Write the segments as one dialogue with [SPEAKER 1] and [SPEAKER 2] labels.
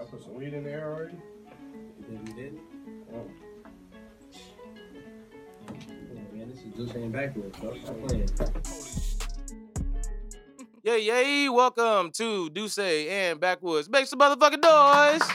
[SPEAKER 1] I put some weed in there already.
[SPEAKER 2] Think you did?
[SPEAKER 1] Oh,
[SPEAKER 2] Yeah, Oh, man, this is just hanging backwards, bro. Stop playing.
[SPEAKER 3] Yay, yay, welcome to Duce and Backwoods. Make some motherfucking noise.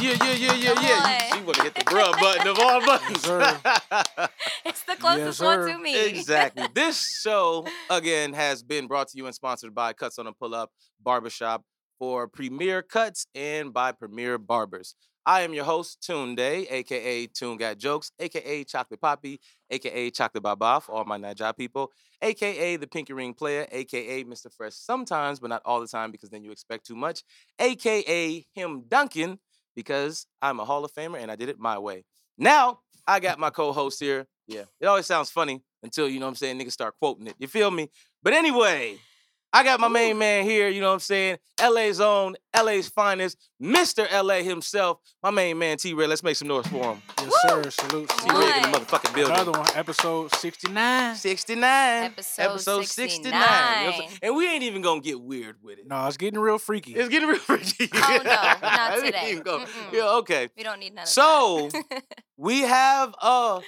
[SPEAKER 3] Yeah, yeah, yeah, yeah, yeah.
[SPEAKER 4] Come
[SPEAKER 3] She
[SPEAKER 4] on.
[SPEAKER 3] would have hit the bruh button of all buttons.
[SPEAKER 4] It's the closest
[SPEAKER 5] Yes,
[SPEAKER 4] one
[SPEAKER 5] sir.
[SPEAKER 4] to me.
[SPEAKER 3] exactly. This show, again, has been brought to you and sponsored by Cuts on a Pull Up Barbershop for Premier Cuts and by Premier Barbers. I am your host, Tune Day, aka Tune Got Jokes, aka Chocolate Poppy, aka Chocolate Baba for all my Naija people, aka the Pinky Ring Player, aka Mr. Fresh sometimes, but not all the time because then you expect too much, aka him Duncan because I'm a Hall of Famer and I did it my way. Now I got my co-host here. Yeah, it always sounds funny until you know what I'm saying niggas start quoting it. You feel me? But anyway, I got my main man here. You know what I'm saying? LA's own, LA's finest, Mr. LA himself. My main man T Red. Let's make some noise for him.
[SPEAKER 5] Yes, sir. Salute.
[SPEAKER 3] T Red in the
[SPEAKER 4] Nice.
[SPEAKER 3] motherfucking
[SPEAKER 5] Another
[SPEAKER 3] building.
[SPEAKER 5] one, episode 69.
[SPEAKER 3] 69.
[SPEAKER 4] Episode
[SPEAKER 3] 69. You know what I'm
[SPEAKER 4] 69.
[SPEAKER 3] saying? and we ain't even gonna get weird with it.
[SPEAKER 5] No, it's getting real freaky.
[SPEAKER 3] It's getting real freaky.
[SPEAKER 4] Oh, no, not
[SPEAKER 3] We ain't
[SPEAKER 4] today.
[SPEAKER 3] even gonna-
[SPEAKER 4] Mm-mm.
[SPEAKER 3] Yeah, okay.
[SPEAKER 4] We don't need none of
[SPEAKER 3] So,
[SPEAKER 4] that.
[SPEAKER 3] we have a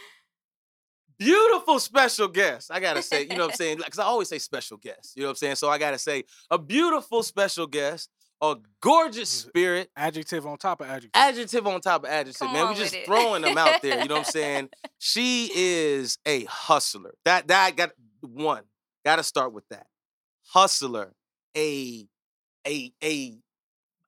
[SPEAKER 3] beautiful special guest. I gotta say, you know what I'm saying? Because I always say special guest. You know what I'm saying? So I gotta say, a beautiful special guest, a gorgeous
[SPEAKER 4] Mm-hmm.
[SPEAKER 3] spirit,
[SPEAKER 5] adjective on top of adjective.
[SPEAKER 3] adjective on top of adjective,
[SPEAKER 4] Come
[SPEAKER 3] man. We
[SPEAKER 4] on with
[SPEAKER 3] just
[SPEAKER 4] it.
[SPEAKER 3] throwing them out there. You know what I'm saying? She is a hustler. That that got one. Gotta start with that. Hustler, a a a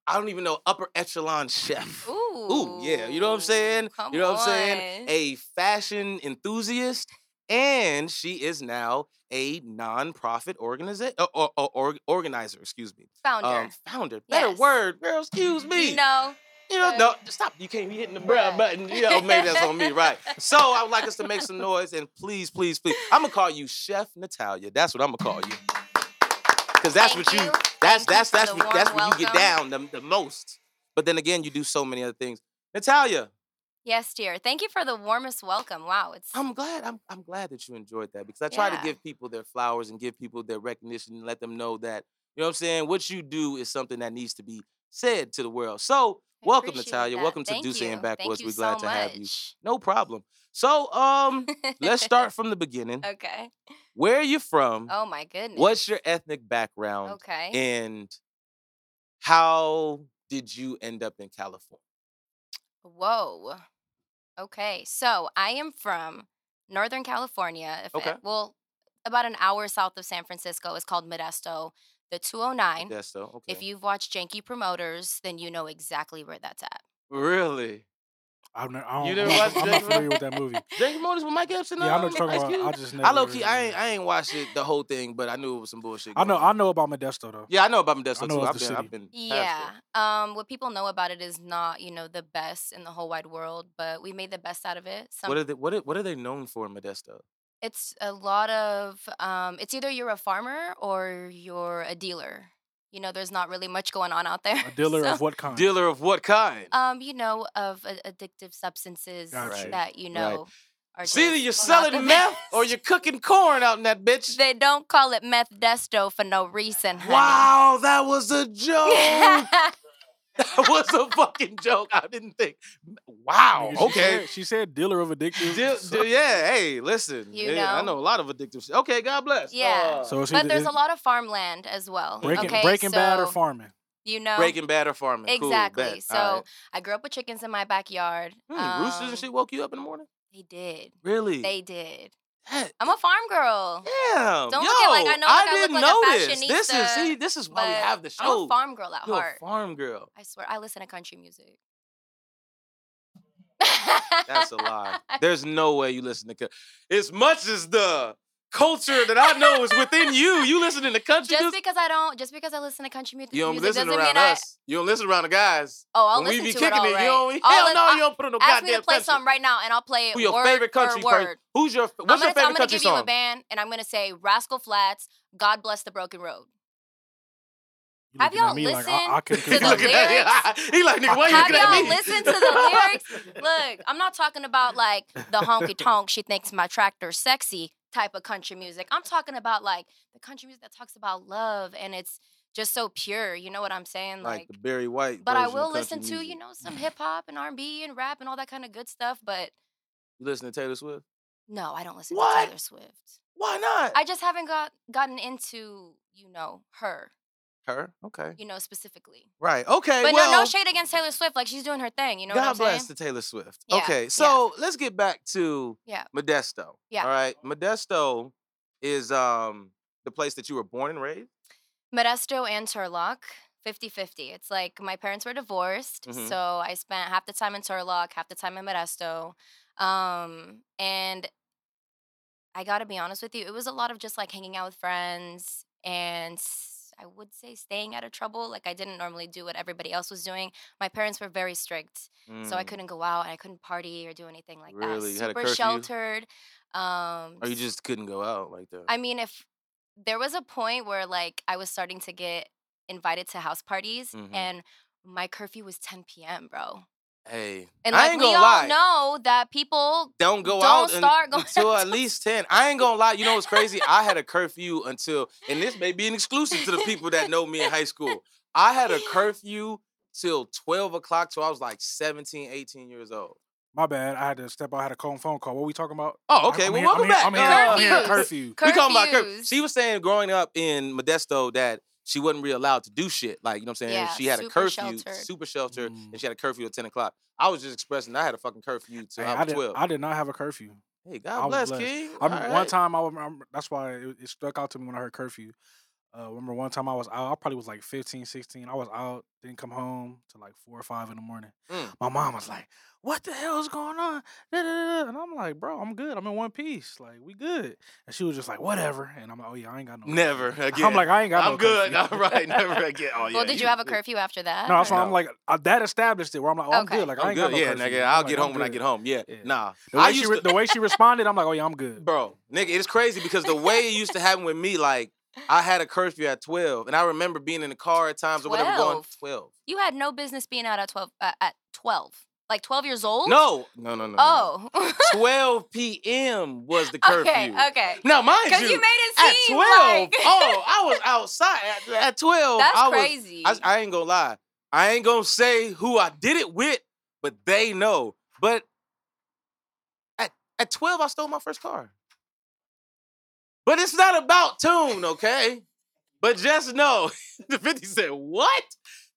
[SPEAKER 3] I don't even know, upper echelon chef.
[SPEAKER 4] Ooh.
[SPEAKER 3] Ooh, yeah. You know what I'm saying?
[SPEAKER 4] Come
[SPEAKER 3] you know what I'm
[SPEAKER 4] on.
[SPEAKER 3] saying? A fashion enthusiast. And she is now a nonprofit organiza- uh, or, or, or, or- organizer, excuse me.
[SPEAKER 4] Founder.
[SPEAKER 3] Um, founder. Better
[SPEAKER 4] Yes.
[SPEAKER 3] word, girl, excuse me.
[SPEAKER 4] You know,
[SPEAKER 3] You know,
[SPEAKER 4] Right.
[SPEAKER 3] no, stop. You can't be hitting the bruh
[SPEAKER 4] Bruh.
[SPEAKER 3] button. You know, maybe that's on me, right? So I would like us to make some noise and please, please, please. I'm gonna call you Chef Natalia. That's what I'm gonna call you. Cause that's
[SPEAKER 4] Thank
[SPEAKER 3] what you,
[SPEAKER 4] you.
[SPEAKER 3] that's
[SPEAKER 4] Thank you
[SPEAKER 3] that's
[SPEAKER 4] for
[SPEAKER 3] that's
[SPEAKER 4] the
[SPEAKER 3] what,
[SPEAKER 4] warm
[SPEAKER 3] that's where you get down
[SPEAKER 4] welcome.
[SPEAKER 3] the, the most. But then again, you do so many other things. Natalia,
[SPEAKER 4] yes, dear. Thank you for the warmest welcome. Wow, it's
[SPEAKER 3] I'm glad I'm I'm glad that you enjoyed that because I try
[SPEAKER 4] Yeah.
[SPEAKER 3] to give people their flowers and give people their recognition and let them know that, you know what I'm saying, what you do is something that needs to be said to the world. So
[SPEAKER 4] I
[SPEAKER 3] welcome,
[SPEAKER 4] appreciate
[SPEAKER 3] Natalia.
[SPEAKER 4] that.
[SPEAKER 3] Welcome
[SPEAKER 4] Thank
[SPEAKER 3] to Deuce
[SPEAKER 4] you.
[SPEAKER 3] and
[SPEAKER 4] Thank
[SPEAKER 3] Backwards.
[SPEAKER 4] you
[SPEAKER 3] We're
[SPEAKER 4] so
[SPEAKER 3] glad to have you.
[SPEAKER 4] much.
[SPEAKER 3] No problem. So, um, let's start from the beginning.
[SPEAKER 4] okay.
[SPEAKER 3] Where are you from?
[SPEAKER 4] Oh my goodness.
[SPEAKER 3] What's your ethnic background?
[SPEAKER 4] Okay.
[SPEAKER 3] And how did you end up in California?
[SPEAKER 4] Whoa. Okay. So I am from Northern California. If
[SPEAKER 3] Okay.
[SPEAKER 4] It, well, about an hour south of San Francisco is called Modesto, the 209.
[SPEAKER 3] That's so okay.
[SPEAKER 4] If you've watched Janky Promoters, then you know exactly where that's at.
[SPEAKER 3] really,
[SPEAKER 5] I've never, I don't,
[SPEAKER 3] You never
[SPEAKER 5] I'm,
[SPEAKER 3] watched
[SPEAKER 5] I'm
[SPEAKER 3] Jack
[SPEAKER 5] not familiar with that movie.
[SPEAKER 3] Janky Motors with Mike Epps and
[SPEAKER 5] Yeah, I know
[SPEAKER 3] um,
[SPEAKER 5] what you're
[SPEAKER 3] Ice
[SPEAKER 5] talking
[SPEAKER 3] Cube?
[SPEAKER 5] about. I just never.
[SPEAKER 3] I low key, I ain't,
[SPEAKER 5] really-
[SPEAKER 3] I ain't watched it, the whole thing, but I knew it was some bullshit.
[SPEAKER 5] I know,
[SPEAKER 3] going on.
[SPEAKER 5] I know about Modesto though.
[SPEAKER 3] Yeah, I know about Modesto
[SPEAKER 5] I know
[SPEAKER 3] too.
[SPEAKER 5] it's
[SPEAKER 3] I've
[SPEAKER 5] the
[SPEAKER 3] been, I've
[SPEAKER 5] city.
[SPEAKER 3] been past it.
[SPEAKER 4] Yeah. Um, what people know about it is not, you know, the best in the whole wide world, but we made the best out of it. Some,
[SPEAKER 3] What are they? What are, what are they known for in Modesto?
[SPEAKER 4] it's a lot of, um, it's either you're a farmer or you're a dealer. You know, there's not really much going on out there.
[SPEAKER 5] A dealer
[SPEAKER 4] so-
[SPEAKER 5] of what kind?
[SPEAKER 3] Dealer of what kind?
[SPEAKER 4] um, you know, of a- addictive substances
[SPEAKER 5] Gotcha.
[SPEAKER 4] that you know are
[SPEAKER 3] See, either
[SPEAKER 4] just
[SPEAKER 3] you're
[SPEAKER 4] not
[SPEAKER 3] selling
[SPEAKER 4] the
[SPEAKER 3] meth or
[SPEAKER 4] best.
[SPEAKER 3] you're cooking corn out in that bitch.
[SPEAKER 4] They don't call it meth desto for no reason. Honey.
[SPEAKER 3] Wow, that was a joke. that was a fucking joke. I didn't think. Wow.
[SPEAKER 5] Nigga, she
[SPEAKER 3] Okay.
[SPEAKER 5] said- She said dealer of addictive.
[SPEAKER 3] Deal- deal- yeah. Hey, listen.
[SPEAKER 4] You
[SPEAKER 3] yeah, I
[SPEAKER 4] know.
[SPEAKER 3] know a lot of addictive shit. Okay. God bless.
[SPEAKER 4] Yeah.
[SPEAKER 3] Uh,
[SPEAKER 5] so it's
[SPEAKER 4] but
[SPEAKER 5] either-
[SPEAKER 4] there's a
[SPEAKER 5] it's
[SPEAKER 4] lot of farmland as well.
[SPEAKER 5] Breaking,
[SPEAKER 4] okay,
[SPEAKER 5] breaking bad or
[SPEAKER 4] so,
[SPEAKER 5] farming.
[SPEAKER 4] You know,
[SPEAKER 3] Breaking Bad or farming. Cool,
[SPEAKER 4] exactly.
[SPEAKER 3] bet.
[SPEAKER 4] so
[SPEAKER 3] All right.
[SPEAKER 4] I grew up with chickens in my backyard.
[SPEAKER 3] Hmm, roosters
[SPEAKER 4] um,
[SPEAKER 3] and shit woke you up in the morning.
[SPEAKER 4] They did.
[SPEAKER 3] Really?
[SPEAKER 4] They did.
[SPEAKER 3] That-
[SPEAKER 4] I'm a farm girl.
[SPEAKER 3] Damn.
[SPEAKER 4] Don't
[SPEAKER 3] yo,
[SPEAKER 4] look at like I know like I look
[SPEAKER 3] didn't
[SPEAKER 4] like
[SPEAKER 3] know
[SPEAKER 4] a
[SPEAKER 3] this. This is
[SPEAKER 4] fashionista,
[SPEAKER 3] see. This is why we
[SPEAKER 4] but
[SPEAKER 3] have the
[SPEAKER 4] I'm
[SPEAKER 3] show.
[SPEAKER 4] a farm girl at
[SPEAKER 3] You're
[SPEAKER 4] heart.
[SPEAKER 3] a farm girl.
[SPEAKER 4] I swear, I listen to country music.
[SPEAKER 3] That's a lie. There's no way you listen to. cou- As much as the culture that I know is within you, you listening to country
[SPEAKER 4] Just
[SPEAKER 3] music.
[SPEAKER 4] because I don't, just because I listen to country mu- music,
[SPEAKER 3] You don't listen
[SPEAKER 4] doesn't
[SPEAKER 3] around
[SPEAKER 4] mean
[SPEAKER 3] us. You don't listen around the guys.
[SPEAKER 4] I. Oh, I'll
[SPEAKER 3] when
[SPEAKER 4] listen
[SPEAKER 3] we be
[SPEAKER 4] to
[SPEAKER 3] kicking
[SPEAKER 4] it. All
[SPEAKER 3] it,
[SPEAKER 4] right.
[SPEAKER 3] you don't. e,
[SPEAKER 4] I'll
[SPEAKER 3] hell
[SPEAKER 4] li-
[SPEAKER 3] no,
[SPEAKER 4] I-
[SPEAKER 3] you don't put on no
[SPEAKER 4] ask
[SPEAKER 3] goddamn
[SPEAKER 4] me to play
[SPEAKER 3] country.
[SPEAKER 4] something right now, and I'll play it
[SPEAKER 3] Who your
[SPEAKER 4] word
[SPEAKER 3] favorite country
[SPEAKER 4] for
[SPEAKER 3] person?
[SPEAKER 4] word.
[SPEAKER 3] Who's your
[SPEAKER 4] I'm
[SPEAKER 3] what's
[SPEAKER 4] gonna,
[SPEAKER 3] your favorite
[SPEAKER 4] I'm gonna
[SPEAKER 3] country
[SPEAKER 4] give
[SPEAKER 3] song?
[SPEAKER 4] you a band, and I'm gonna say Rascal Flats, God Bless the Broken Road.
[SPEAKER 5] You
[SPEAKER 4] Have
[SPEAKER 5] looking at
[SPEAKER 4] y'all
[SPEAKER 5] me like,
[SPEAKER 4] listened
[SPEAKER 5] I, I couldn't
[SPEAKER 4] to
[SPEAKER 3] he
[SPEAKER 4] the
[SPEAKER 5] figure it
[SPEAKER 3] looking
[SPEAKER 5] out.
[SPEAKER 3] at me. He like nigga. Why you
[SPEAKER 4] Have
[SPEAKER 3] looking at
[SPEAKER 4] y'all
[SPEAKER 3] me?
[SPEAKER 4] listened to the lyrics? Look, I'm not talking about like the honky tonk. She thinks my tractor sexy type of country music. I'm talking about like the country music that talks about love and it's just so pure. You know what I'm saying?
[SPEAKER 3] like, the Barry White.
[SPEAKER 4] but I
[SPEAKER 3] version of
[SPEAKER 4] will
[SPEAKER 3] country
[SPEAKER 4] listen to you
[SPEAKER 3] music.
[SPEAKER 4] know some hip hop and R and B and rap and all that kind of good stuff. But
[SPEAKER 3] You listen to Taylor Swift?
[SPEAKER 4] no, I don't listen
[SPEAKER 3] What?
[SPEAKER 4] to Taylor Swift.
[SPEAKER 3] Why not?
[SPEAKER 4] I just haven't got gotten into you know her,
[SPEAKER 3] Her? Okay.
[SPEAKER 4] you know specifically.
[SPEAKER 3] Right. Okay.
[SPEAKER 4] But
[SPEAKER 3] well,
[SPEAKER 4] no, no shade against Taylor Swift. Like she's doing her thing. You know
[SPEAKER 3] God
[SPEAKER 4] what I'm
[SPEAKER 3] bless
[SPEAKER 4] saying?
[SPEAKER 3] to Taylor Swift.
[SPEAKER 4] Yeah,
[SPEAKER 3] Okay,
[SPEAKER 4] yeah.
[SPEAKER 3] so let's get back to
[SPEAKER 4] Yeah.
[SPEAKER 3] Modesto.
[SPEAKER 4] Yeah.
[SPEAKER 3] All right, Modesto is um the place that you were born and raised.
[SPEAKER 4] Modesto and Turlock. 50-50. It's like my parents were divorced,
[SPEAKER 3] Mhm.
[SPEAKER 4] so I spent half the time in Turlock, half the time in Modesto. Um, and I gotta be honest with you, it was a lot of just like hanging out with friends and s- I would say staying out of trouble. Like I didn't normally do what everybody else was doing. My parents were very strict, so I
[SPEAKER 3] Mm.
[SPEAKER 4] couldn't go out and I couldn't party or do anything like
[SPEAKER 3] Really? You
[SPEAKER 4] that.
[SPEAKER 3] had a
[SPEAKER 4] Super
[SPEAKER 3] curfew?
[SPEAKER 4] sheltered. Um,
[SPEAKER 3] Or you just couldn't go out like that.
[SPEAKER 4] I mean, if there was a point where like I was starting to get invited to house parties
[SPEAKER 3] Mhm.
[SPEAKER 4] and my curfew was 10 p.m., bro.
[SPEAKER 3] hey,
[SPEAKER 4] And
[SPEAKER 3] I
[SPEAKER 4] like
[SPEAKER 3] ain't
[SPEAKER 4] we
[SPEAKER 3] gonna
[SPEAKER 4] all
[SPEAKER 3] lie.
[SPEAKER 4] know that people
[SPEAKER 3] Don't go
[SPEAKER 4] don't
[SPEAKER 3] out un-
[SPEAKER 4] start going
[SPEAKER 3] until
[SPEAKER 4] out
[SPEAKER 3] at least ten. I ain't gonna lie. You know what's crazy? I had a curfew until, and this may be an exclusive to the people that know me in high school. I had a curfew till twelve o'clock till I was like 17, 18 years old.
[SPEAKER 5] My bad. I had to step out. I had a call- phone call. What we talking about?
[SPEAKER 3] Oh, okay.
[SPEAKER 5] I'm
[SPEAKER 3] well,
[SPEAKER 5] here-
[SPEAKER 3] welcome
[SPEAKER 5] I'm
[SPEAKER 3] back.
[SPEAKER 5] Here, I'm here, I'm
[SPEAKER 4] Curfews.
[SPEAKER 5] here, curfew.
[SPEAKER 4] curfews.
[SPEAKER 3] We talking about curfews. She was saying growing up in Modesto that she wasn't really allowed to do shit. Like, you know what I'm saying?
[SPEAKER 4] Yeah,
[SPEAKER 3] she had a
[SPEAKER 4] super
[SPEAKER 3] curfew,
[SPEAKER 4] sheltered.
[SPEAKER 3] super shelter, and
[SPEAKER 5] Mm.
[SPEAKER 3] she had a curfew at 10 o'clock. I was just expressing I had a fucking curfew till
[SPEAKER 5] Hey,
[SPEAKER 3] I
[SPEAKER 5] I,
[SPEAKER 3] was
[SPEAKER 5] did,
[SPEAKER 3] 12.
[SPEAKER 5] I did not have a curfew.
[SPEAKER 3] hey,
[SPEAKER 5] I
[SPEAKER 3] God
[SPEAKER 5] was
[SPEAKER 3] bless,
[SPEAKER 5] blessed.
[SPEAKER 3] King.
[SPEAKER 5] I remember
[SPEAKER 3] All
[SPEAKER 5] one
[SPEAKER 3] right.
[SPEAKER 5] time I, was- I remember- that's why it, it stuck out to me when I heard curfew. Uh, remember one time I was out, I probably was like 15, 16. I was out, didn't come home till like four or five in the morning.
[SPEAKER 3] Mm.
[SPEAKER 5] My mom was like, What the hell is going on? Da, da, da, da. And I'm like, Bro, I'm good. I'm in one piece. Like, we good. And she was just like, Whatever. And I'm like, Oh, yeah, I ain't got no. curfew."
[SPEAKER 3] Never again.
[SPEAKER 5] I'm like, I ain't got
[SPEAKER 3] I'm
[SPEAKER 5] no.
[SPEAKER 3] good. All
[SPEAKER 5] curfew."
[SPEAKER 3] right. Never again. Oh, yeah.
[SPEAKER 4] well, did you have a curfew after that?
[SPEAKER 5] No, that's
[SPEAKER 4] or-
[SPEAKER 5] why I'm
[SPEAKER 3] No.
[SPEAKER 5] like, uh, that established it where I'm like, Oh, I'm
[SPEAKER 4] Okay.
[SPEAKER 5] good. Like, I
[SPEAKER 3] I'm
[SPEAKER 5] ain't
[SPEAKER 3] good.
[SPEAKER 5] got no.
[SPEAKER 3] yeah,
[SPEAKER 5] curfew.
[SPEAKER 3] nigga.
[SPEAKER 5] I'm
[SPEAKER 3] I'll
[SPEAKER 5] like,
[SPEAKER 3] get
[SPEAKER 5] "I'm
[SPEAKER 3] home when I
[SPEAKER 5] good."
[SPEAKER 3] get home. Yeah.
[SPEAKER 5] Yeah.
[SPEAKER 3] Nah.
[SPEAKER 5] The way,
[SPEAKER 3] I
[SPEAKER 5] she
[SPEAKER 3] used
[SPEAKER 5] re-
[SPEAKER 3] to-
[SPEAKER 5] the way she responded, I'm like, Oh, yeah, I'm good.
[SPEAKER 3] Bro, nigga, it's crazy because the way it used to happen with me, like, I had a curfew at 12, and I remember being in the car at times or whatever going
[SPEAKER 4] 12?
[SPEAKER 3] 12.
[SPEAKER 4] You had no business being out at 12 uh, at 12. Like 12 years old?
[SPEAKER 3] No, no, no, no. no.
[SPEAKER 4] Oh.
[SPEAKER 3] 12 p.m. was the curfew.
[SPEAKER 4] okay, okay.
[SPEAKER 3] Now, mind
[SPEAKER 4] Cuz
[SPEAKER 3] you,
[SPEAKER 4] you made it
[SPEAKER 3] at
[SPEAKER 4] seem
[SPEAKER 3] 12,
[SPEAKER 4] like
[SPEAKER 3] oh, I was outside at, at 12.
[SPEAKER 4] That's
[SPEAKER 3] I was,
[SPEAKER 4] crazy.
[SPEAKER 3] I, I ain't gonna lie. I ain't gonna say who I did it with, but they know. But at, at 12, I stole my first car. But it's not about tune, okay? But just know, the 50 said, what?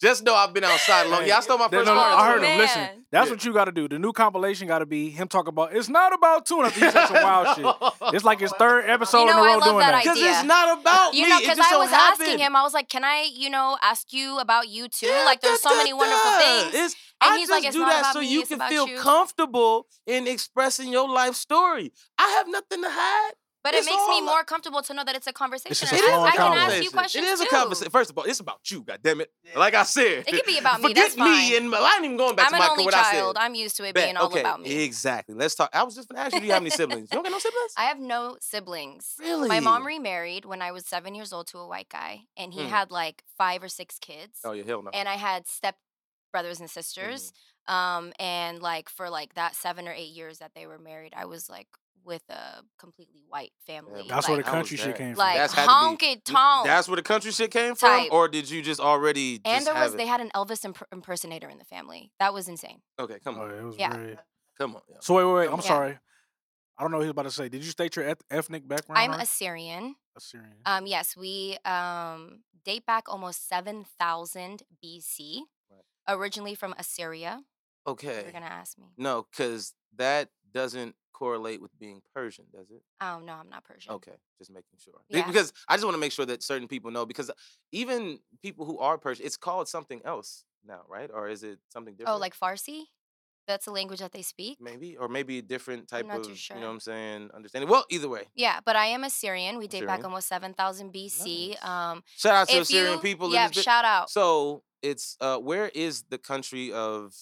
[SPEAKER 3] Just know I've been outside long.
[SPEAKER 5] Hey,
[SPEAKER 3] Yeah, I stole my
[SPEAKER 5] That-
[SPEAKER 3] first
[SPEAKER 5] no, no,
[SPEAKER 3] car. at
[SPEAKER 5] I
[SPEAKER 3] 12.
[SPEAKER 5] heard him.
[SPEAKER 4] man.
[SPEAKER 5] Listen, that's
[SPEAKER 3] Yeah.
[SPEAKER 5] what you got to do. The new compilation got to be him talking about it's not about tuna. He said some wild shit. It's like his third episode
[SPEAKER 4] You know,
[SPEAKER 5] in a
[SPEAKER 4] I
[SPEAKER 5] row
[SPEAKER 4] love
[SPEAKER 5] doing
[SPEAKER 4] that
[SPEAKER 5] that.
[SPEAKER 4] idea.
[SPEAKER 3] Because it's not about
[SPEAKER 4] you
[SPEAKER 3] me.
[SPEAKER 4] know,
[SPEAKER 3] It
[SPEAKER 4] because
[SPEAKER 3] just
[SPEAKER 4] I
[SPEAKER 3] so
[SPEAKER 4] was asking
[SPEAKER 3] happened.
[SPEAKER 4] him, I was like, "Can I, you know, ask you about you too?
[SPEAKER 3] Yeah,
[SPEAKER 4] like, there's
[SPEAKER 3] da,
[SPEAKER 4] so many
[SPEAKER 3] da,
[SPEAKER 4] wonderful
[SPEAKER 3] da.
[SPEAKER 4] things."
[SPEAKER 3] It's-
[SPEAKER 4] And
[SPEAKER 3] I
[SPEAKER 4] he's
[SPEAKER 3] just
[SPEAKER 4] like, "It's
[SPEAKER 3] do
[SPEAKER 4] not
[SPEAKER 3] that
[SPEAKER 4] about
[SPEAKER 3] so
[SPEAKER 4] me,
[SPEAKER 3] you
[SPEAKER 4] it's
[SPEAKER 3] can
[SPEAKER 4] about
[SPEAKER 3] feel
[SPEAKER 4] you."
[SPEAKER 3] comfortable in expressing your life story. I have nothing to hide.
[SPEAKER 4] But it
[SPEAKER 3] It's
[SPEAKER 4] makes me
[SPEAKER 3] all-
[SPEAKER 4] more comfortable to know that it's a conversation.
[SPEAKER 5] just
[SPEAKER 4] and
[SPEAKER 5] a
[SPEAKER 4] I,
[SPEAKER 5] flowing
[SPEAKER 4] I can ask
[SPEAKER 5] conversation.
[SPEAKER 4] you questions
[SPEAKER 3] It is a
[SPEAKER 4] too.
[SPEAKER 3] conversation. First of all, it's about you. God damn it. Like I said,
[SPEAKER 4] It could be about me,
[SPEAKER 3] forget
[SPEAKER 4] that's
[SPEAKER 3] me
[SPEAKER 4] fine.
[SPEAKER 3] and my, I ain't even going back
[SPEAKER 4] I'm
[SPEAKER 3] to
[SPEAKER 4] an
[SPEAKER 3] my
[SPEAKER 4] only
[SPEAKER 3] what
[SPEAKER 4] child.
[SPEAKER 3] I said.
[SPEAKER 4] I'm used to it
[SPEAKER 3] Bet.
[SPEAKER 4] being all
[SPEAKER 3] okay,
[SPEAKER 4] about me.
[SPEAKER 3] exacexacly. Let's talk. I was just gonna ask you, do you have any siblings? You don't got no siblings?
[SPEAKER 4] I have no siblings.
[SPEAKER 3] really?
[SPEAKER 4] My mom remarried when I was seven years old to a white guy, and he
[SPEAKER 3] Mm.
[SPEAKER 4] had like five or six kids.
[SPEAKER 3] Oh yeah, Mm-hmm. hell no.
[SPEAKER 4] and I had step brothers and sisters. Um, and like for like that seven or eight years that they were married, I was like with a completely white family.
[SPEAKER 3] but
[SPEAKER 5] That's
[SPEAKER 4] like,
[SPEAKER 5] where the
[SPEAKER 3] I was
[SPEAKER 5] country shit
[SPEAKER 3] there.
[SPEAKER 5] came from.
[SPEAKER 4] like
[SPEAKER 3] That's had to be-
[SPEAKER 4] honky tonk.
[SPEAKER 3] That's where the country shit came
[SPEAKER 4] Type.
[SPEAKER 3] from, or did you just already?
[SPEAKER 4] and
[SPEAKER 3] just
[SPEAKER 4] there
[SPEAKER 3] have
[SPEAKER 4] was
[SPEAKER 3] it?
[SPEAKER 4] they had an Elvis imp- impersonator in the family. That was insane.
[SPEAKER 3] Okay, come
[SPEAKER 5] Oh,
[SPEAKER 3] on,
[SPEAKER 5] yeah, it was
[SPEAKER 4] Yeah.
[SPEAKER 5] weird.
[SPEAKER 3] come on. yeah.
[SPEAKER 5] So wait, wait, wait. I'm
[SPEAKER 3] Yeah.
[SPEAKER 5] sorry. I don't know what he was about to say. Did you state your eth- ethnic background?
[SPEAKER 4] I'm
[SPEAKER 3] Uh-huh.
[SPEAKER 5] or-
[SPEAKER 4] Assyrian.
[SPEAKER 5] Assyrian.
[SPEAKER 4] Um, yes, we um date back almost seven thousand BC.
[SPEAKER 3] Right.
[SPEAKER 4] Originally from Assyria.
[SPEAKER 3] Okay.
[SPEAKER 4] You're gonna ask me.
[SPEAKER 3] No, because that doesn't correlate with being Persian, does it?
[SPEAKER 4] Oh no, I'm not Persian.
[SPEAKER 3] Okay, just making sure. Be-
[SPEAKER 4] Yeah.
[SPEAKER 3] Because I just want to make sure that certain people know, because even people who are Persian, it's called something else now, right? Or is it something different?
[SPEAKER 4] Oh, like Farsi? That's the language that they speak?
[SPEAKER 3] maybe, or maybe a different type
[SPEAKER 4] not
[SPEAKER 3] of,
[SPEAKER 4] too
[SPEAKER 3] you
[SPEAKER 4] sure.
[SPEAKER 3] know what I'm saying, understanding. Well, either way,
[SPEAKER 4] Yeah, but I am Assyrian. We date back
[SPEAKER 3] Assyrian.
[SPEAKER 4] almost 7,000 BC.
[SPEAKER 3] Nice.
[SPEAKER 4] Um,
[SPEAKER 3] shout out to
[SPEAKER 4] if
[SPEAKER 3] Assyrian
[SPEAKER 4] you,
[SPEAKER 3] people. in
[SPEAKER 4] Yeah,
[SPEAKER 3] this bit-
[SPEAKER 4] shout out.
[SPEAKER 3] so it's uh, where is the country of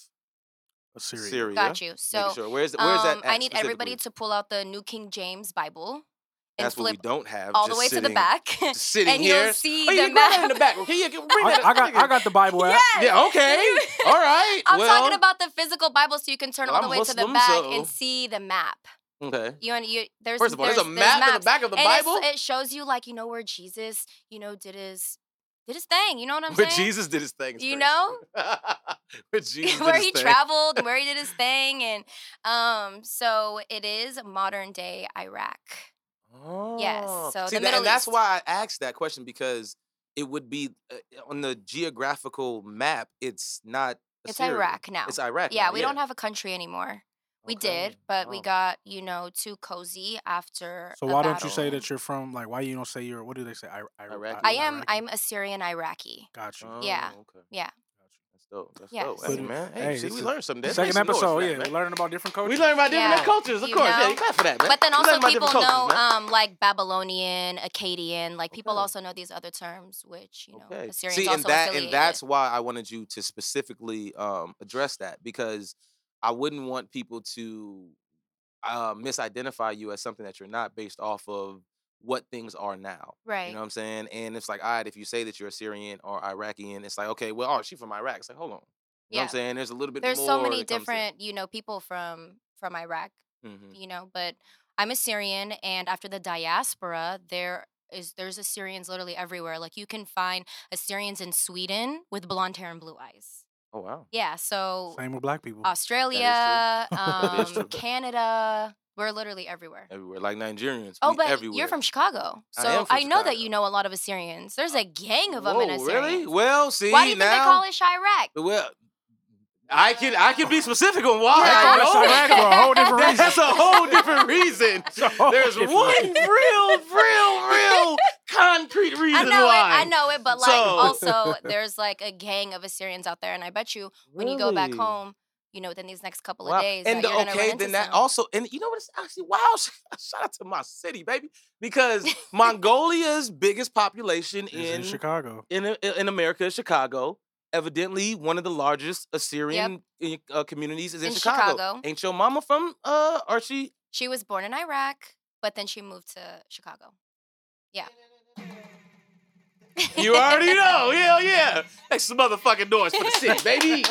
[SPEAKER 5] Assyrian.
[SPEAKER 3] Syria?
[SPEAKER 4] Got you. So
[SPEAKER 3] making sure. where is it? Where is that?
[SPEAKER 4] um, I
[SPEAKER 3] at
[SPEAKER 4] need everybody
[SPEAKER 3] specifically?
[SPEAKER 4] to pull out the New King James Bible and
[SPEAKER 3] That's what we
[SPEAKER 4] flip
[SPEAKER 3] don't have.
[SPEAKER 4] all the
[SPEAKER 3] just
[SPEAKER 4] way to the
[SPEAKER 3] sitting-
[SPEAKER 4] back.
[SPEAKER 3] just Sitting
[SPEAKER 4] and
[SPEAKER 3] here.
[SPEAKER 4] you'll see
[SPEAKER 3] Oh, you
[SPEAKER 4] the
[SPEAKER 3] can grab that
[SPEAKER 4] map.
[SPEAKER 3] in the back. Can you can bring
[SPEAKER 5] I,
[SPEAKER 3] that-
[SPEAKER 5] I got I got the Bible app.
[SPEAKER 4] Yes!
[SPEAKER 3] Yeah, okay. All right.
[SPEAKER 4] I'm
[SPEAKER 3] well,
[SPEAKER 4] talking about the physical Bible so you can turn
[SPEAKER 3] well,
[SPEAKER 4] all the
[SPEAKER 3] I'm
[SPEAKER 4] way to the
[SPEAKER 3] Muslim,
[SPEAKER 4] back
[SPEAKER 3] so-
[SPEAKER 4] and see the map.
[SPEAKER 3] Okay.
[SPEAKER 4] You and you there's
[SPEAKER 3] First of all, there's, a
[SPEAKER 4] there's
[SPEAKER 3] map in
[SPEAKER 4] maps.
[SPEAKER 3] the back of the
[SPEAKER 4] and it's-
[SPEAKER 3] Bible.
[SPEAKER 4] It shows you like you know where Jesus, you know, did his did his thing. You know what I'm
[SPEAKER 3] where
[SPEAKER 4] saying?
[SPEAKER 3] Jesus did his thing. is crazy.
[SPEAKER 4] You know?
[SPEAKER 3] where Jesus
[SPEAKER 4] where
[SPEAKER 3] did his
[SPEAKER 4] he
[SPEAKER 3] thing.
[SPEAKER 4] traveled, where he did his thing, and um, so it is modern day Iraq. Yes,
[SPEAKER 3] Oh.
[SPEAKER 4] so
[SPEAKER 3] See,
[SPEAKER 4] the
[SPEAKER 3] tha-
[SPEAKER 4] Middle
[SPEAKER 3] and that's
[SPEAKER 4] East.
[SPEAKER 3] why I asked that question because it would be uh, on the geographical map. It's not.
[SPEAKER 4] It's
[SPEAKER 3] Assyria.
[SPEAKER 4] Iraq now.
[SPEAKER 3] It's Iraq.
[SPEAKER 4] yeah,
[SPEAKER 3] now,
[SPEAKER 4] we don't have a country anymore. We
[SPEAKER 3] Okay, Oh.
[SPEAKER 4] did, but we
[SPEAKER 3] wow.
[SPEAKER 4] got you know too cozy after.
[SPEAKER 5] So
[SPEAKER 4] a
[SPEAKER 5] why don't you
[SPEAKER 4] battle.
[SPEAKER 5] say that you're from like why you don't say you're what do they say I, I,
[SPEAKER 3] Iraqi.
[SPEAKER 4] I am.
[SPEAKER 5] Iraqi?
[SPEAKER 4] I'm a Syrian Iraqi.
[SPEAKER 5] got you.
[SPEAKER 3] Oh,
[SPEAKER 4] Yeah.
[SPEAKER 3] Okay.
[SPEAKER 4] Yeah.
[SPEAKER 3] That's dope. That's
[SPEAKER 4] Yeah,
[SPEAKER 3] dope.
[SPEAKER 4] so-
[SPEAKER 3] Hey, man. Hey,
[SPEAKER 5] Hey,
[SPEAKER 3] see,
[SPEAKER 5] this
[SPEAKER 3] we
[SPEAKER 5] is
[SPEAKER 3] learned something. Let's make
[SPEAKER 5] Second
[SPEAKER 3] some noise for
[SPEAKER 5] episode,
[SPEAKER 3] that,
[SPEAKER 5] yeah,
[SPEAKER 3] man.
[SPEAKER 5] we're learning about different
[SPEAKER 3] We
[SPEAKER 5] cultures.
[SPEAKER 3] learned about different
[SPEAKER 4] Yeah.
[SPEAKER 3] cultures, of
[SPEAKER 4] You
[SPEAKER 3] course. Yeah,
[SPEAKER 4] know?
[SPEAKER 3] you clap for that, man.
[SPEAKER 4] But then
[SPEAKER 3] We learned
[SPEAKER 4] also
[SPEAKER 3] about
[SPEAKER 4] people
[SPEAKER 3] different cultures,
[SPEAKER 4] know
[SPEAKER 3] man.
[SPEAKER 4] um, like Babylonian, Akkadian. Like people
[SPEAKER 3] Okay.
[SPEAKER 4] also know these other terms, which you know Assyrians
[SPEAKER 3] See,
[SPEAKER 4] also
[SPEAKER 3] and that and
[SPEAKER 4] affiliated.
[SPEAKER 3] that's why I wanted you to specifically um, address that because I wouldn't want people to uh, misidentify you as something that you're not based off of what things are now.
[SPEAKER 4] right.
[SPEAKER 3] You know what I'm saying? And it's like, all right, if you say that you're Syrian or Iraqian, it's like, okay, well, oh, she's from Iraq. It's like, hold on. You know what
[SPEAKER 4] yeah.
[SPEAKER 3] I'm saying? There's a little bit
[SPEAKER 4] There's
[SPEAKER 3] more.
[SPEAKER 4] so many
[SPEAKER 3] that comes to it.
[SPEAKER 4] different you know people from from Iraq.
[SPEAKER 3] Mhm.
[SPEAKER 4] You know, but I'm Assyrian, and after the diaspora, there is there's Assyrians literally everywhere. Like you can find Assyrians in Sweden with blonde hair and blue eyes.
[SPEAKER 3] Oh, wow.
[SPEAKER 4] Yeah. So
[SPEAKER 5] Same with black people.
[SPEAKER 4] Oh, Australia,
[SPEAKER 5] That
[SPEAKER 3] is
[SPEAKER 4] um,
[SPEAKER 3] true.
[SPEAKER 4] Canada. We're literally everywhere.
[SPEAKER 3] Everywhere. Like Nigerians.
[SPEAKER 4] Oh,
[SPEAKER 3] we
[SPEAKER 4] but
[SPEAKER 3] everywhere.
[SPEAKER 4] you're from Chicago,
[SPEAKER 3] I
[SPEAKER 4] so I,
[SPEAKER 3] am from
[SPEAKER 4] know that
[SPEAKER 3] Chicago. Uh,
[SPEAKER 4] you know a lot of Assyrians. There's a gang of them
[SPEAKER 3] Whoa,
[SPEAKER 4] in Assyria.
[SPEAKER 3] really? Well, see,
[SPEAKER 4] Why do you
[SPEAKER 3] now,
[SPEAKER 4] think they call it Chirac?
[SPEAKER 3] Well, I can I can be specific on why.
[SPEAKER 5] They
[SPEAKER 4] Yeah,
[SPEAKER 5] call us
[SPEAKER 4] I know.
[SPEAKER 5] Iraq for a whole different reason.
[SPEAKER 3] That's a whole different reason.
[SPEAKER 5] It's a whole
[SPEAKER 3] There's
[SPEAKER 5] different
[SPEAKER 3] one
[SPEAKER 5] reason.
[SPEAKER 3] real, real, real concrete reason
[SPEAKER 4] I know
[SPEAKER 3] why.
[SPEAKER 4] it. I know it. But like,
[SPEAKER 3] So-
[SPEAKER 4] also, there's like a gang of Assyrians out there, and I bet you when you go back
[SPEAKER 3] Really?
[SPEAKER 4] home, you know, within these next couple
[SPEAKER 3] Wow.
[SPEAKER 4] of days,
[SPEAKER 3] and
[SPEAKER 4] that you're gonna run
[SPEAKER 3] okay,
[SPEAKER 4] into
[SPEAKER 3] then that
[SPEAKER 4] some.
[SPEAKER 3] also, and you know what? It's actually wow. Shout out to my city, baby, because Mongolia's biggest population
[SPEAKER 5] It's in
[SPEAKER 3] in
[SPEAKER 5] Chicago.
[SPEAKER 3] in A- in America is Chicago. Evidently, one of the largest Assyrian i- uh, communities is in,
[SPEAKER 4] In
[SPEAKER 3] Chicago.
[SPEAKER 4] Chicago.
[SPEAKER 3] Ain't your mama from uh? Or she?
[SPEAKER 4] She was born in Iraq, but then she moved to Chicago.
[SPEAKER 3] You already know. Yeah, yeah. Make some motherfucking noise for the city, baby.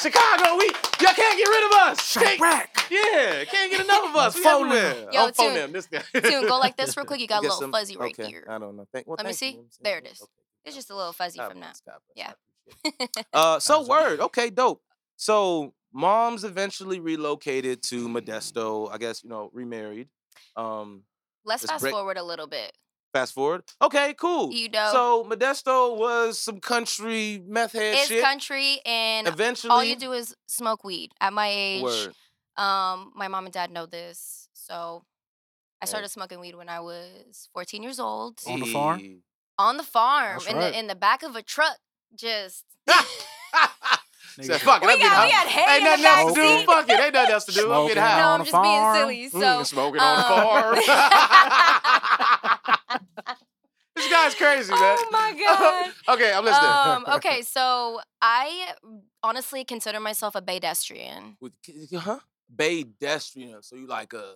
[SPEAKER 3] Chicago, we y'all can't get rid of us. Can't-
[SPEAKER 5] Chirac.
[SPEAKER 3] yeah, can't get enough of us. We
[SPEAKER 5] Phone
[SPEAKER 3] everywhere.
[SPEAKER 4] Yo,
[SPEAKER 3] I'm phone
[SPEAKER 4] Tune.
[SPEAKER 3] them. This guy.
[SPEAKER 4] Tune, go like this real quick. You got a
[SPEAKER 3] Get
[SPEAKER 4] little
[SPEAKER 3] some-
[SPEAKER 4] fuzzy right
[SPEAKER 3] okay, uh,
[SPEAKER 4] here.
[SPEAKER 3] I don't know. Thank, well,
[SPEAKER 4] Let me
[SPEAKER 3] thank
[SPEAKER 4] see.
[SPEAKER 3] You. I'm saying,
[SPEAKER 4] There it is.
[SPEAKER 3] okay,
[SPEAKER 4] It's just a little fuzzy
[SPEAKER 3] God
[SPEAKER 4] from
[SPEAKER 3] bless,
[SPEAKER 4] that.
[SPEAKER 3] God bless,
[SPEAKER 4] Yeah.
[SPEAKER 3] I appreciate it. Uh, so
[SPEAKER 5] Sounds amazing.
[SPEAKER 3] word, okay, dope. So moms eventually relocated to Modesto. I guess you know remarried. Um,
[SPEAKER 4] Let's
[SPEAKER 3] Let's
[SPEAKER 4] fast
[SPEAKER 3] break-
[SPEAKER 4] forward a little bit.
[SPEAKER 3] fast forward. Okay, cool.
[SPEAKER 4] You know.
[SPEAKER 3] So Modesto was some country meth head
[SPEAKER 4] It's
[SPEAKER 3] shit.
[SPEAKER 4] country, and
[SPEAKER 3] eventually,
[SPEAKER 4] all you do is smoke weed. At my age,
[SPEAKER 3] word.
[SPEAKER 4] um, my mom and dad know this, so I
[SPEAKER 3] Hey.
[SPEAKER 4] started smoking weed when I was 14 years old
[SPEAKER 5] On the farm?
[SPEAKER 3] Gee.
[SPEAKER 4] on the farm
[SPEAKER 5] Oh, That's
[SPEAKER 4] in
[SPEAKER 5] right.
[SPEAKER 4] the in the back of a truck. Just
[SPEAKER 3] Said,
[SPEAKER 5] Niggas
[SPEAKER 3] fuck it,
[SPEAKER 4] we
[SPEAKER 3] I'm getting
[SPEAKER 4] got we
[SPEAKER 3] high.
[SPEAKER 4] had hay
[SPEAKER 3] Ain't
[SPEAKER 4] in the
[SPEAKER 3] nothing else to
[SPEAKER 5] backseat.
[SPEAKER 3] do. Fuck it, ain't nothing else to do. I'm
[SPEAKER 5] Smoking
[SPEAKER 3] getting
[SPEAKER 5] it
[SPEAKER 3] high.
[SPEAKER 4] No,
[SPEAKER 5] on
[SPEAKER 4] I'm
[SPEAKER 5] the
[SPEAKER 4] just being
[SPEAKER 5] farm.
[SPEAKER 4] silly. So
[SPEAKER 3] Mm, smoking on the
[SPEAKER 4] um,
[SPEAKER 3] farm. this guy's crazy, man.
[SPEAKER 4] Oh my
[SPEAKER 3] okay, I'm listening.
[SPEAKER 4] um, okay, so I honestly consider myself a pedestrian.
[SPEAKER 3] With, huh? Baydestrian. So you like a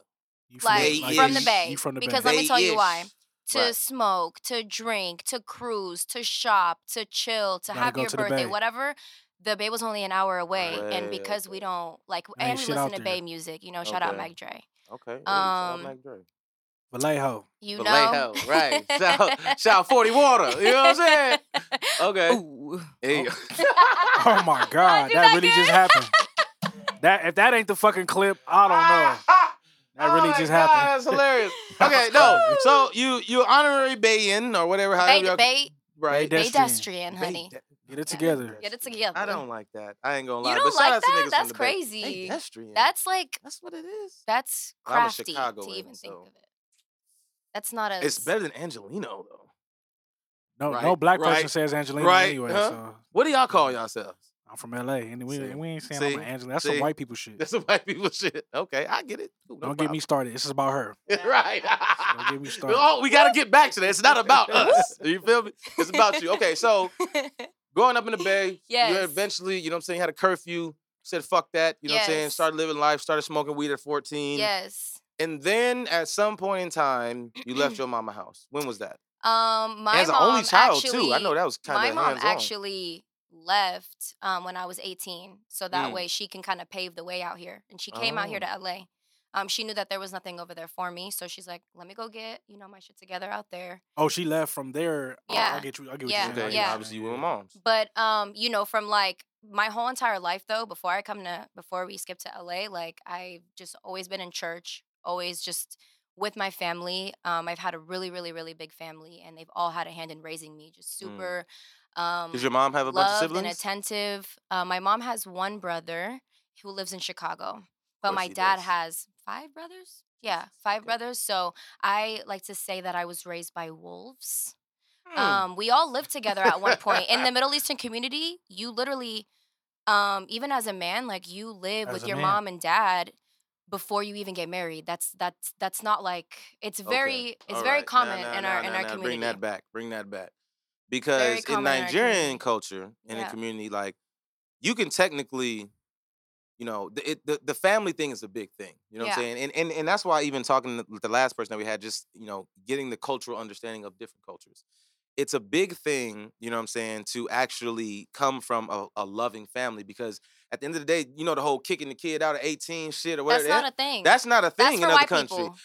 [SPEAKER 5] You
[SPEAKER 4] Like
[SPEAKER 3] Bay-ish.
[SPEAKER 5] like,
[SPEAKER 4] from the
[SPEAKER 5] you-
[SPEAKER 4] Bay,
[SPEAKER 5] You from the
[SPEAKER 4] because
[SPEAKER 5] Bay.
[SPEAKER 4] let me tell you why.
[SPEAKER 3] Bay-ish.
[SPEAKER 4] to
[SPEAKER 3] Right.
[SPEAKER 4] smoke, to drink, to cruise, to shop, to chill, to
[SPEAKER 5] Gotta
[SPEAKER 4] have
[SPEAKER 5] go
[SPEAKER 4] your
[SPEAKER 5] to the
[SPEAKER 4] birthday,
[SPEAKER 5] bay.
[SPEAKER 4] whatever. The bay was only an hour away,
[SPEAKER 3] Way
[SPEAKER 4] and because we
[SPEAKER 3] away.
[SPEAKER 4] don't like,
[SPEAKER 5] Ain't
[SPEAKER 4] and we
[SPEAKER 5] shit out
[SPEAKER 4] listen to bay
[SPEAKER 5] there.
[SPEAKER 4] music, you know. Shout out
[SPEAKER 3] Okay.
[SPEAKER 4] Mac Dre,
[SPEAKER 3] Okay.
[SPEAKER 4] Um,
[SPEAKER 5] Vallejo.
[SPEAKER 4] you know.
[SPEAKER 3] Vallejo, right. Shout, shout 40 water. You know what I'm saying? Okay.
[SPEAKER 4] Ooh.
[SPEAKER 3] Hey.
[SPEAKER 5] Oh my God,
[SPEAKER 4] do
[SPEAKER 5] that
[SPEAKER 4] that
[SPEAKER 5] really just
[SPEAKER 4] good.
[SPEAKER 5] happened. That if that ain't the fucking clip, I don't
[SPEAKER 3] Ah,
[SPEAKER 5] know. That really
[SPEAKER 3] Oh my
[SPEAKER 5] just
[SPEAKER 3] God,
[SPEAKER 5] happened.
[SPEAKER 3] That's hilarious.
[SPEAKER 5] That
[SPEAKER 3] Okay,
[SPEAKER 5] was
[SPEAKER 3] no.
[SPEAKER 5] crazy.
[SPEAKER 3] So you you honorary Bayan or whatever. however
[SPEAKER 4] Bay,
[SPEAKER 3] y'all-
[SPEAKER 4] bay,
[SPEAKER 3] right?
[SPEAKER 5] Baydestrian.
[SPEAKER 4] pedestrian, honey.
[SPEAKER 5] Get it together.
[SPEAKER 4] Get it together.
[SPEAKER 3] I don't like that. I ain't gonna
[SPEAKER 4] You
[SPEAKER 3] lie.
[SPEAKER 4] don't
[SPEAKER 3] but shout
[SPEAKER 4] like
[SPEAKER 3] out to
[SPEAKER 4] that?
[SPEAKER 3] niggas
[SPEAKER 4] That's
[SPEAKER 3] from the Bay.
[SPEAKER 4] crazy.
[SPEAKER 3] Pedestrian.
[SPEAKER 4] That's like
[SPEAKER 3] that's what it is.
[SPEAKER 4] that's
[SPEAKER 3] Well, I'm a
[SPEAKER 4] crafty to
[SPEAKER 3] Chicagoan,
[SPEAKER 4] even think
[SPEAKER 3] so-
[SPEAKER 4] of it. That's not a.
[SPEAKER 3] It's better than Angelino though.
[SPEAKER 5] No, no
[SPEAKER 3] Right,
[SPEAKER 5] black person
[SPEAKER 3] right,
[SPEAKER 5] says Angelina
[SPEAKER 3] right,
[SPEAKER 5] anyway.
[SPEAKER 3] huh?
[SPEAKER 5] So
[SPEAKER 3] What do y'all call yourselves?
[SPEAKER 5] I'm from LA, and we,
[SPEAKER 3] See,
[SPEAKER 5] and we ain't saying
[SPEAKER 3] see,
[SPEAKER 5] I'm an Angelina. That's
[SPEAKER 3] see.
[SPEAKER 5] some white people shit.
[SPEAKER 3] That's some white people shit. Okay, I get it. Cool, no
[SPEAKER 5] Don't get me started. This is about her.
[SPEAKER 3] problem. right.
[SPEAKER 5] Don't get me started.
[SPEAKER 3] oh, we gotta get back to that. It's not about us. You feel me? It's about you. Okay, so growing up in the Bay, you
[SPEAKER 4] Yes.
[SPEAKER 3] eventually, you know what I'm saying, had a curfew, said fuck that, you know what I'm saying,
[SPEAKER 4] Yes.
[SPEAKER 3] started living life, started smoking weed at 14.
[SPEAKER 4] yes.
[SPEAKER 3] And then at some point in time, you left your mama house. When was that?
[SPEAKER 4] Um, my
[SPEAKER 3] As an
[SPEAKER 4] mom
[SPEAKER 3] only child
[SPEAKER 4] actually,
[SPEAKER 3] too. I know that was kind of
[SPEAKER 4] my mom
[SPEAKER 3] hands-on.
[SPEAKER 4] actually left um, when I was 18, so that
[SPEAKER 3] Mm.
[SPEAKER 4] way she can kind of pave the way out here. And she came out here
[SPEAKER 3] Oh.
[SPEAKER 4] to LA. Um, she knew that there was nothing over there for me, so she's like, "Let me go get you know my shit together out there."
[SPEAKER 5] Oh, she left from there. Oh, I
[SPEAKER 4] Yeah.
[SPEAKER 5] get you. I get what
[SPEAKER 4] Yeah,
[SPEAKER 5] you're
[SPEAKER 3] Okay,
[SPEAKER 5] saying.
[SPEAKER 3] you-
[SPEAKER 4] yeah.
[SPEAKER 3] obviously you were moms.
[SPEAKER 4] But um, you know, from like my whole entire life though, before I come to before we skip to LA, like I've just always been in church, always just with my family. Um, I've had a really, really, really big family, and they've all had a hand in raising me. Just
[SPEAKER 3] Mm.
[SPEAKER 4] super. Um,
[SPEAKER 3] Does your mom have a bunch of
[SPEAKER 4] loved and
[SPEAKER 3] siblings?
[SPEAKER 4] attentive. Uh, my mom has one brother who lives in Chicago, but
[SPEAKER 3] course
[SPEAKER 4] my
[SPEAKER 3] he
[SPEAKER 4] dad
[SPEAKER 3] does.
[SPEAKER 4] has five brothers. Yeah,
[SPEAKER 3] Jesus,
[SPEAKER 4] five
[SPEAKER 3] okay.
[SPEAKER 4] brothers. So I like to say that I was raised by wolves.
[SPEAKER 3] Hmm.
[SPEAKER 4] Um, we all lived together at one point in the Middle Eastern community. You literally, um, even as a man, like you live
[SPEAKER 5] As a
[SPEAKER 4] with your
[SPEAKER 5] man.
[SPEAKER 4] mom and dad before you even get married. That's that's that's not like it's
[SPEAKER 3] Okay,
[SPEAKER 4] very it's
[SPEAKER 3] all
[SPEAKER 4] very
[SPEAKER 3] right, now-
[SPEAKER 4] common
[SPEAKER 3] now-
[SPEAKER 4] in our
[SPEAKER 3] now-
[SPEAKER 4] in
[SPEAKER 3] now-
[SPEAKER 4] our
[SPEAKER 3] now,
[SPEAKER 4] community.
[SPEAKER 3] Bring that back. Bring that back. Because in
[SPEAKER 4] common in our
[SPEAKER 3] Nigerian
[SPEAKER 4] community.
[SPEAKER 3] culture, in a
[SPEAKER 4] Yeah.
[SPEAKER 3] community, like you can technically, you know, the it, the, the family thing is a big thing. You know what I'm saying? And, and and that's why even talking to the last person that we had, just you know, getting the cultural understanding of different cultures. It's a big thing, you know what I'm saying, to actually come from a, a loving family because at the end of the day, you know, the whole kicking the kid out at 18 shit or whatever.
[SPEAKER 4] That's
[SPEAKER 3] that-
[SPEAKER 4] not a thing.
[SPEAKER 3] that's not a
[SPEAKER 4] That's
[SPEAKER 3] thing
[SPEAKER 4] for
[SPEAKER 3] in
[SPEAKER 4] white
[SPEAKER 3] other countries.
[SPEAKER 4] people.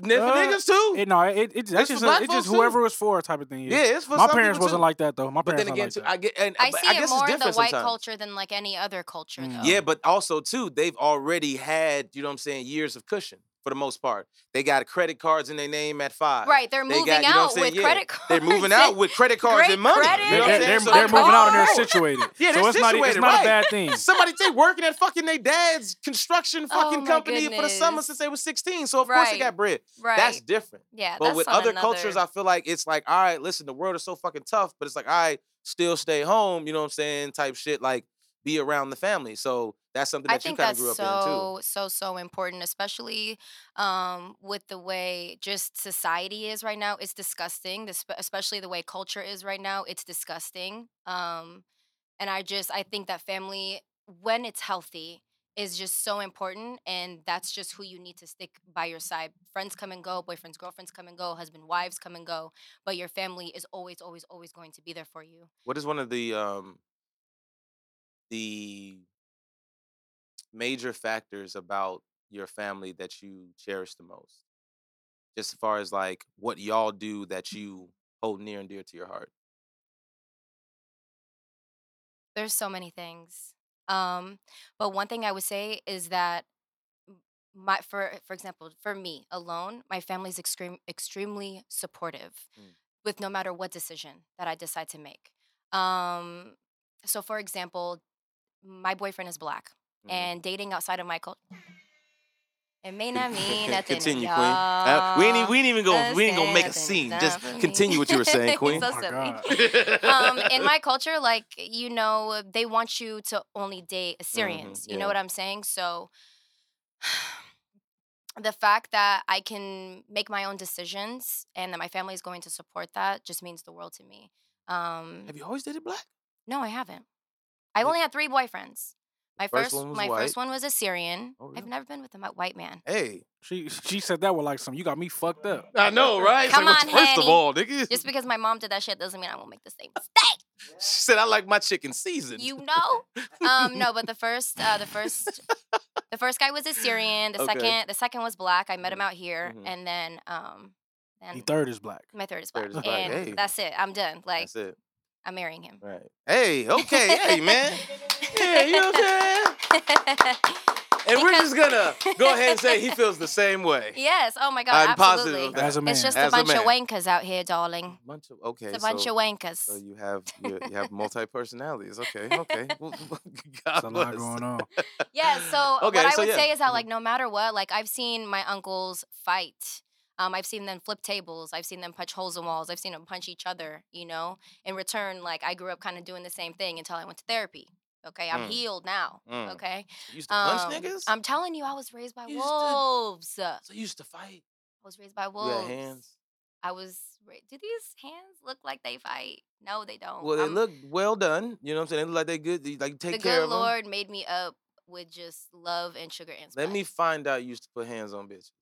[SPEAKER 3] Niggas,
[SPEAKER 5] Uh,
[SPEAKER 3] niggas too.
[SPEAKER 5] It, no, it, it that's
[SPEAKER 3] for
[SPEAKER 5] just a,
[SPEAKER 3] black
[SPEAKER 5] it's
[SPEAKER 3] folks,
[SPEAKER 5] just
[SPEAKER 3] too.
[SPEAKER 5] whoever it's for type of thing.
[SPEAKER 3] yeah, it's for
[SPEAKER 5] my
[SPEAKER 3] some
[SPEAKER 5] parents
[SPEAKER 3] people,
[SPEAKER 5] wasn't
[SPEAKER 3] too.
[SPEAKER 5] like that though. My
[SPEAKER 3] But
[SPEAKER 5] parents
[SPEAKER 3] then again,
[SPEAKER 5] not
[SPEAKER 3] too,
[SPEAKER 5] like that.
[SPEAKER 3] I get and
[SPEAKER 4] I
[SPEAKER 3] but
[SPEAKER 4] see
[SPEAKER 3] guess
[SPEAKER 4] it
[SPEAKER 3] it's
[SPEAKER 4] more in the
[SPEAKER 3] different
[SPEAKER 4] white
[SPEAKER 3] sometimes.
[SPEAKER 4] culture than like any other culture.
[SPEAKER 5] Mm.
[SPEAKER 4] Though.
[SPEAKER 3] Yeah, but also too, they've already had you know what I'm saying years of cushion for the most part. They got credit cards in their name at five.
[SPEAKER 4] right. They're
[SPEAKER 3] They got-
[SPEAKER 4] moving
[SPEAKER 3] you know what I'm
[SPEAKER 4] out
[SPEAKER 3] saying?
[SPEAKER 4] with
[SPEAKER 3] Yeah,
[SPEAKER 4] credit cards.
[SPEAKER 3] They're moving out
[SPEAKER 4] and-
[SPEAKER 3] with credit cards
[SPEAKER 4] Great
[SPEAKER 3] and money.
[SPEAKER 4] credit.
[SPEAKER 3] You know what
[SPEAKER 5] they're,
[SPEAKER 3] I'm
[SPEAKER 4] They-
[SPEAKER 5] they're,
[SPEAKER 3] saying? So
[SPEAKER 5] they're
[SPEAKER 3] like,
[SPEAKER 5] moving out and
[SPEAKER 3] oh,
[SPEAKER 5] they're
[SPEAKER 4] no.
[SPEAKER 5] situated.
[SPEAKER 3] Yeah,
[SPEAKER 5] so
[SPEAKER 3] they're
[SPEAKER 5] it's not it's
[SPEAKER 3] situated,
[SPEAKER 5] not
[SPEAKER 3] right.
[SPEAKER 5] a bad thing.
[SPEAKER 3] Somebody they working at fucking their dad's construction
[SPEAKER 4] Oh
[SPEAKER 3] fucking
[SPEAKER 4] my
[SPEAKER 3] company for the summer
[SPEAKER 4] goodness.
[SPEAKER 3] since they were 16. So of course they
[SPEAKER 4] Right.
[SPEAKER 3] got bread.
[SPEAKER 4] right.
[SPEAKER 3] That's different.
[SPEAKER 4] yeah.
[SPEAKER 3] But
[SPEAKER 4] that's
[SPEAKER 3] with
[SPEAKER 4] on
[SPEAKER 3] other
[SPEAKER 4] another-
[SPEAKER 3] cultures, I feel like it's like, all right, listen, the world is so fucking tough, but it's like, all right, still stay home, you know what I'm saying? Type shit, like be around the family. So that's something
[SPEAKER 4] I
[SPEAKER 3] that you
[SPEAKER 4] think
[SPEAKER 3] kind of
[SPEAKER 4] that's
[SPEAKER 3] grew up
[SPEAKER 4] so so so important, especially um, with the way just society is right now. It's disgusting, the sp- especially the way culture is right now. It's disgusting, um, and I just I think that family, when it's healthy, is just so important, and that's just who you need to stick by your side. Friends come and go, boyfriends, girlfriends come and go, husband, wives come and go, but your family is always, always, always going to be there for you.
[SPEAKER 3] What is one of the um the major factors about your family that you cherish the most? Just as far as like what y'all do that you hold near and dear to your heart.
[SPEAKER 4] There's so many things. Um, but one thing I would say is that m- my for for example, for me alone, my family's extreme extremely supportive
[SPEAKER 3] Mm.
[SPEAKER 4] with no matter what decision that I decide to make. Um, so for example, my boyfriend is black
[SPEAKER 3] Mhm.
[SPEAKER 4] and dating outside of my culture. It may not mean nothing. to
[SPEAKER 3] Continue, Queen. Uh, we ain't e-
[SPEAKER 4] y'all.
[SPEAKER 3] we ain't even gonna we ain't gonna make a
[SPEAKER 4] Nothing,
[SPEAKER 3] scene. Just
[SPEAKER 4] nothing.
[SPEAKER 3] continue what you were saying,
[SPEAKER 4] It's
[SPEAKER 3] Queen.
[SPEAKER 4] so
[SPEAKER 5] Oh my
[SPEAKER 4] silly.
[SPEAKER 5] God.
[SPEAKER 4] um, in my culture, like you know, they want you to only date Assyrians.
[SPEAKER 3] Mm-hmm,
[SPEAKER 4] You
[SPEAKER 3] yeah.
[SPEAKER 4] know what I'm saying? So, the fact that I can make my own decisions and that my family is going to support that just means the world to me. Um,
[SPEAKER 3] Have you always dated black?
[SPEAKER 4] no, I haven't. I've
[SPEAKER 3] Yeah.
[SPEAKER 4] only had three boyfriends. My
[SPEAKER 3] First
[SPEAKER 4] first,
[SPEAKER 3] one was
[SPEAKER 4] my
[SPEAKER 3] white.
[SPEAKER 4] first one was Assyrian.
[SPEAKER 3] Oh,
[SPEAKER 4] I've
[SPEAKER 3] really?
[SPEAKER 4] never been with a mi- white man.
[SPEAKER 3] Hey,
[SPEAKER 5] She she said that with like some. You got me fucked up.
[SPEAKER 3] I know, right? It's
[SPEAKER 4] Come
[SPEAKER 3] like,
[SPEAKER 4] on,
[SPEAKER 3] well, first of
[SPEAKER 4] Hanny.
[SPEAKER 3] all, nigga,
[SPEAKER 4] Just because my mom did that shit doesn't mean I won't make the same mistake.
[SPEAKER 3] she said I like my chicken seasoned.
[SPEAKER 4] You know? Um, no, but the first, uh, the first, the first guy was Assyrian. The
[SPEAKER 3] Okay.
[SPEAKER 4] second, the second was black. I met him
[SPEAKER 3] Mhm.
[SPEAKER 4] out here,
[SPEAKER 3] Mhm.
[SPEAKER 4] and then, um, then
[SPEAKER 5] The third is black.
[SPEAKER 4] my third is black,
[SPEAKER 3] Third is black.
[SPEAKER 4] and
[SPEAKER 3] Hey.
[SPEAKER 4] that's it. I'm done. Like
[SPEAKER 3] That's it.
[SPEAKER 4] I'm marrying him.
[SPEAKER 3] Right. Hey, okay, hey, man. Yeah, you know what I'm saying? And we're
[SPEAKER 4] Because-
[SPEAKER 3] just gonna go ahead and say he feels the same way.
[SPEAKER 4] yes. Oh my god.
[SPEAKER 3] I'm
[SPEAKER 4] absolutely.
[SPEAKER 3] positive of that.
[SPEAKER 5] As a man,
[SPEAKER 4] It's just
[SPEAKER 3] As
[SPEAKER 4] a
[SPEAKER 3] a
[SPEAKER 4] bunch
[SPEAKER 3] man.
[SPEAKER 4] of wankers out here, darling.
[SPEAKER 3] bunch of okay.
[SPEAKER 4] It's a bunch
[SPEAKER 3] so,
[SPEAKER 4] of wankers.
[SPEAKER 3] so you have you, you have multi personalities. Okay, okay. Well, God
[SPEAKER 5] it's a lot
[SPEAKER 3] bless.
[SPEAKER 5] going on.
[SPEAKER 4] Yeah, so
[SPEAKER 3] Okay,
[SPEAKER 4] what I
[SPEAKER 3] so
[SPEAKER 4] would
[SPEAKER 3] yeah.
[SPEAKER 4] say is
[SPEAKER 3] Mhm.
[SPEAKER 4] that like no matter what, like I've seen my uncles fight. Um, I've seen them flip tables. I've seen them punch holes in walls. I've seen them punch each other. You know, in return, like I grew up kind of doing the same thing until I went to therapy. Okay, I'm
[SPEAKER 3] Mm.
[SPEAKER 4] healed now.
[SPEAKER 3] Mm.
[SPEAKER 4] Okay,
[SPEAKER 3] You used to punch
[SPEAKER 4] Um,
[SPEAKER 3] niggas.
[SPEAKER 4] I'm telling you, I was raised by
[SPEAKER 3] You used to-
[SPEAKER 4] wolves. I
[SPEAKER 3] so you used to fight.
[SPEAKER 4] was raised by
[SPEAKER 3] You
[SPEAKER 4] wolves.
[SPEAKER 3] had hands.
[SPEAKER 4] I was. Ra- Do these hands look like they fight? No, they don't.
[SPEAKER 3] Well, they
[SPEAKER 4] oh, I'm-
[SPEAKER 3] look well done. You know what I'm saying? They look like they good. They, like take
[SPEAKER 4] the
[SPEAKER 3] care
[SPEAKER 4] good
[SPEAKER 3] of them.
[SPEAKER 4] Lord made me up with just love and sugar and spice.
[SPEAKER 3] Let me find out. You used to put hands on bitches.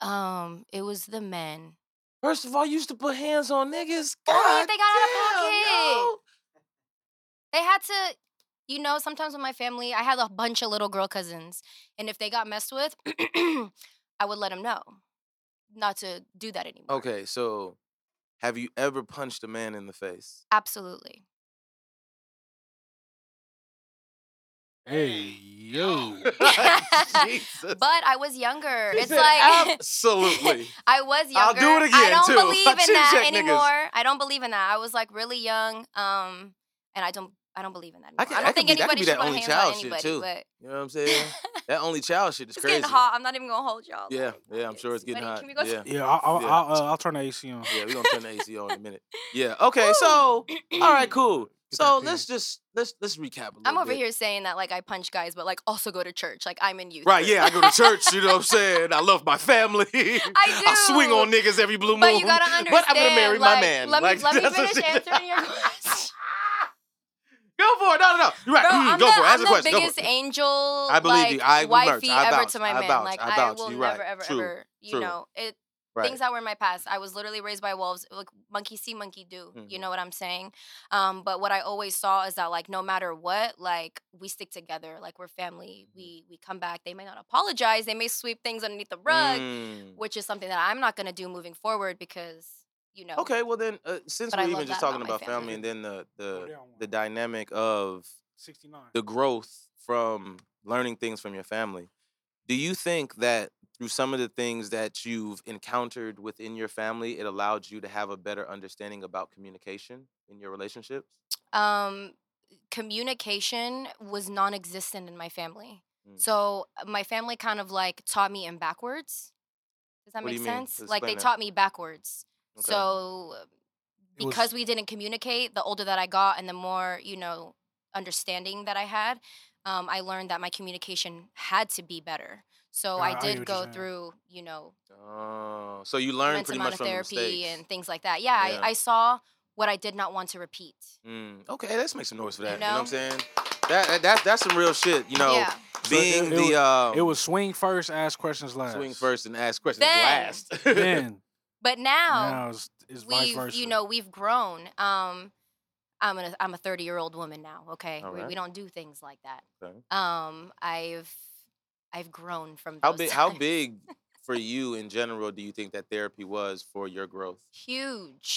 [SPEAKER 4] Um, it was the men.
[SPEAKER 3] First of all, you used to put hands on niggas.
[SPEAKER 4] Oh,
[SPEAKER 3] God
[SPEAKER 4] they got out of
[SPEAKER 3] damn,
[SPEAKER 4] pocket.
[SPEAKER 3] yo.
[SPEAKER 4] They had to. you know, sometimes with my family, I had a bunch of little girl cousins, and if they got messed with, I would let them know not to do that anymore.
[SPEAKER 3] Okay, so have you ever punched a man in the face?
[SPEAKER 4] Absolutely.
[SPEAKER 5] Hey yo.
[SPEAKER 3] Jesus.
[SPEAKER 4] But I was younger.
[SPEAKER 3] She
[SPEAKER 4] it's
[SPEAKER 3] said,
[SPEAKER 4] like
[SPEAKER 3] absolutely.
[SPEAKER 4] I was younger.
[SPEAKER 3] I'll do it
[SPEAKER 4] I
[SPEAKER 3] again,
[SPEAKER 4] don't
[SPEAKER 3] too.
[SPEAKER 4] believe in
[SPEAKER 3] Chin
[SPEAKER 4] that
[SPEAKER 3] check niggas.
[SPEAKER 4] anymore. I don't believe in that. I was like really young, um, and I don't. I don't believe in that. Anymore.
[SPEAKER 3] I
[SPEAKER 4] I,
[SPEAKER 3] can- I
[SPEAKER 4] don't
[SPEAKER 3] can
[SPEAKER 4] think
[SPEAKER 3] be- I can
[SPEAKER 4] anybody
[SPEAKER 3] be
[SPEAKER 4] should
[SPEAKER 3] that
[SPEAKER 4] put
[SPEAKER 3] only
[SPEAKER 4] hands on
[SPEAKER 3] child shit,
[SPEAKER 4] anybody.
[SPEAKER 3] too.
[SPEAKER 4] But
[SPEAKER 3] You know what I'm saying? That only child shit is
[SPEAKER 4] it's
[SPEAKER 3] crazy.
[SPEAKER 4] getting hot. I'm not even gonna hold y'all.
[SPEAKER 3] Yeah,
[SPEAKER 4] Like,
[SPEAKER 3] yeah, I'm sure it's getting
[SPEAKER 4] buddy,
[SPEAKER 3] hot.
[SPEAKER 4] Can we go?
[SPEAKER 3] Yeah,
[SPEAKER 5] Yeah, I'll I'll,
[SPEAKER 3] Yeah.
[SPEAKER 5] I'll, uh, I'll turn the AC on.
[SPEAKER 3] yeah, we're gonna turn the AC on in a minute. Yeah. Okay, so all right, cool.
[SPEAKER 5] Get that
[SPEAKER 3] So
[SPEAKER 5] pee.
[SPEAKER 3] let's just let's let's recap a little
[SPEAKER 4] I'm over
[SPEAKER 3] bit.
[SPEAKER 4] here saying that like I punch guys, but like also go to church. Like I'm in youth.
[SPEAKER 3] Right,
[SPEAKER 4] group.
[SPEAKER 3] yeah, I go to church, you know what I'm saying? I love my family. I
[SPEAKER 4] I do.
[SPEAKER 3] swing on niggas every blue moon.
[SPEAKER 4] But you gotta understand.
[SPEAKER 3] But I'm gonna marry my
[SPEAKER 4] like,
[SPEAKER 3] man.
[SPEAKER 4] Let me
[SPEAKER 3] Like,
[SPEAKER 4] let me
[SPEAKER 3] that's what
[SPEAKER 4] finish
[SPEAKER 3] she-
[SPEAKER 4] answering your question.
[SPEAKER 3] Go for it. No, no, no. You're right.
[SPEAKER 4] Bro,
[SPEAKER 3] Mm,
[SPEAKER 4] I'm
[SPEAKER 3] go
[SPEAKER 4] the,
[SPEAKER 3] for it.
[SPEAKER 4] I'm
[SPEAKER 3] Ask
[SPEAKER 4] the
[SPEAKER 3] the question. Go for
[SPEAKER 4] biggest
[SPEAKER 3] it.
[SPEAKER 4] angel.
[SPEAKER 3] I believe
[SPEAKER 4] like,
[SPEAKER 3] you. I
[SPEAKER 4] wifey
[SPEAKER 3] vouch. I
[SPEAKER 4] ever
[SPEAKER 3] vouch.
[SPEAKER 4] to my
[SPEAKER 3] I
[SPEAKER 4] man.
[SPEAKER 3] vouch.
[SPEAKER 4] Like
[SPEAKER 3] I
[SPEAKER 4] I,
[SPEAKER 3] vouch.
[SPEAKER 4] will
[SPEAKER 3] You're right.
[SPEAKER 4] never, ever,
[SPEAKER 3] True.
[SPEAKER 4] ever. You
[SPEAKER 3] True.
[SPEAKER 4] know, it
[SPEAKER 3] Right.
[SPEAKER 4] things that were in my past. I was literally raised by wolves. Like monkey see, monkey do. You
[SPEAKER 3] Mhm.
[SPEAKER 4] know what I'm saying? Um, but what I always saw is that like no matter what, like we stick together. Like we're family.
[SPEAKER 3] Mm-hmm.
[SPEAKER 4] We we come back. They may not apologize. They may sweep things underneath the rug,
[SPEAKER 3] Mm.
[SPEAKER 4] which is something that I'm not gonna do moving forward because you know.
[SPEAKER 3] Okay, well then, uh, since
[SPEAKER 4] But I
[SPEAKER 3] we're even
[SPEAKER 4] love
[SPEAKER 3] just
[SPEAKER 4] that
[SPEAKER 3] talking
[SPEAKER 4] about my
[SPEAKER 3] about family
[SPEAKER 4] family.
[SPEAKER 3] and then the
[SPEAKER 5] Go
[SPEAKER 3] the
[SPEAKER 5] down one.
[SPEAKER 3] the dynamic of
[SPEAKER 5] 69.
[SPEAKER 3] the growth from learning things from your family, do you think that through some of the things that you've encountered within your family, it allowed you to have a better understanding about communication in your relationships?
[SPEAKER 4] um, communication was non-existent in my family.
[SPEAKER 3] Mm.
[SPEAKER 4] So uh, my family kind of like taught me in backwards. Does that
[SPEAKER 3] What do
[SPEAKER 4] make
[SPEAKER 3] you mean?
[SPEAKER 4] sense? Like they
[SPEAKER 3] Explain that.
[SPEAKER 4] taught me backwards.
[SPEAKER 3] Okay.
[SPEAKER 4] So uh,
[SPEAKER 5] It was-
[SPEAKER 4] because we didn't communicate, the older that I got and the more you know understanding that I had, um, I learned that my communication had to be better. So
[SPEAKER 5] Got it.
[SPEAKER 4] I
[SPEAKER 5] I hear
[SPEAKER 4] did
[SPEAKER 5] what you're
[SPEAKER 4] go
[SPEAKER 5] saying.
[SPEAKER 4] through you know
[SPEAKER 3] Oh, so you learn
[SPEAKER 4] immense
[SPEAKER 3] pretty much
[SPEAKER 4] amount of
[SPEAKER 3] from the
[SPEAKER 4] therapy
[SPEAKER 3] mistakes.
[SPEAKER 4] and things like that. Yeah,
[SPEAKER 3] Yeah.
[SPEAKER 4] I, I saw what I did not want to repeat.
[SPEAKER 3] Mm, okay, let's make some noise for
[SPEAKER 4] You
[SPEAKER 3] that. You know, what I'm
[SPEAKER 4] know?
[SPEAKER 3] saying? That, that, that that's some real shit. You know,
[SPEAKER 4] yeah.
[SPEAKER 5] So it-
[SPEAKER 3] being
[SPEAKER 5] it
[SPEAKER 3] the
[SPEAKER 5] was-
[SPEAKER 3] um,
[SPEAKER 5] it was swing first, ask questions last.
[SPEAKER 3] swing first and ask questions
[SPEAKER 4] Then-
[SPEAKER 3] last.
[SPEAKER 5] Then
[SPEAKER 4] But now,
[SPEAKER 5] now it's, it's vice
[SPEAKER 4] we've
[SPEAKER 5] versa.
[SPEAKER 4] you know we've grown um i'm an, i'm a 30 year old woman now okay
[SPEAKER 3] All
[SPEAKER 4] we,
[SPEAKER 3] right.
[SPEAKER 4] we don't do things like that
[SPEAKER 3] Okay.
[SPEAKER 4] um i've i've grown from
[SPEAKER 3] how
[SPEAKER 4] those
[SPEAKER 3] big? How
[SPEAKER 4] times.
[SPEAKER 3] big for you in general do you think that therapy was for your growth?
[SPEAKER 4] huge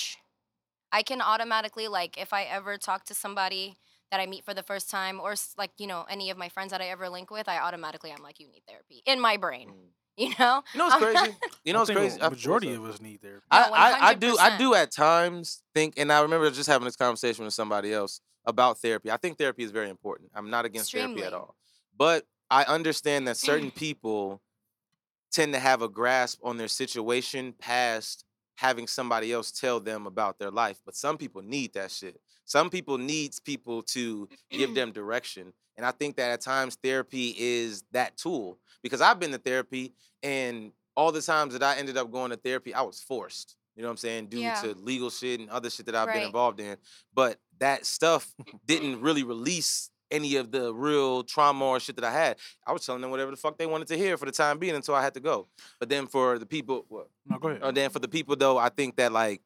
[SPEAKER 4] i can automatically like if i ever talk to somebody that i meet for the first time or s- like you know any of my friends that i ever link with i automatically i'm like you need therapy in my brain
[SPEAKER 3] Mm.
[SPEAKER 4] you know
[SPEAKER 3] You know what's crazy? You know
[SPEAKER 5] I
[SPEAKER 3] what's
[SPEAKER 5] think
[SPEAKER 3] crazy?
[SPEAKER 5] A
[SPEAKER 3] I-
[SPEAKER 5] majority
[SPEAKER 3] what's up?
[SPEAKER 5] of us need therapy.
[SPEAKER 3] I,
[SPEAKER 4] Yeah,
[SPEAKER 3] I, I do I
[SPEAKER 4] 100%.
[SPEAKER 3] do at times think, and I remember just having this conversation with somebody else about therapy. I think therapy is very important. I'm not against therapy at
[SPEAKER 4] Extremely.
[SPEAKER 3] all, but I understand that certain people tend to have a grasp on their situation past having somebody else tell them about their life. But some people need that shit. Some people needs people to give them direction, and I think that at times therapy is that tool. Because I've been to therapy, and all the times that I ended up going to therapy, I was forced. You know what I'm saying? Due
[SPEAKER 4] Yeah.
[SPEAKER 3] to legal shit and other shit that I've been
[SPEAKER 4] Right.
[SPEAKER 3] involved in. But that stuff didn't really release any of the real trauma or shit that I had. I was telling them whatever the fuck they wanted to hear for the time being until I had to go. But then for the people, what?
[SPEAKER 5] No, go ahead.
[SPEAKER 3] And then for the people though, I think that like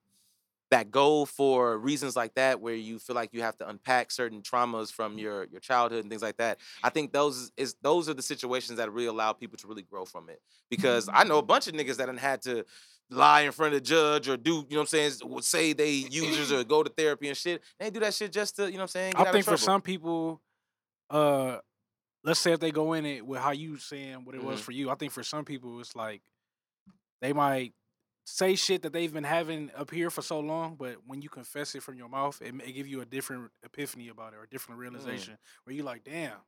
[SPEAKER 3] that goal for reasons like that, where you feel like you have to unpack certain traumas from
[SPEAKER 5] Mm.
[SPEAKER 3] your your childhood and things like that. I think those is- is those are the situations that really allow people to really grow from it. Because
[SPEAKER 5] Mm-hmm.
[SPEAKER 3] I know a bunch of niggas that done had to lie in front of the judge or do, you know what I'm saying, s- would say they users or go to therapy and shit. They do that shit just to, you know what I'm saying, get
[SPEAKER 5] I
[SPEAKER 3] out
[SPEAKER 5] think
[SPEAKER 3] of
[SPEAKER 5] for
[SPEAKER 3] trouble.
[SPEAKER 5] some people, uh, let's say if they go in it with how you saying what it was
[SPEAKER 3] Mhm.
[SPEAKER 5] for you, I think for some people it's like they might say shit that they've been having up here for so long, but when you confess it from your mouth, it may give you a different epiphany about it or a
[SPEAKER 3] Mm.
[SPEAKER 5] different realization where you like, damn,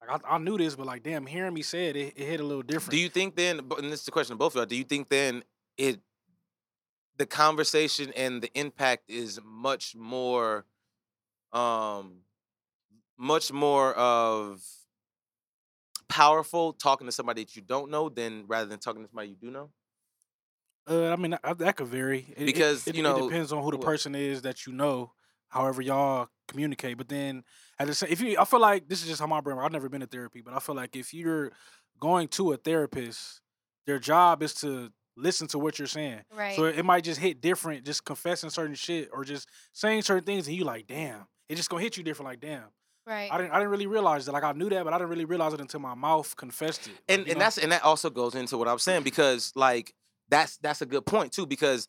[SPEAKER 5] like I, I knew this, but like, damn, hearing me say it, it, it hit a little different.
[SPEAKER 3] Do you think then, but- and this is the question to both of y'all, do you think then it, the conversation and the impact is much more, um, much more of powerful talking to somebody that you don't know than rather than talking to somebody you do know?
[SPEAKER 5] Uh, I mean, that- that could vary It- it-
[SPEAKER 3] Because,
[SPEAKER 5] it,
[SPEAKER 3] you
[SPEAKER 5] it
[SPEAKER 3] know,
[SPEAKER 5] depends on who the
[SPEAKER 3] what-
[SPEAKER 5] person is that you know. However, y'all communicate. But then, at the same, if you, I feel like this is just how my brain. I've never been to therapy, but I feel like if you're going to a therapist, their job is to listen to what you're saying.
[SPEAKER 4] right
[SPEAKER 5] So it might just hit different, just confessing certain shit or just saying certain things, and you like, damn, it just gonna hit you different. Like, damn,
[SPEAKER 4] Right.
[SPEAKER 5] I didn't I didn't really realize that. Like I knew that, but I didn't really realize it until my mouth confessed it. Like,
[SPEAKER 3] and
[SPEAKER 5] you
[SPEAKER 3] and
[SPEAKER 5] know?
[SPEAKER 3] that's and that also goes into what I'm saying because like that's that's a good point too because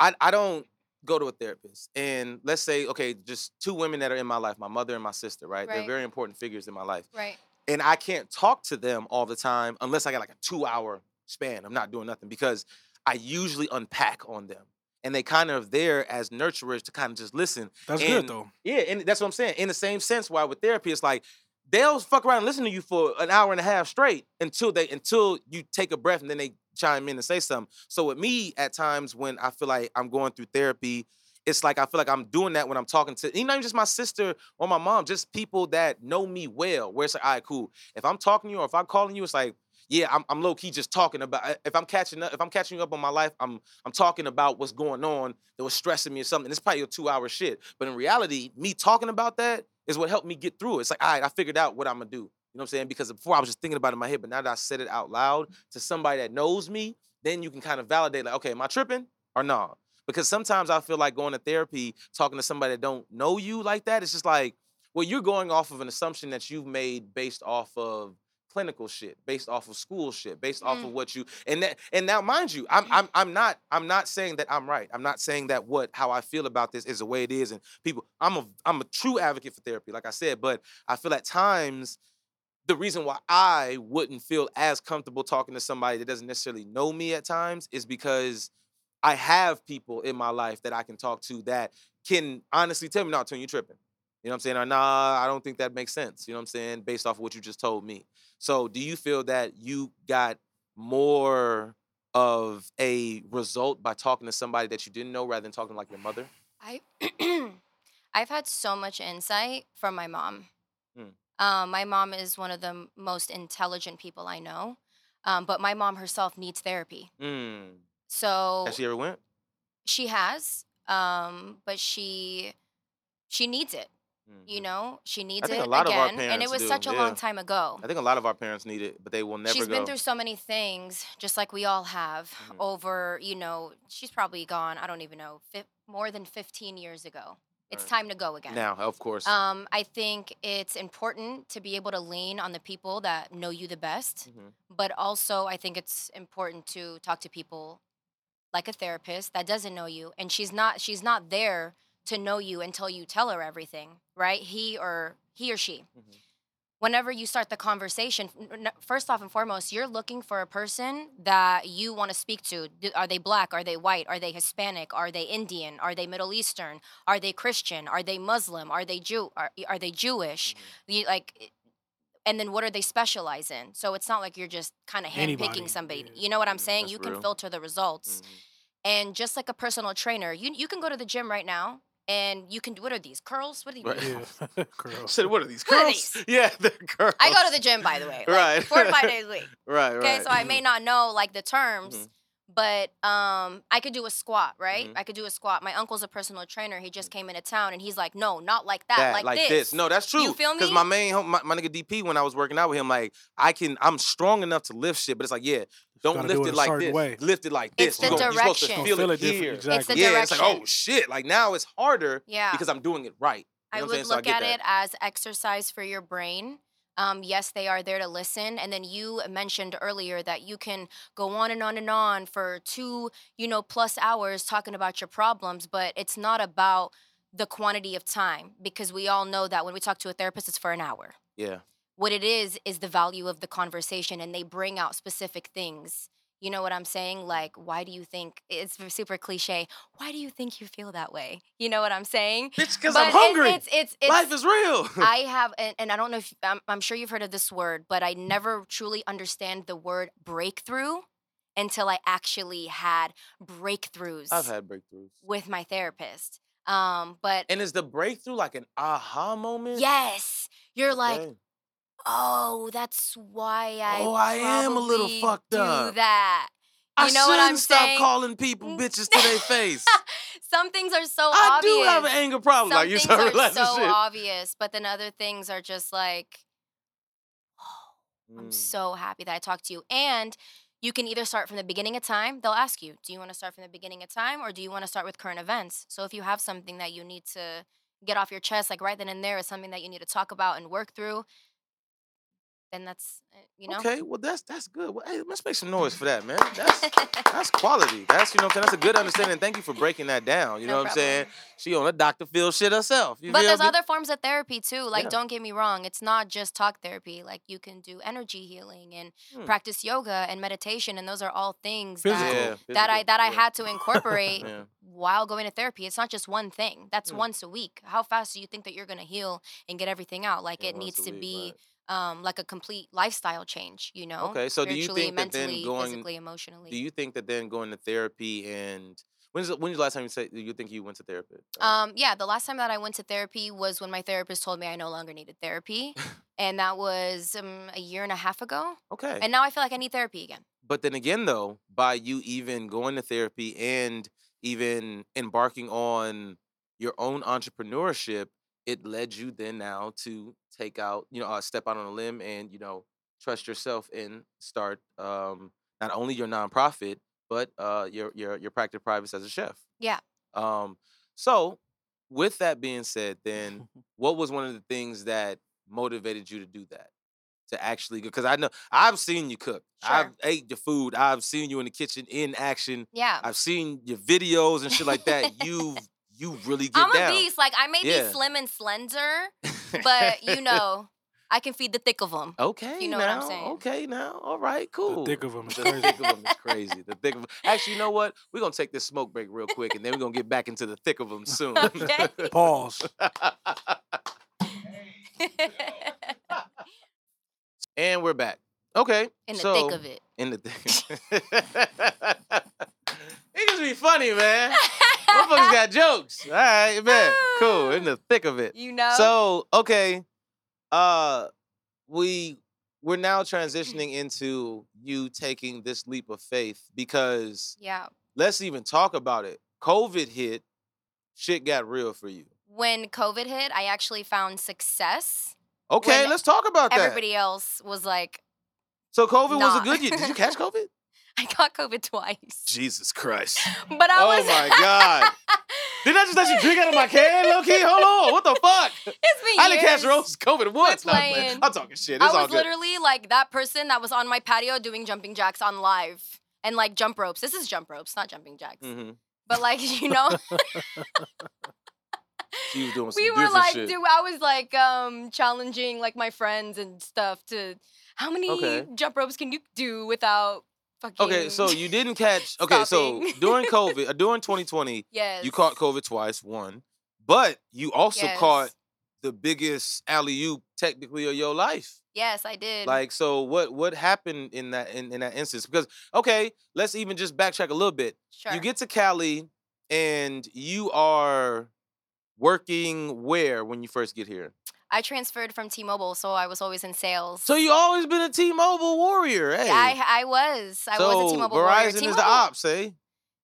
[SPEAKER 3] I I don't go to a therapist and let's say okay just two women that are in my life my mother and my sister right, they're
[SPEAKER 4] Right.
[SPEAKER 3] very important figures in my life
[SPEAKER 4] right.
[SPEAKER 3] and I can't talk to them all the time unless I got like a two hour span I'm not doing nothing because I usually unpack on them and they kind of there as nurturers to kind of just listen
[SPEAKER 5] that's
[SPEAKER 3] and-
[SPEAKER 5] good though.
[SPEAKER 3] yeah, and that's what I'm saying. In the same sense, why with therapy, it's like they'll fuck around and listen to you for an hour and a half straight until they until you take a breath and then they chime in and say something. So with me, at times when I feel like I'm going through therapy, it's like I feel like I'm doing that when I'm talking to you know, not even just my sister or my mom, just people that know me well. Where it's like, all right, cool. If I'm talking to you or if I'm calling you, it's like. Yeah, I'm, I'm low key just talking about. If I'm catching up, if I'm catching up on my life, I'm I'm talking about what's going on that was stressing me or something. It's probably a two hour shit. But in reality, me talking about that is what helped me get through it. It's like, all right, I figured out what I'm gonna do. You know what I'm saying? Because before I was just thinking about it in my head, but now that I said it out loud to somebody that knows me, then you can kind of validate, like, okay, am I tripping or nah? Because sometimes I feel like going to therapy, talking to somebody that don't know you like that, it's just like, well, you're going off of an assumption that you've made based off of clinical shit, based off of school shit, based off
[SPEAKER 4] Mm.
[SPEAKER 3] of what you and that and now mind you, I'm I'm I'm not I'm not saying that I'm right. I'm not saying that what how I feel about this is the way it is and people I'm a I'm a true advocate for therapy, like I said, but I feel at times the reason why I wouldn't feel as comfortable talking to somebody that doesn't necessarily know me at times is because I have people in my life that I can talk to that can honestly tell me, no, Tune, you tripping. You know what I'm saying? Or nah, I don't think that makes sense. You know what I'm saying? Based off of what you just told me. So do you feel that you got more of a result by talking to somebody that you didn't know rather than talking to like your mother?
[SPEAKER 4] I I've had so much insight from my mom.
[SPEAKER 3] Mm.
[SPEAKER 4] Um, my mom is one of the m- most intelligent people I know, um, but my mom herself needs therapy.
[SPEAKER 3] Mm.
[SPEAKER 4] So
[SPEAKER 3] Has she ever went?
[SPEAKER 4] she has, um, but she she needs it.
[SPEAKER 3] Mm.
[SPEAKER 4] You know, she needs
[SPEAKER 3] Mm-hmm. think
[SPEAKER 4] it
[SPEAKER 3] a lot of our
[SPEAKER 4] again, and it
[SPEAKER 3] parents
[SPEAKER 4] was
[SPEAKER 3] do,
[SPEAKER 4] such a
[SPEAKER 3] yeah.
[SPEAKER 4] long time ago.
[SPEAKER 3] I think a lot of our parents need it, but they will never
[SPEAKER 4] she's
[SPEAKER 3] go.
[SPEAKER 4] been through so many things, just like we all have.
[SPEAKER 3] Mhm.
[SPEAKER 4] Over, you know, she's probably gone. I don't even know, fi- more than fifteen years ago. It's
[SPEAKER 3] Right.
[SPEAKER 4] time to go again.
[SPEAKER 3] now, of course.
[SPEAKER 4] Um, I think it's important to be able to lean on the people that know you the best,
[SPEAKER 3] Mhm.
[SPEAKER 4] but also I think it's important to talk to people like a therapist that doesn't know you, and she's not she's not there to know you until you tell her everything, right? He or he or she.
[SPEAKER 5] Mm-hmm.
[SPEAKER 3] Mhm.
[SPEAKER 4] Whenever you start the conversation, n- n- first off and foremost, you're looking for a person that you want to speak to. Do- Are they black? Are they white? Are they Hispanic? Are they Indian? Are they Middle Eastern? Are they Christian? Are they Muslim? Are they Jew? Are, are they Jewish?
[SPEAKER 5] Mm-hmm.
[SPEAKER 4] You, like, i- and then what are they specialize in? So it's not like you're just kind of
[SPEAKER 5] Anybody,
[SPEAKER 4] handpicking somebody.
[SPEAKER 5] yeah. Mm.
[SPEAKER 4] You know what I'm
[SPEAKER 3] Mm,
[SPEAKER 4] saying?
[SPEAKER 3] that's
[SPEAKER 4] You
[SPEAKER 3] real.
[SPEAKER 4] can filter the results.
[SPEAKER 3] Mhm.
[SPEAKER 4] And just like a personal trainer, you you can go to the gym right now and you can what are these curls? What are these?
[SPEAKER 3] Right.
[SPEAKER 5] Yeah. Girl.
[SPEAKER 3] Said, what are these
[SPEAKER 4] What are
[SPEAKER 3] girls? Yeah, they're girls.
[SPEAKER 4] I go to the gym by the way, like,
[SPEAKER 3] Right.
[SPEAKER 4] four to five days a week.
[SPEAKER 3] Right, right. Mm-hmm.
[SPEAKER 4] Okay, so I may not know like the terms,
[SPEAKER 3] Mhm.
[SPEAKER 4] but um, I could do a squat, right?
[SPEAKER 3] Mhm.
[SPEAKER 4] I could do a squat. My uncle's a personal trainer. He just came into town and he's like, no, not like that,
[SPEAKER 3] Mm-hmm. that,
[SPEAKER 4] like,
[SPEAKER 3] like
[SPEAKER 4] this.
[SPEAKER 3] No, that's true.
[SPEAKER 4] You feel
[SPEAKER 3] Because
[SPEAKER 4] me?
[SPEAKER 3] my main, hom- my, my nigga DP, when I was working out with him, like I can, I'm strong enough to lift shit, but it's like, yeah, don't
[SPEAKER 5] gotta
[SPEAKER 3] lift
[SPEAKER 5] do
[SPEAKER 3] it,
[SPEAKER 5] it a
[SPEAKER 3] like
[SPEAKER 5] certain
[SPEAKER 3] this.
[SPEAKER 5] way.
[SPEAKER 3] Lift it like this.
[SPEAKER 4] It's
[SPEAKER 3] You're
[SPEAKER 4] the
[SPEAKER 3] gonna- You're supposed
[SPEAKER 4] direction.
[SPEAKER 3] to
[SPEAKER 5] Gonna
[SPEAKER 3] feel,
[SPEAKER 5] feel
[SPEAKER 3] it
[SPEAKER 5] it different,
[SPEAKER 3] here.
[SPEAKER 5] exactly.
[SPEAKER 4] It's the
[SPEAKER 3] yeah, it's like, oh
[SPEAKER 4] direction.
[SPEAKER 3] shit! Like now it's harder
[SPEAKER 4] Yeah.
[SPEAKER 3] because I'm doing it right. You
[SPEAKER 4] I
[SPEAKER 3] know what I'm saying?
[SPEAKER 4] would
[SPEAKER 3] So I
[SPEAKER 4] look
[SPEAKER 3] get
[SPEAKER 4] at
[SPEAKER 3] that.
[SPEAKER 4] it as exercise for your brain. Um, yes, they are there to listen. And then you mentioned earlier that you can go on and on and on for two, you know, plus hours talking about your problems, but it's not about the quantity of time because we all know that when we talk to a therapist, it's for an hour.
[SPEAKER 3] Yeah,
[SPEAKER 4] What it is, is the value of the conversation, and they bring out specific things. You know what I'm saying? Like, why do you think it's super cliche? Why do you think you feel that way? You know what I'm saying?
[SPEAKER 3] bitch, because
[SPEAKER 4] But
[SPEAKER 3] I'm
[SPEAKER 4] it-
[SPEAKER 3] hungry.
[SPEAKER 4] It's, it's, it's,
[SPEAKER 3] Life is real.
[SPEAKER 4] I have, and, and I don't know if I'm, I'm sure you've heard of this word, but I never truly understand the word breakthrough until I actually had breakthroughs
[SPEAKER 3] I've had breakthroughs,
[SPEAKER 4] with my therapist. Um, but
[SPEAKER 3] and is the breakthrough like an aha moment?
[SPEAKER 4] yes, you're like,
[SPEAKER 3] Okay.
[SPEAKER 4] oh, that's why I.
[SPEAKER 3] Oh, I am a little
[SPEAKER 4] probably
[SPEAKER 3] fucked
[SPEAKER 4] do
[SPEAKER 3] up."
[SPEAKER 4] That
[SPEAKER 3] I
[SPEAKER 4] you know what
[SPEAKER 3] shouldn't
[SPEAKER 4] I'm
[SPEAKER 3] stop
[SPEAKER 4] saying? Mm.
[SPEAKER 3] calling people bitches to their face.
[SPEAKER 4] some things are so
[SPEAKER 3] I
[SPEAKER 4] obvious.
[SPEAKER 3] do have an anger problem.
[SPEAKER 4] Some
[SPEAKER 3] like you
[SPEAKER 4] things
[SPEAKER 3] said,
[SPEAKER 4] are
[SPEAKER 3] realize
[SPEAKER 4] so
[SPEAKER 3] this shit.
[SPEAKER 4] obvious, but then other things are just like. I'm
[SPEAKER 3] Mm.
[SPEAKER 4] so happy that I talked to you. And you can either start from the beginning of time. They'll ask you, do you want to start from the beginning of time or do you want to start with current events? So if you have something that you need to get off your chest like right then and there is something that you need to talk about and work through, then that's uh, you know.
[SPEAKER 3] Okay, well that's that's good. Well, hey, let's make some noise for that, man. That's that's quality. That's you know what I'm saying. That's a good understanding. Thank you for breaking that down. You know
[SPEAKER 4] No
[SPEAKER 3] what I'm
[SPEAKER 4] problem.
[SPEAKER 3] saying? She on a Dr. Phil shit herself. You
[SPEAKER 4] But
[SPEAKER 3] feel
[SPEAKER 4] there's
[SPEAKER 3] me?
[SPEAKER 4] other forms of therapy too. Like,
[SPEAKER 3] Yeah.
[SPEAKER 4] don't get me wrong, it's not just talk therapy. Like, you can do energy healing and
[SPEAKER 3] Hmm.
[SPEAKER 4] practice yoga and meditation, and those are all things
[SPEAKER 5] Physical.
[SPEAKER 4] that,
[SPEAKER 3] yeah,
[SPEAKER 4] that I
[SPEAKER 3] physical,
[SPEAKER 4] that I
[SPEAKER 3] yeah,
[SPEAKER 4] had to incorporate
[SPEAKER 3] yeah.
[SPEAKER 4] while going to therapy. It's not just one thing. That's
[SPEAKER 3] Hmm.
[SPEAKER 4] once a week. How fast do you think that you're gonna heal and get everything out? Like,
[SPEAKER 3] Yeah,
[SPEAKER 4] it
[SPEAKER 3] once
[SPEAKER 4] needs
[SPEAKER 3] a
[SPEAKER 4] to
[SPEAKER 3] week,
[SPEAKER 4] be
[SPEAKER 3] right.
[SPEAKER 4] um, like a complete lifestyle change. You know,
[SPEAKER 3] Okay, so do you
[SPEAKER 4] spiritually,
[SPEAKER 3] think that then
[SPEAKER 4] mentally,
[SPEAKER 3] going-
[SPEAKER 4] physically, emotionally.
[SPEAKER 3] Do you think that then going to therapy and when's the, when's the last time you say you think you went to therapy? Uh,
[SPEAKER 4] Um, yeah, the last time that I went to therapy was when my therapist told me I no longer needed therapy. and that was um, a year and a half ago.
[SPEAKER 3] okay.
[SPEAKER 4] And now I feel like I need therapy again.
[SPEAKER 3] But then again, though, by you even going to therapy and even embarking on your own entrepreneurship, it led you then now to take out, you know, uh, step out on a limb and, you know, trust yourself and start um, not only your nonprofit, but uh, your, your, your practice privates as a chef.
[SPEAKER 4] Yeah.
[SPEAKER 3] Um, so, with that being said, then what was one of the things that motivated you to do that? To actually, because I know I've seen you cook. I've
[SPEAKER 4] Sure.
[SPEAKER 3] ate your food. I've seen you in the kitchen in action.
[SPEAKER 4] Yeah.
[SPEAKER 3] I've seen your videos and shit like that. You you really get
[SPEAKER 4] I'm a
[SPEAKER 3] down.
[SPEAKER 4] beast. Like, I may
[SPEAKER 3] Yeah.
[SPEAKER 4] be slim and slender, but you know, I can feed the thick of them.
[SPEAKER 3] okay,
[SPEAKER 4] know what
[SPEAKER 3] now,
[SPEAKER 4] I'm saying.
[SPEAKER 3] okay, now, all right, cool.
[SPEAKER 5] The thick of them is
[SPEAKER 3] The
[SPEAKER 5] crazy.
[SPEAKER 3] thick of 'em is crazy. The thick of 'em- Actually, you know what? We're gonna take this smoke break real quick, and then we're gonna get back into the thick of them soon.
[SPEAKER 4] Okay.
[SPEAKER 5] Pause.
[SPEAKER 3] and we're back. Okay.
[SPEAKER 4] In the
[SPEAKER 3] so,
[SPEAKER 4] thick of it.
[SPEAKER 3] In the thick. Niggas be funny, man. Motherfuckers got jokes. All right, man. Cool. In the thick of it.
[SPEAKER 4] you know?
[SPEAKER 3] So okay, uh, we we're now transitioning into you taking this leap of faith because
[SPEAKER 4] yeah.
[SPEAKER 3] let's even talk about it. COVID hit, shit got real for you.
[SPEAKER 4] When COVID hit, I actually found success.
[SPEAKER 3] Okay,
[SPEAKER 4] When
[SPEAKER 3] let's talk about that.
[SPEAKER 4] Everybody else was like,
[SPEAKER 3] so COVID was a
[SPEAKER 4] Nah.
[SPEAKER 3] good year. Did you catch COVID?
[SPEAKER 4] I got COVID twice.
[SPEAKER 3] Jesus Christ!
[SPEAKER 4] But I
[SPEAKER 3] oh
[SPEAKER 4] was.
[SPEAKER 3] my God! Didn't I just let you drink out of my can, low key? Hold on, what the fuck?
[SPEAKER 4] It's been
[SPEAKER 3] I didn't catch
[SPEAKER 4] years.
[SPEAKER 3] Rose's COVID once. Nah, I'm, playing.
[SPEAKER 4] playing.
[SPEAKER 3] I'm talking shit. It's
[SPEAKER 4] I
[SPEAKER 3] all
[SPEAKER 4] was
[SPEAKER 3] good.
[SPEAKER 4] literally like that person that was on my patio doing jumping jacks on live and like jump ropes. This is jump ropes, not jumping jacks.
[SPEAKER 3] hmm
[SPEAKER 4] But like, you know,
[SPEAKER 3] She was doing some
[SPEAKER 4] we were
[SPEAKER 3] different
[SPEAKER 4] like,
[SPEAKER 3] shit.
[SPEAKER 4] dude, I was like um challenging like my friends and stuff to how many
[SPEAKER 3] Okay.
[SPEAKER 4] jump ropes can you do without fucking
[SPEAKER 3] Okay, so you didn't catch. Okay, so
[SPEAKER 4] Stopping.
[SPEAKER 3] during COVID, uh, during 2020,
[SPEAKER 4] yes.
[SPEAKER 3] you caught COVID twice, one, but you also
[SPEAKER 4] Yes.
[SPEAKER 3] caught the biggest alley oop technically of your life.
[SPEAKER 4] Yes, I did.
[SPEAKER 3] Like, so what what happened in that in, in that instance? Because okay, let's even just backtrack a little bit.
[SPEAKER 4] sure.
[SPEAKER 3] You get to Cali, and you are working where when you first get here.
[SPEAKER 4] I transferred from T-Mobile, so I was always in sales.
[SPEAKER 3] So you always been a T-Mobile warrior, hey.
[SPEAKER 4] I I was. I
[SPEAKER 3] so
[SPEAKER 4] was a T-Mobile
[SPEAKER 3] Verizon
[SPEAKER 4] warrior.
[SPEAKER 3] is
[SPEAKER 4] T-Mobile
[SPEAKER 3] the ops, eh?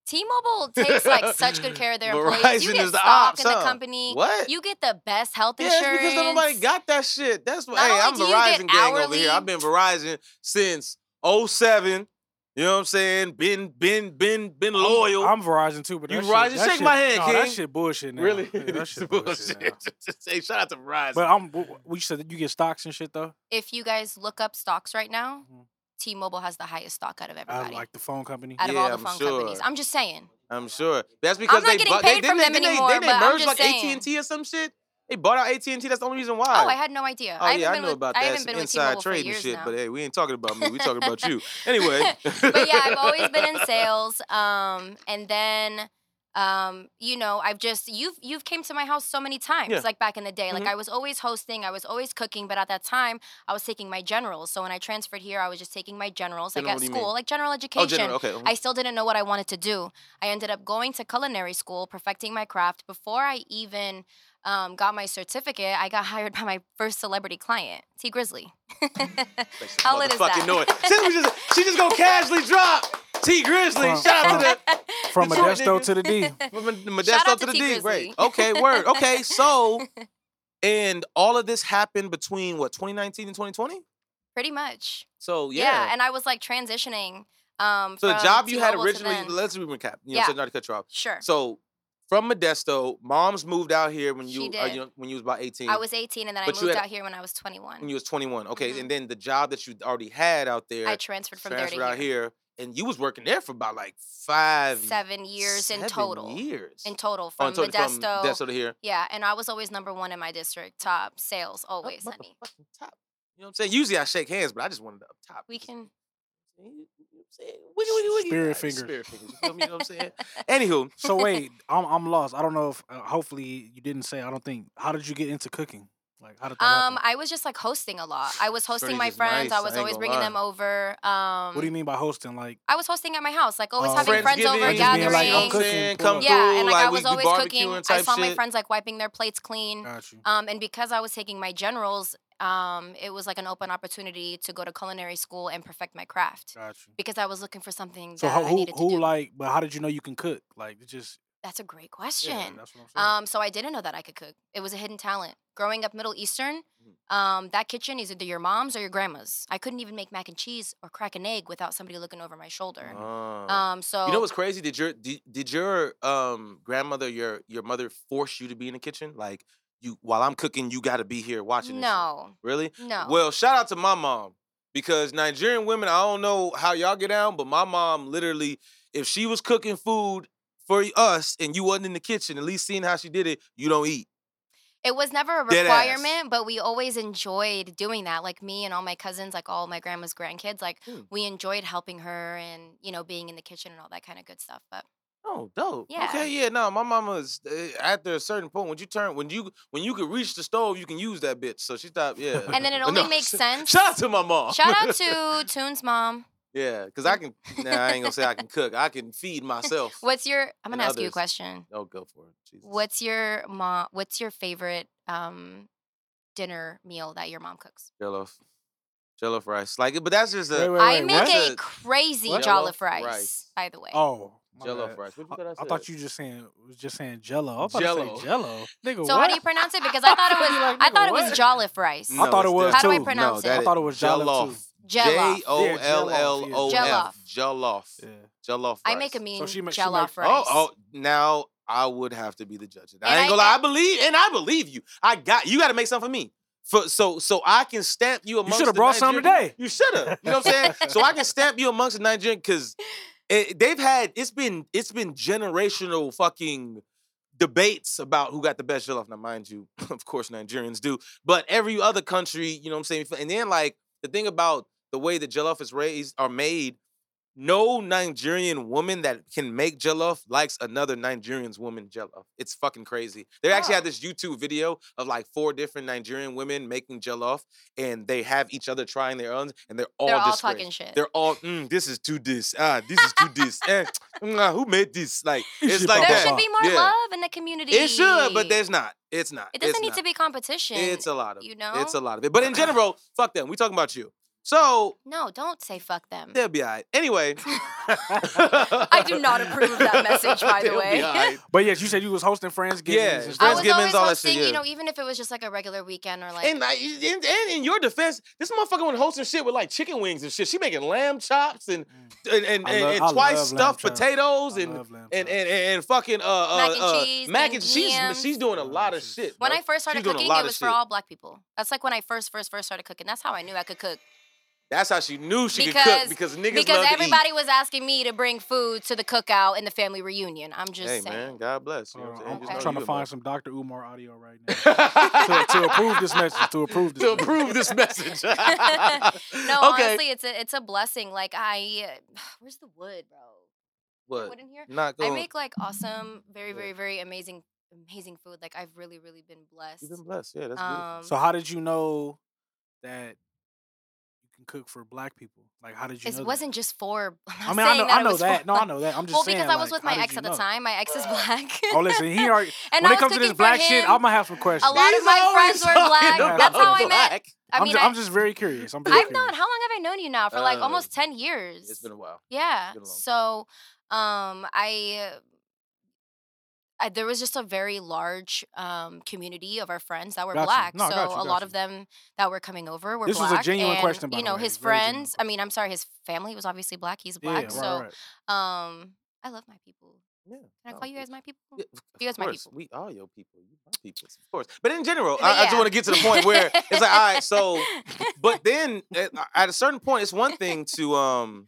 [SPEAKER 4] T-Mobile takes like such good care of their employees.
[SPEAKER 3] Verizon
[SPEAKER 4] You get
[SPEAKER 3] is the
[SPEAKER 4] stock
[SPEAKER 3] ops,
[SPEAKER 4] in the
[SPEAKER 3] huh?
[SPEAKER 4] company.
[SPEAKER 3] What?
[SPEAKER 4] You get the best health
[SPEAKER 3] yeah,
[SPEAKER 4] insurance.
[SPEAKER 3] it's because nobody got that shit. That's what.
[SPEAKER 4] Not
[SPEAKER 3] Hey,
[SPEAKER 4] only
[SPEAKER 3] I'm
[SPEAKER 4] do you get
[SPEAKER 3] Verizon gang over here. I've
[SPEAKER 4] hourly-
[SPEAKER 3] been Verizon since 07. You know what I'm saying? Been, been, been, been loyal.
[SPEAKER 5] I'm, I'm Verizon too, but
[SPEAKER 3] You
[SPEAKER 5] that shit-
[SPEAKER 3] Verizon?
[SPEAKER 5] that
[SPEAKER 3] Shake my
[SPEAKER 5] shit-
[SPEAKER 3] hand,
[SPEAKER 5] no, That
[SPEAKER 3] King.
[SPEAKER 5] shit bullshit now.
[SPEAKER 3] really?
[SPEAKER 5] Yeah, that
[SPEAKER 3] It's
[SPEAKER 5] shit bullshit. now.
[SPEAKER 3] hey, shout out to Verizon.
[SPEAKER 5] But I'm. w- w- We said that you get stocks and shit though.
[SPEAKER 4] If you guys look up stocks right now,
[SPEAKER 3] Mm-hmm.
[SPEAKER 5] Mhm.
[SPEAKER 4] T-Mobile has the highest stock out of
[SPEAKER 5] I
[SPEAKER 4] everybody.
[SPEAKER 5] like the phone company.
[SPEAKER 4] out of all
[SPEAKER 3] Yeah,
[SPEAKER 4] the
[SPEAKER 3] I'm
[SPEAKER 4] phone companies.
[SPEAKER 3] sure.
[SPEAKER 4] I'm just saying.
[SPEAKER 3] I'm sure that's because
[SPEAKER 4] not
[SPEAKER 3] they
[SPEAKER 4] getting
[SPEAKER 3] bought. They,
[SPEAKER 4] paid
[SPEAKER 3] didn't
[SPEAKER 4] from
[SPEAKER 3] they,
[SPEAKER 4] them
[SPEAKER 3] didn't
[SPEAKER 4] anymore,
[SPEAKER 3] they, didn't
[SPEAKER 4] but I'm
[SPEAKER 3] they merge
[SPEAKER 4] just
[SPEAKER 3] like
[SPEAKER 4] saying.
[SPEAKER 3] AT&T or some shit. They bought out AT&T. That's the only reason why.
[SPEAKER 4] Oh, I had no idea.
[SPEAKER 3] Oh
[SPEAKER 4] I haven't
[SPEAKER 3] yeah, I
[SPEAKER 4] been
[SPEAKER 3] know
[SPEAKER 4] with,
[SPEAKER 3] about
[SPEAKER 4] I
[SPEAKER 3] that
[SPEAKER 4] haven't
[SPEAKER 3] some
[SPEAKER 4] been with
[SPEAKER 3] inside
[SPEAKER 4] T-Mobile for
[SPEAKER 3] trading
[SPEAKER 4] years
[SPEAKER 3] shit.
[SPEAKER 4] now.
[SPEAKER 3] But hey, we ain't talking about me. We talking about you. Anyway.
[SPEAKER 4] but yeah, I've always been in sales. Um, and then, um, you know, I've just you've you've came to my house so many times,
[SPEAKER 3] Yeah.
[SPEAKER 4] like back in the day. Like
[SPEAKER 3] Mhm.
[SPEAKER 4] I was always hosting, I was always cooking, but at that time I was taking my generals. So when I transferred here, I was just taking my generals,
[SPEAKER 3] General, what
[SPEAKER 4] like
[SPEAKER 3] do
[SPEAKER 4] at
[SPEAKER 3] you
[SPEAKER 4] school,
[SPEAKER 3] mean?
[SPEAKER 4] like general education.
[SPEAKER 3] Oh, general. Okay.
[SPEAKER 4] I still didn't know what I wanted to do. I ended up going to culinary school, perfecting my craft. Before I even um, got my certificate, I got hired by my first celebrity client, T Grizzly.
[SPEAKER 3] Make some
[SPEAKER 4] How lit is
[SPEAKER 3] motherfucking
[SPEAKER 4] that?
[SPEAKER 3] noise. Since we just, she just gonna casually drop T Grizzly.
[SPEAKER 5] From-
[SPEAKER 3] Shout out to
[SPEAKER 5] From
[SPEAKER 3] Detroit,
[SPEAKER 5] Modesto
[SPEAKER 3] nigga.
[SPEAKER 5] to the D.
[SPEAKER 3] the from the Modesto
[SPEAKER 4] out
[SPEAKER 3] to
[SPEAKER 4] to
[SPEAKER 3] the
[SPEAKER 4] T
[SPEAKER 3] D.
[SPEAKER 4] Grizzly.
[SPEAKER 3] Right. Okay. Word. Okay. So, and all of this happened between what 2019 and 2020.
[SPEAKER 4] Pretty much.
[SPEAKER 3] So yeah.
[SPEAKER 4] Yeah. and I was like transitioning. Um,
[SPEAKER 3] so the
[SPEAKER 4] from
[SPEAKER 3] job you had
[SPEAKER 4] T-Mobile to
[SPEAKER 3] originally.
[SPEAKER 4] then.
[SPEAKER 3] Let's recap. You know,
[SPEAKER 4] Yeah.
[SPEAKER 3] so not to cut you off.
[SPEAKER 4] sure.
[SPEAKER 3] So from Modesto. Mom's moved out here when you
[SPEAKER 4] She
[SPEAKER 3] uh,
[SPEAKER 4] did.
[SPEAKER 3] you- when you was about eighteen.
[SPEAKER 4] I was 18 and then
[SPEAKER 3] But
[SPEAKER 4] I
[SPEAKER 3] you
[SPEAKER 4] moved
[SPEAKER 3] had-
[SPEAKER 4] out here when I was 21.
[SPEAKER 3] when you was twenty one. Okay,
[SPEAKER 4] Mhm.
[SPEAKER 3] and then the job that you already had out there
[SPEAKER 4] I transferred from
[SPEAKER 3] transferred
[SPEAKER 4] there
[SPEAKER 3] out
[SPEAKER 4] to here.
[SPEAKER 3] here, and you was working there for about like five
[SPEAKER 4] Seven years in
[SPEAKER 3] seven
[SPEAKER 4] total.
[SPEAKER 3] Years
[SPEAKER 4] In total
[SPEAKER 3] Oh,
[SPEAKER 4] from
[SPEAKER 3] in total,
[SPEAKER 4] Modesto.
[SPEAKER 3] Modesto to here.
[SPEAKER 4] Yeah, and I was always number one in my district, top sales
[SPEAKER 3] Up
[SPEAKER 4] always, honey.
[SPEAKER 3] motherfucking top. You know what I'm saying? Usually I shake hands, but I just wanted to up top.
[SPEAKER 4] We
[SPEAKER 3] Just-
[SPEAKER 4] can.
[SPEAKER 3] You know what I'm saying? Wiggy, wiggy, wiggy.
[SPEAKER 5] Spirit
[SPEAKER 3] Like,
[SPEAKER 5] fingers.
[SPEAKER 3] Spirit fingers. You feel me? You know what I'm saying? Anywho,
[SPEAKER 5] So wait, I'm I'm lost. I don't know if uh, hopefully you didn't say. I don't think. How did you get into cooking? Like how did that
[SPEAKER 4] Um,
[SPEAKER 5] happen?
[SPEAKER 4] I was just like hosting a lot. I was hosting
[SPEAKER 3] Shorty
[SPEAKER 4] my
[SPEAKER 3] just
[SPEAKER 4] friends.
[SPEAKER 3] nice,
[SPEAKER 4] I
[SPEAKER 3] I
[SPEAKER 4] was
[SPEAKER 3] ain't
[SPEAKER 4] always
[SPEAKER 3] gonna
[SPEAKER 4] bringing
[SPEAKER 3] lie.
[SPEAKER 4] them over. Um,
[SPEAKER 5] What do you mean by hosting? Like
[SPEAKER 4] I was hosting at my house, like always
[SPEAKER 5] Oh,
[SPEAKER 4] having friends
[SPEAKER 3] Friendsgiving,
[SPEAKER 4] over,
[SPEAKER 5] Or just being
[SPEAKER 4] gatherings.
[SPEAKER 5] like, I'm cooking.
[SPEAKER 3] come
[SPEAKER 5] pull up.
[SPEAKER 4] yeah,
[SPEAKER 3] through,
[SPEAKER 4] and like, I
[SPEAKER 3] we-
[SPEAKER 4] was
[SPEAKER 3] we
[SPEAKER 4] always cooking.
[SPEAKER 3] barbecuing
[SPEAKER 4] I
[SPEAKER 3] type
[SPEAKER 4] saw my
[SPEAKER 3] shit.
[SPEAKER 4] friends like wiping their plates clean.
[SPEAKER 5] got you.
[SPEAKER 4] Um, and because I was taking my generals, um, it was like an open opportunity to go to culinary school and perfect my craft
[SPEAKER 5] Got you.
[SPEAKER 4] because I was looking for something
[SPEAKER 5] So
[SPEAKER 4] um, that
[SPEAKER 5] ho-
[SPEAKER 4] I
[SPEAKER 5] who
[SPEAKER 4] needed to
[SPEAKER 5] who
[SPEAKER 4] do.
[SPEAKER 5] like? But how did you know you can cook? Like it just
[SPEAKER 4] That's a great
[SPEAKER 5] yeah,
[SPEAKER 4] question.
[SPEAKER 5] that's what I'm saying.
[SPEAKER 4] Um, so I didn't know that I could cook. It was a hidden talent. Growing up Middle Eastern, um, that kitchen is either your mom's or your grandma's. I couldn't even make mac and cheese or crack an egg without somebody looking over my shoulder.
[SPEAKER 3] Ah.
[SPEAKER 4] Um, so
[SPEAKER 3] you know what's crazy? Did your did, did your um grandmother, your your mother force you to be in the kitchen? Like you while I'm cooking, you gotta be here watching this shit?
[SPEAKER 4] no,
[SPEAKER 3] Really?
[SPEAKER 4] no.
[SPEAKER 3] Well, shout out to my mom because Nigerian women, I don't know how y'all get down, but my mom literally, if she was cooking food for us and you wasn't in the kitchen, at least seeing how she did it, you don't eat.
[SPEAKER 4] it was never a
[SPEAKER 3] Dead ass.
[SPEAKER 4] requirement, but we always enjoyed doing that. Like me and all my cousins, like all my grandma's grandkids, like
[SPEAKER 3] Hmm.
[SPEAKER 4] we enjoyed helping her and you know being in the kitchen and all that kind of good stuff. But
[SPEAKER 3] Oh, dope.
[SPEAKER 4] Yeah.
[SPEAKER 3] Okay, yeah. No, my mama's uh, after a certain point when you turn when you when you could reach the stove, you can use that bitch. So she thought, yeah.
[SPEAKER 4] and then it
[SPEAKER 3] No,
[SPEAKER 4] only makes
[SPEAKER 3] sh-
[SPEAKER 4] sense.
[SPEAKER 3] Shout out to my mom.
[SPEAKER 4] Shout out to Toon's mom.
[SPEAKER 3] yeah, because I can. Nah, I ain't gonna say I can cook. I can feed myself.
[SPEAKER 4] What's your? I'm gonna
[SPEAKER 3] And
[SPEAKER 4] ask you a
[SPEAKER 3] others.
[SPEAKER 4] question.
[SPEAKER 3] Oh, go for it. Jesus.
[SPEAKER 4] What's your mom? What's your favorite um, dinner meal that your mom cooks?
[SPEAKER 3] jello? Jello rice, like, but that's just a.
[SPEAKER 5] Wait, wait,
[SPEAKER 4] I
[SPEAKER 5] wait,
[SPEAKER 4] make
[SPEAKER 5] what?
[SPEAKER 3] what?
[SPEAKER 4] a crazy
[SPEAKER 3] What?
[SPEAKER 4] jollof
[SPEAKER 3] Jollof
[SPEAKER 4] rice,
[SPEAKER 3] rice.
[SPEAKER 4] by the way.
[SPEAKER 5] Oh, my
[SPEAKER 3] Jello
[SPEAKER 5] bad.
[SPEAKER 3] fries. What you
[SPEAKER 5] I,
[SPEAKER 3] thought I
[SPEAKER 5] I
[SPEAKER 3] said?
[SPEAKER 5] thought you just saying was just saying Jello. I was about
[SPEAKER 3] Jell-O.
[SPEAKER 5] to say Jello. Nigga,
[SPEAKER 4] so
[SPEAKER 5] what?
[SPEAKER 4] how do you pronounce it? Because I thought it was
[SPEAKER 5] Like,
[SPEAKER 4] I
[SPEAKER 5] nigga,
[SPEAKER 4] thought it was
[SPEAKER 5] what?
[SPEAKER 4] jollof rice.
[SPEAKER 5] I thought it
[SPEAKER 3] it's different.
[SPEAKER 5] was
[SPEAKER 4] How do I
[SPEAKER 3] No,
[SPEAKER 4] pronounce
[SPEAKER 3] that
[SPEAKER 4] it?
[SPEAKER 5] I thought it was Jello too.
[SPEAKER 3] Jollof.
[SPEAKER 4] Jell-O.
[SPEAKER 3] J O L L O F.
[SPEAKER 4] Jell-O.
[SPEAKER 3] Jollof.
[SPEAKER 5] Yeah.
[SPEAKER 3] Jollof.
[SPEAKER 4] I make a
[SPEAKER 3] rice.
[SPEAKER 4] mean
[SPEAKER 5] she ma- she
[SPEAKER 4] jollof
[SPEAKER 5] make-
[SPEAKER 4] rice.
[SPEAKER 3] Oh, oh, now I would have to be the judge. of that. I
[SPEAKER 4] And
[SPEAKER 3] ain't
[SPEAKER 4] I-
[SPEAKER 3] gonna lie. I
[SPEAKER 4] and-
[SPEAKER 3] believe, and I believe you. I got you. Got to make something for me. For, so so I can stamp you amongst.
[SPEAKER 5] shoulda
[SPEAKER 3] the
[SPEAKER 5] brought some
[SPEAKER 3] Nigerian-
[SPEAKER 5] today.
[SPEAKER 3] You should have. You know what I'm saying? so I can stamp you amongst the Nigerian because they've had it's been it's been generational fucking debates about who got the best jollof. Now, mind you, of course, Nigerians do, but every other country, you know what I'm saying. And then like the thing about the way the jollof is raised are made, no Nigerian woman that can make jollof likes another Nigerian's woman jollof. It's fucking crazy. They actually have
[SPEAKER 4] Oh.
[SPEAKER 3] this YouTube video of like four different Nigerian women making jollof, and they have each other trying their own, and they're oh, all
[SPEAKER 4] They're all
[SPEAKER 3] disgraced.
[SPEAKER 4] talking shit.
[SPEAKER 3] They're all, mm, this is too this. Ah, this is too this. Eh, mm, ah, who made this? Like,
[SPEAKER 5] This
[SPEAKER 3] it's
[SPEAKER 5] shit
[SPEAKER 3] like
[SPEAKER 5] about
[SPEAKER 4] there
[SPEAKER 3] that.
[SPEAKER 4] should be more
[SPEAKER 3] Yeah.
[SPEAKER 4] love in the community.
[SPEAKER 3] It should, but there's not. It's not.
[SPEAKER 4] it doesn't
[SPEAKER 3] It's
[SPEAKER 4] need
[SPEAKER 3] not.
[SPEAKER 4] to be competition.
[SPEAKER 3] It's a lot of
[SPEAKER 4] you
[SPEAKER 3] it. It's
[SPEAKER 4] know?
[SPEAKER 3] a lot of it. But in general, fuck them. We talking about you. So
[SPEAKER 4] no, don't say fuck them.
[SPEAKER 3] they'll be all right. Anyway.
[SPEAKER 4] Mm. I
[SPEAKER 3] I
[SPEAKER 4] do not approve that message, by the way.
[SPEAKER 5] But yes, you said you was hosting Friendsgivings.
[SPEAKER 3] Yeah,
[SPEAKER 5] and
[SPEAKER 4] I
[SPEAKER 5] stuff.
[SPEAKER 4] was
[SPEAKER 3] Friendsgivings,
[SPEAKER 4] always
[SPEAKER 3] all that shit,
[SPEAKER 4] hosting,
[SPEAKER 3] yeah.
[SPEAKER 4] you know, even if it was just like a regular weekend or like
[SPEAKER 3] And, I, and, and in your defense, this motherfucker went hosting shit with like chicken wings and shit. She making lamb chops and
[SPEAKER 4] Mm.
[SPEAKER 3] and and,
[SPEAKER 5] I
[SPEAKER 3] and,
[SPEAKER 5] love-
[SPEAKER 3] and
[SPEAKER 5] I
[SPEAKER 3] twice
[SPEAKER 5] love lamb
[SPEAKER 3] stuffed
[SPEAKER 5] chops.
[SPEAKER 3] potatoes
[SPEAKER 5] I
[SPEAKER 3] and,
[SPEAKER 5] love lamb
[SPEAKER 3] and, and
[SPEAKER 5] chops.
[SPEAKER 3] and and fucking uh, uh
[SPEAKER 4] Mac and
[SPEAKER 3] uh,
[SPEAKER 4] cheese,
[SPEAKER 3] mac and cheese.
[SPEAKER 4] yams.
[SPEAKER 3] She's doing a lot of
[SPEAKER 5] She's-
[SPEAKER 3] shit.
[SPEAKER 4] When
[SPEAKER 3] bro.
[SPEAKER 4] I first started
[SPEAKER 3] She's doing a
[SPEAKER 4] cooking,
[SPEAKER 3] lot
[SPEAKER 4] it
[SPEAKER 3] of
[SPEAKER 4] was for
[SPEAKER 3] shit.
[SPEAKER 4] all black people. That's like when I first, first, first started cooking. That's how I knew I could cook.
[SPEAKER 3] That's how she knew she could cook because niggas
[SPEAKER 4] because
[SPEAKER 3] love
[SPEAKER 4] everybody was asking me to bring food to the cookout and the family reunion. I'm
[SPEAKER 3] to eat.
[SPEAKER 4] just
[SPEAKER 3] hey
[SPEAKER 4] saying.
[SPEAKER 3] man, God bless. You
[SPEAKER 5] Hold
[SPEAKER 3] know
[SPEAKER 5] on,
[SPEAKER 3] what
[SPEAKER 5] I'm,
[SPEAKER 3] I'm
[SPEAKER 4] Okay.
[SPEAKER 5] I'm
[SPEAKER 3] saying?
[SPEAKER 5] trying to find
[SPEAKER 3] Just
[SPEAKER 5] some Dr. Umar audio right now
[SPEAKER 3] know you a
[SPEAKER 5] to,
[SPEAKER 3] man.
[SPEAKER 5] to approve this message. To approve this.
[SPEAKER 3] to
[SPEAKER 5] message.
[SPEAKER 3] approve this message.
[SPEAKER 4] No,
[SPEAKER 3] okay.
[SPEAKER 4] honestly, it's a it's a blessing. Like I, where's the wood, bro?
[SPEAKER 3] what?
[SPEAKER 4] Wood in here.
[SPEAKER 3] Not
[SPEAKER 4] I
[SPEAKER 3] going.
[SPEAKER 4] make like awesome, very,
[SPEAKER 3] Yeah.
[SPEAKER 4] very, very amazing, amazing food. Like I've really, really been blessed.
[SPEAKER 3] You've been blessed. Yeah, that's beautiful.
[SPEAKER 4] Um,
[SPEAKER 5] So how did you know that you can cook for black people? Like how did you? know
[SPEAKER 4] it
[SPEAKER 5] that?
[SPEAKER 4] wasn't just for. I'm
[SPEAKER 5] I
[SPEAKER 4] not
[SPEAKER 5] mean, I
[SPEAKER 4] saying
[SPEAKER 5] know,
[SPEAKER 4] that
[SPEAKER 5] I
[SPEAKER 4] it
[SPEAKER 5] know
[SPEAKER 4] was for
[SPEAKER 5] that. No, I
[SPEAKER 4] black-
[SPEAKER 5] know that. I'm just
[SPEAKER 4] Well,
[SPEAKER 5] saying.
[SPEAKER 4] because I was
[SPEAKER 5] like,
[SPEAKER 4] with my
[SPEAKER 5] how did
[SPEAKER 4] ex
[SPEAKER 5] you
[SPEAKER 4] at the
[SPEAKER 5] know?
[SPEAKER 4] time. My ex is black.
[SPEAKER 5] Oh, listen, he already.
[SPEAKER 4] and
[SPEAKER 5] when
[SPEAKER 4] I
[SPEAKER 5] it
[SPEAKER 4] was
[SPEAKER 5] comes to
[SPEAKER 4] cooking
[SPEAKER 5] this
[SPEAKER 4] for
[SPEAKER 5] black shit,
[SPEAKER 4] him.
[SPEAKER 5] I'm gonna have some questions.
[SPEAKER 4] lot of
[SPEAKER 3] He's
[SPEAKER 4] my
[SPEAKER 3] always
[SPEAKER 4] friends were black.
[SPEAKER 3] talking
[SPEAKER 5] That's
[SPEAKER 3] about
[SPEAKER 5] how I
[SPEAKER 4] met-
[SPEAKER 3] black.
[SPEAKER 4] I
[SPEAKER 5] I'm,
[SPEAKER 4] mean,
[SPEAKER 5] ju-
[SPEAKER 4] I,
[SPEAKER 5] I'm just very curious. I'm very
[SPEAKER 4] I've
[SPEAKER 5] curious.
[SPEAKER 4] not. How long have I known you now? For like
[SPEAKER 3] Uh,
[SPEAKER 4] almost ten years.
[SPEAKER 3] It's been a while.
[SPEAKER 4] Yeah.
[SPEAKER 3] been a long time.
[SPEAKER 4] So, um, I, uh, I there was just a very large um community of our friends that were
[SPEAKER 5] Got you.
[SPEAKER 4] black.
[SPEAKER 5] No, I
[SPEAKER 4] so
[SPEAKER 5] got you,
[SPEAKER 4] a
[SPEAKER 5] got
[SPEAKER 4] lot
[SPEAKER 5] you.
[SPEAKER 4] of them that were coming over were
[SPEAKER 5] This was
[SPEAKER 4] black.
[SPEAKER 5] a genuine
[SPEAKER 4] and,
[SPEAKER 5] question, by
[SPEAKER 4] You
[SPEAKER 5] the
[SPEAKER 4] know,
[SPEAKER 5] way.
[SPEAKER 4] his
[SPEAKER 5] Very genuine
[SPEAKER 4] friends. I mean, I'm sorry, his family was obviously black. He's
[SPEAKER 5] Yeah,
[SPEAKER 4] black.
[SPEAKER 5] right,
[SPEAKER 4] so,
[SPEAKER 5] right.
[SPEAKER 4] um, I love my people.
[SPEAKER 3] Oh, Yeah.
[SPEAKER 4] Can I
[SPEAKER 3] no,
[SPEAKER 4] call you
[SPEAKER 3] it's-
[SPEAKER 4] guys my people?
[SPEAKER 3] Yeah, of
[SPEAKER 4] You guys my
[SPEAKER 3] course,
[SPEAKER 4] people.
[SPEAKER 3] We are your people. You my people, of course. But in general,
[SPEAKER 4] But
[SPEAKER 3] I, I just
[SPEAKER 4] yeah.
[SPEAKER 3] want to get to the point where it's like, all right, so. But then at, uh, at a certain point, it's one thing to um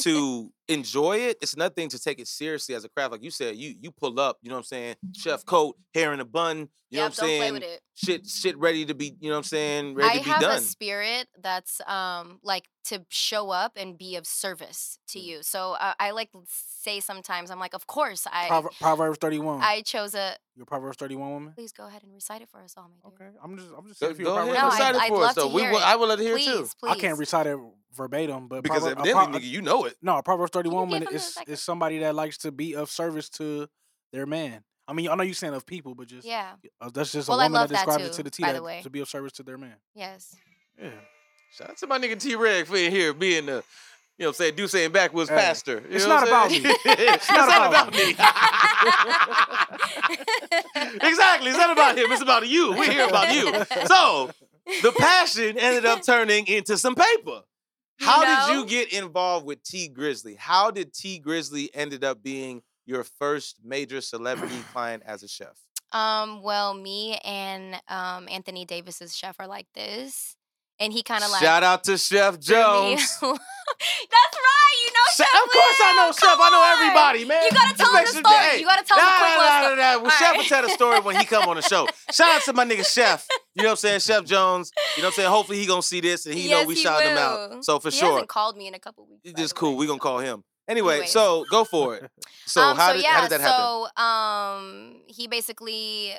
[SPEAKER 3] to enjoy it. It's another thing to take it seriously as a craft. Like you said, you you pull up. You know what I'm saying? Chef coat, hair in a bun. You know
[SPEAKER 4] Yep,
[SPEAKER 3] what I'm
[SPEAKER 4] don't
[SPEAKER 3] saying?
[SPEAKER 4] play with it.
[SPEAKER 3] Shit, shit, ready to be. You know what I'm saying? Ready
[SPEAKER 4] I
[SPEAKER 3] to be
[SPEAKER 4] have
[SPEAKER 3] done.
[SPEAKER 4] a spirit that's um like to show up and be of service to
[SPEAKER 3] Mm.
[SPEAKER 4] you. So uh, I like say sometimes I'm like, of course I
[SPEAKER 5] Prover- Proverbs thirty
[SPEAKER 3] mm.
[SPEAKER 5] one.
[SPEAKER 4] I chose a.
[SPEAKER 5] You're a Proverbs thirty one woman.
[SPEAKER 4] Please go ahead and recite it for us all, my dear.
[SPEAKER 5] Okay, I'm just I'm just
[SPEAKER 3] Go,
[SPEAKER 5] saying if you're a
[SPEAKER 3] go ahead.
[SPEAKER 5] Proverbs
[SPEAKER 4] No,
[SPEAKER 3] I'm
[SPEAKER 4] I'd-
[SPEAKER 5] 31
[SPEAKER 3] excited
[SPEAKER 4] I'd
[SPEAKER 3] for it.
[SPEAKER 4] love
[SPEAKER 3] So
[SPEAKER 4] to
[SPEAKER 3] we,
[SPEAKER 4] hear
[SPEAKER 3] will-
[SPEAKER 4] it.
[SPEAKER 3] I would love to hear it
[SPEAKER 4] Please,
[SPEAKER 3] too.
[SPEAKER 4] please.
[SPEAKER 5] I can't recite it verbatim, but
[SPEAKER 3] Because
[SPEAKER 5] Prover- a
[SPEAKER 3] evidently,
[SPEAKER 5] pro-
[SPEAKER 3] nigga, you know it.
[SPEAKER 5] No, Proverbs
[SPEAKER 4] you get
[SPEAKER 5] 31 woman
[SPEAKER 4] from the
[SPEAKER 5] is,
[SPEAKER 4] second?
[SPEAKER 5] is somebody that likes to be of service to their man. I mean, I know you're saying of people, but just
[SPEAKER 4] Yeah.
[SPEAKER 5] uh, that's just
[SPEAKER 4] Well,
[SPEAKER 5] a
[SPEAKER 4] I
[SPEAKER 5] woman that
[SPEAKER 4] love that
[SPEAKER 5] describes it to
[SPEAKER 4] too,
[SPEAKER 5] the T
[SPEAKER 4] by
[SPEAKER 5] that,
[SPEAKER 4] the way.
[SPEAKER 5] to be of service to their man.
[SPEAKER 4] Yes.
[SPEAKER 5] Yeah.
[SPEAKER 3] Shout out to my nigga T Reg for in here being the, you know, what I'm saying Duce and Backwoods
[SPEAKER 5] Hey,
[SPEAKER 3] pastor. You
[SPEAKER 5] it's
[SPEAKER 3] know what I'm
[SPEAKER 5] not
[SPEAKER 3] saying?
[SPEAKER 5] about me.
[SPEAKER 3] it's
[SPEAKER 5] not
[SPEAKER 3] not
[SPEAKER 5] about
[SPEAKER 3] about me. exactly. It's not about him. It's about you. We're here about you. So the passion ended up turning into some paper. How did you
[SPEAKER 4] know?
[SPEAKER 3] get involved with T Grizzly? How did T Grizzly ended up being your first major celebrity client as a chef?
[SPEAKER 4] Um. Well, me and um Anthony Davis's chef are like this, and he kind of like
[SPEAKER 3] Shout out to Chef
[SPEAKER 4] threw me-
[SPEAKER 3] Jones.
[SPEAKER 4] That's right. You know.
[SPEAKER 3] Chef,
[SPEAKER 4] Chef
[SPEAKER 3] of course I know
[SPEAKER 4] Will,
[SPEAKER 3] Chef.
[SPEAKER 4] come
[SPEAKER 3] I know
[SPEAKER 4] on.
[SPEAKER 3] everybody, man.
[SPEAKER 4] You gotta
[SPEAKER 3] Just
[SPEAKER 4] tell
[SPEAKER 3] make
[SPEAKER 4] him the
[SPEAKER 3] sure-
[SPEAKER 4] story.
[SPEAKER 3] hey,
[SPEAKER 4] You gotta tell him the quick
[SPEAKER 3] nah,
[SPEAKER 4] love
[SPEAKER 3] nah,
[SPEAKER 4] story.
[SPEAKER 3] nah, nah. Well,
[SPEAKER 4] All
[SPEAKER 3] Chef
[SPEAKER 4] right.
[SPEAKER 3] will tell the story when he come on the show. Shout out to my nigga Chef. You know what I'm saying? Chef Jones. You know what I'm saying? Hopefully he gonna see this and he know
[SPEAKER 4] Yes,
[SPEAKER 3] we
[SPEAKER 4] he
[SPEAKER 3] shouting him
[SPEAKER 4] will.
[SPEAKER 3] out. So for
[SPEAKER 4] he
[SPEAKER 3] sure.
[SPEAKER 4] hasn't called me in a couple weeks. by
[SPEAKER 3] It's just
[SPEAKER 4] the
[SPEAKER 3] cool.
[SPEAKER 4] way,
[SPEAKER 3] we gonna
[SPEAKER 4] so-
[SPEAKER 3] call him. Anyway,
[SPEAKER 4] Anyways.
[SPEAKER 3] so go for it. So
[SPEAKER 4] um,
[SPEAKER 3] how
[SPEAKER 4] so
[SPEAKER 3] did
[SPEAKER 4] yeah,
[SPEAKER 3] how did that happen?
[SPEAKER 4] So um, he basically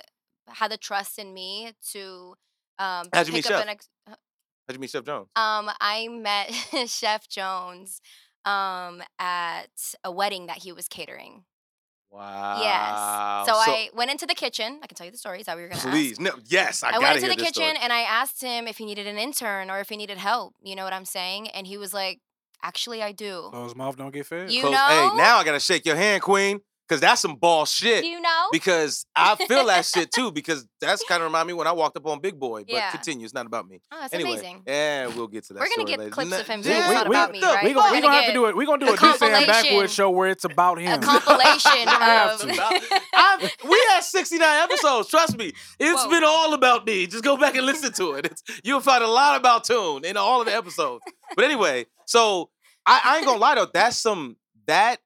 [SPEAKER 4] had the trust in me to um
[SPEAKER 3] How'd you meet
[SPEAKER 4] pick up
[SPEAKER 3] Chef?
[SPEAKER 4] an ex-
[SPEAKER 3] How'd you meet Chef Jones?
[SPEAKER 4] um I met Chef Jones um at a wedding that he was catering.
[SPEAKER 3] Wow.
[SPEAKER 4] Yes. So, I went into the kitchen. I can tell you the story. Is that what you're gonna ask?
[SPEAKER 3] please no yes, I,
[SPEAKER 4] I,
[SPEAKER 3] gotta
[SPEAKER 4] went into
[SPEAKER 3] hear
[SPEAKER 4] the
[SPEAKER 3] this
[SPEAKER 4] kitchen
[SPEAKER 3] story.
[SPEAKER 4] and I asked him if he needed an intern or if he needed help. You know what I'm saying? And he was like, "Actually, I do."
[SPEAKER 5] So his mouth don't get fed.
[SPEAKER 4] You
[SPEAKER 3] Close-
[SPEAKER 4] know?
[SPEAKER 3] Hey, now I gotta shake your hand, Queen, because that's some ball shit.
[SPEAKER 4] Do you know?
[SPEAKER 3] Because I feel that shit too, because that's kind of remind me when I walked up on Big Boy. But
[SPEAKER 4] Yeah.
[SPEAKER 3] continue, it's not about me.
[SPEAKER 4] oh, that's
[SPEAKER 3] anyway,
[SPEAKER 4] amazing.
[SPEAKER 3] yeah, we'll get to that.
[SPEAKER 4] We're gonna
[SPEAKER 3] story
[SPEAKER 4] get
[SPEAKER 3] later.
[SPEAKER 4] clips of him
[SPEAKER 3] Nah,
[SPEAKER 4] saying
[SPEAKER 5] it's not
[SPEAKER 3] we-
[SPEAKER 4] about
[SPEAKER 3] we-
[SPEAKER 4] me,
[SPEAKER 3] look,
[SPEAKER 4] right?
[SPEAKER 5] we
[SPEAKER 4] We're
[SPEAKER 5] gonna, we
[SPEAKER 4] gonna
[SPEAKER 5] gonna have to
[SPEAKER 4] get
[SPEAKER 5] do it. We're gonna do
[SPEAKER 4] a
[SPEAKER 5] a Deuce and
[SPEAKER 4] compilation.
[SPEAKER 5] Backwoods show where it's about
[SPEAKER 4] a
[SPEAKER 5] him.
[SPEAKER 4] compilation
[SPEAKER 5] I have
[SPEAKER 4] of.
[SPEAKER 3] to. I've, we had 69 episodes. Trust me, it's
[SPEAKER 4] Whoa.
[SPEAKER 3] been all about me. Just go back and listen to it. It's, you'll find a lot about Tune in all of the episodes. But anyway, so I, I ain't gonna lie though. That's some that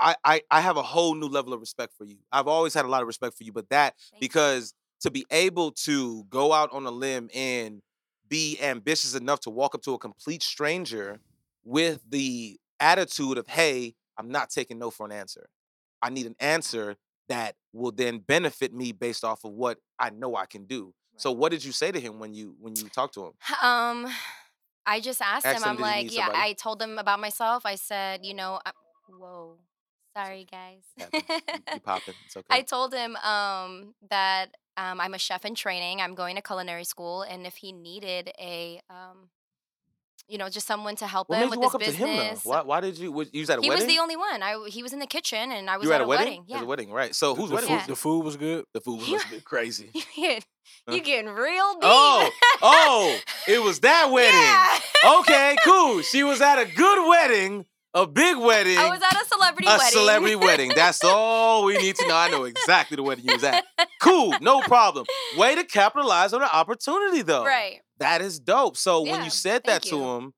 [SPEAKER 3] I, I I have a whole new level of respect for you. I've always had a lot of respect for you, but that
[SPEAKER 4] Thank you.
[SPEAKER 3] because to be able to go out on a limb and be ambitious enough to walk up to a complete stranger with the attitude of, hey, I'm not taking no for an answer. I need an answer that will then benefit me based off of what I know I can do. So
[SPEAKER 4] Right.
[SPEAKER 3] what did you say to him when you when you talked to him?
[SPEAKER 4] Um, I just asked
[SPEAKER 3] Ask
[SPEAKER 4] him.
[SPEAKER 3] him,
[SPEAKER 4] I'm
[SPEAKER 3] did he need
[SPEAKER 4] like, yeah.
[SPEAKER 3] somebody?
[SPEAKER 4] I told him about myself. I said, you know, I, whoa, sorry guys.
[SPEAKER 3] Happens. You, you popping. It's okay.
[SPEAKER 4] I told him um that um I'm a chef in training. I'm going to culinary school, and if he needed a um, you know, just someone to help
[SPEAKER 3] what made
[SPEAKER 4] him with
[SPEAKER 3] you walk up
[SPEAKER 4] his
[SPEAKER 3] to him though?
[SPEAKER 4] business.
[SPEAKER 3] Why, why did you? Was, you was at a
[SPEAKER 4] He
[SPEAKER 3] wedding.
[SPEAKER 4] was the only one. I w- he was in the kitchen, and I was
[SPEAKER 3] you were
[SPEAKER 4] at, a wedding.
[SPEAKER 3] It was
[SPEAKER 4] Yeah.
[SPEAKER 3] a wedding, right? So
[SPEAKER 5] The-
[SPEAKER 3] who's
[SPEAKER 5] the
[SPEAKER 3] wedding?
[SPEAKER 5] food-
[SPEAKER 3] was
[SPEAKER 4] Yeah.
[SPEAKER 5] The
[SPEAKER 3] it?
[SPEAKER 5] food was good.
[SPEAKER 3] The food was
[SPEAKER 4] You-
[SPEAKER 3] must have been crazy.
[SPEAKER 4] You get
[SPEAKER 3] Huh?
[SPEAKER 4] you getting real deep.
[SPEAKER 3] Oh, oh, it was that wedding.
[SPEAKER 4] yeah.
[SPEAKER 3] Okay, cool. She was at a good wedding, a big wedding,
[SPEAKER 4] I was at a celebrity
[SPEAKER 3] a
[SPEAKER 4] wedding.
[SPEAKER 3] celebrity wedding. That's all we need to know. I know exactly the wedding you was at. Cool, no problem. Way to capitalize on the opportunity, though.
[SPEAKER 4] Right.
[SPEAKER 3] That is dope. So when
[SPEAKER 4] Yeah,
[SPEAKER 3] you said that
[SPEAKER 4] thank
[SPEAKER 3] to
[SPEAKER 4] you.
[SPEAKER 3] him,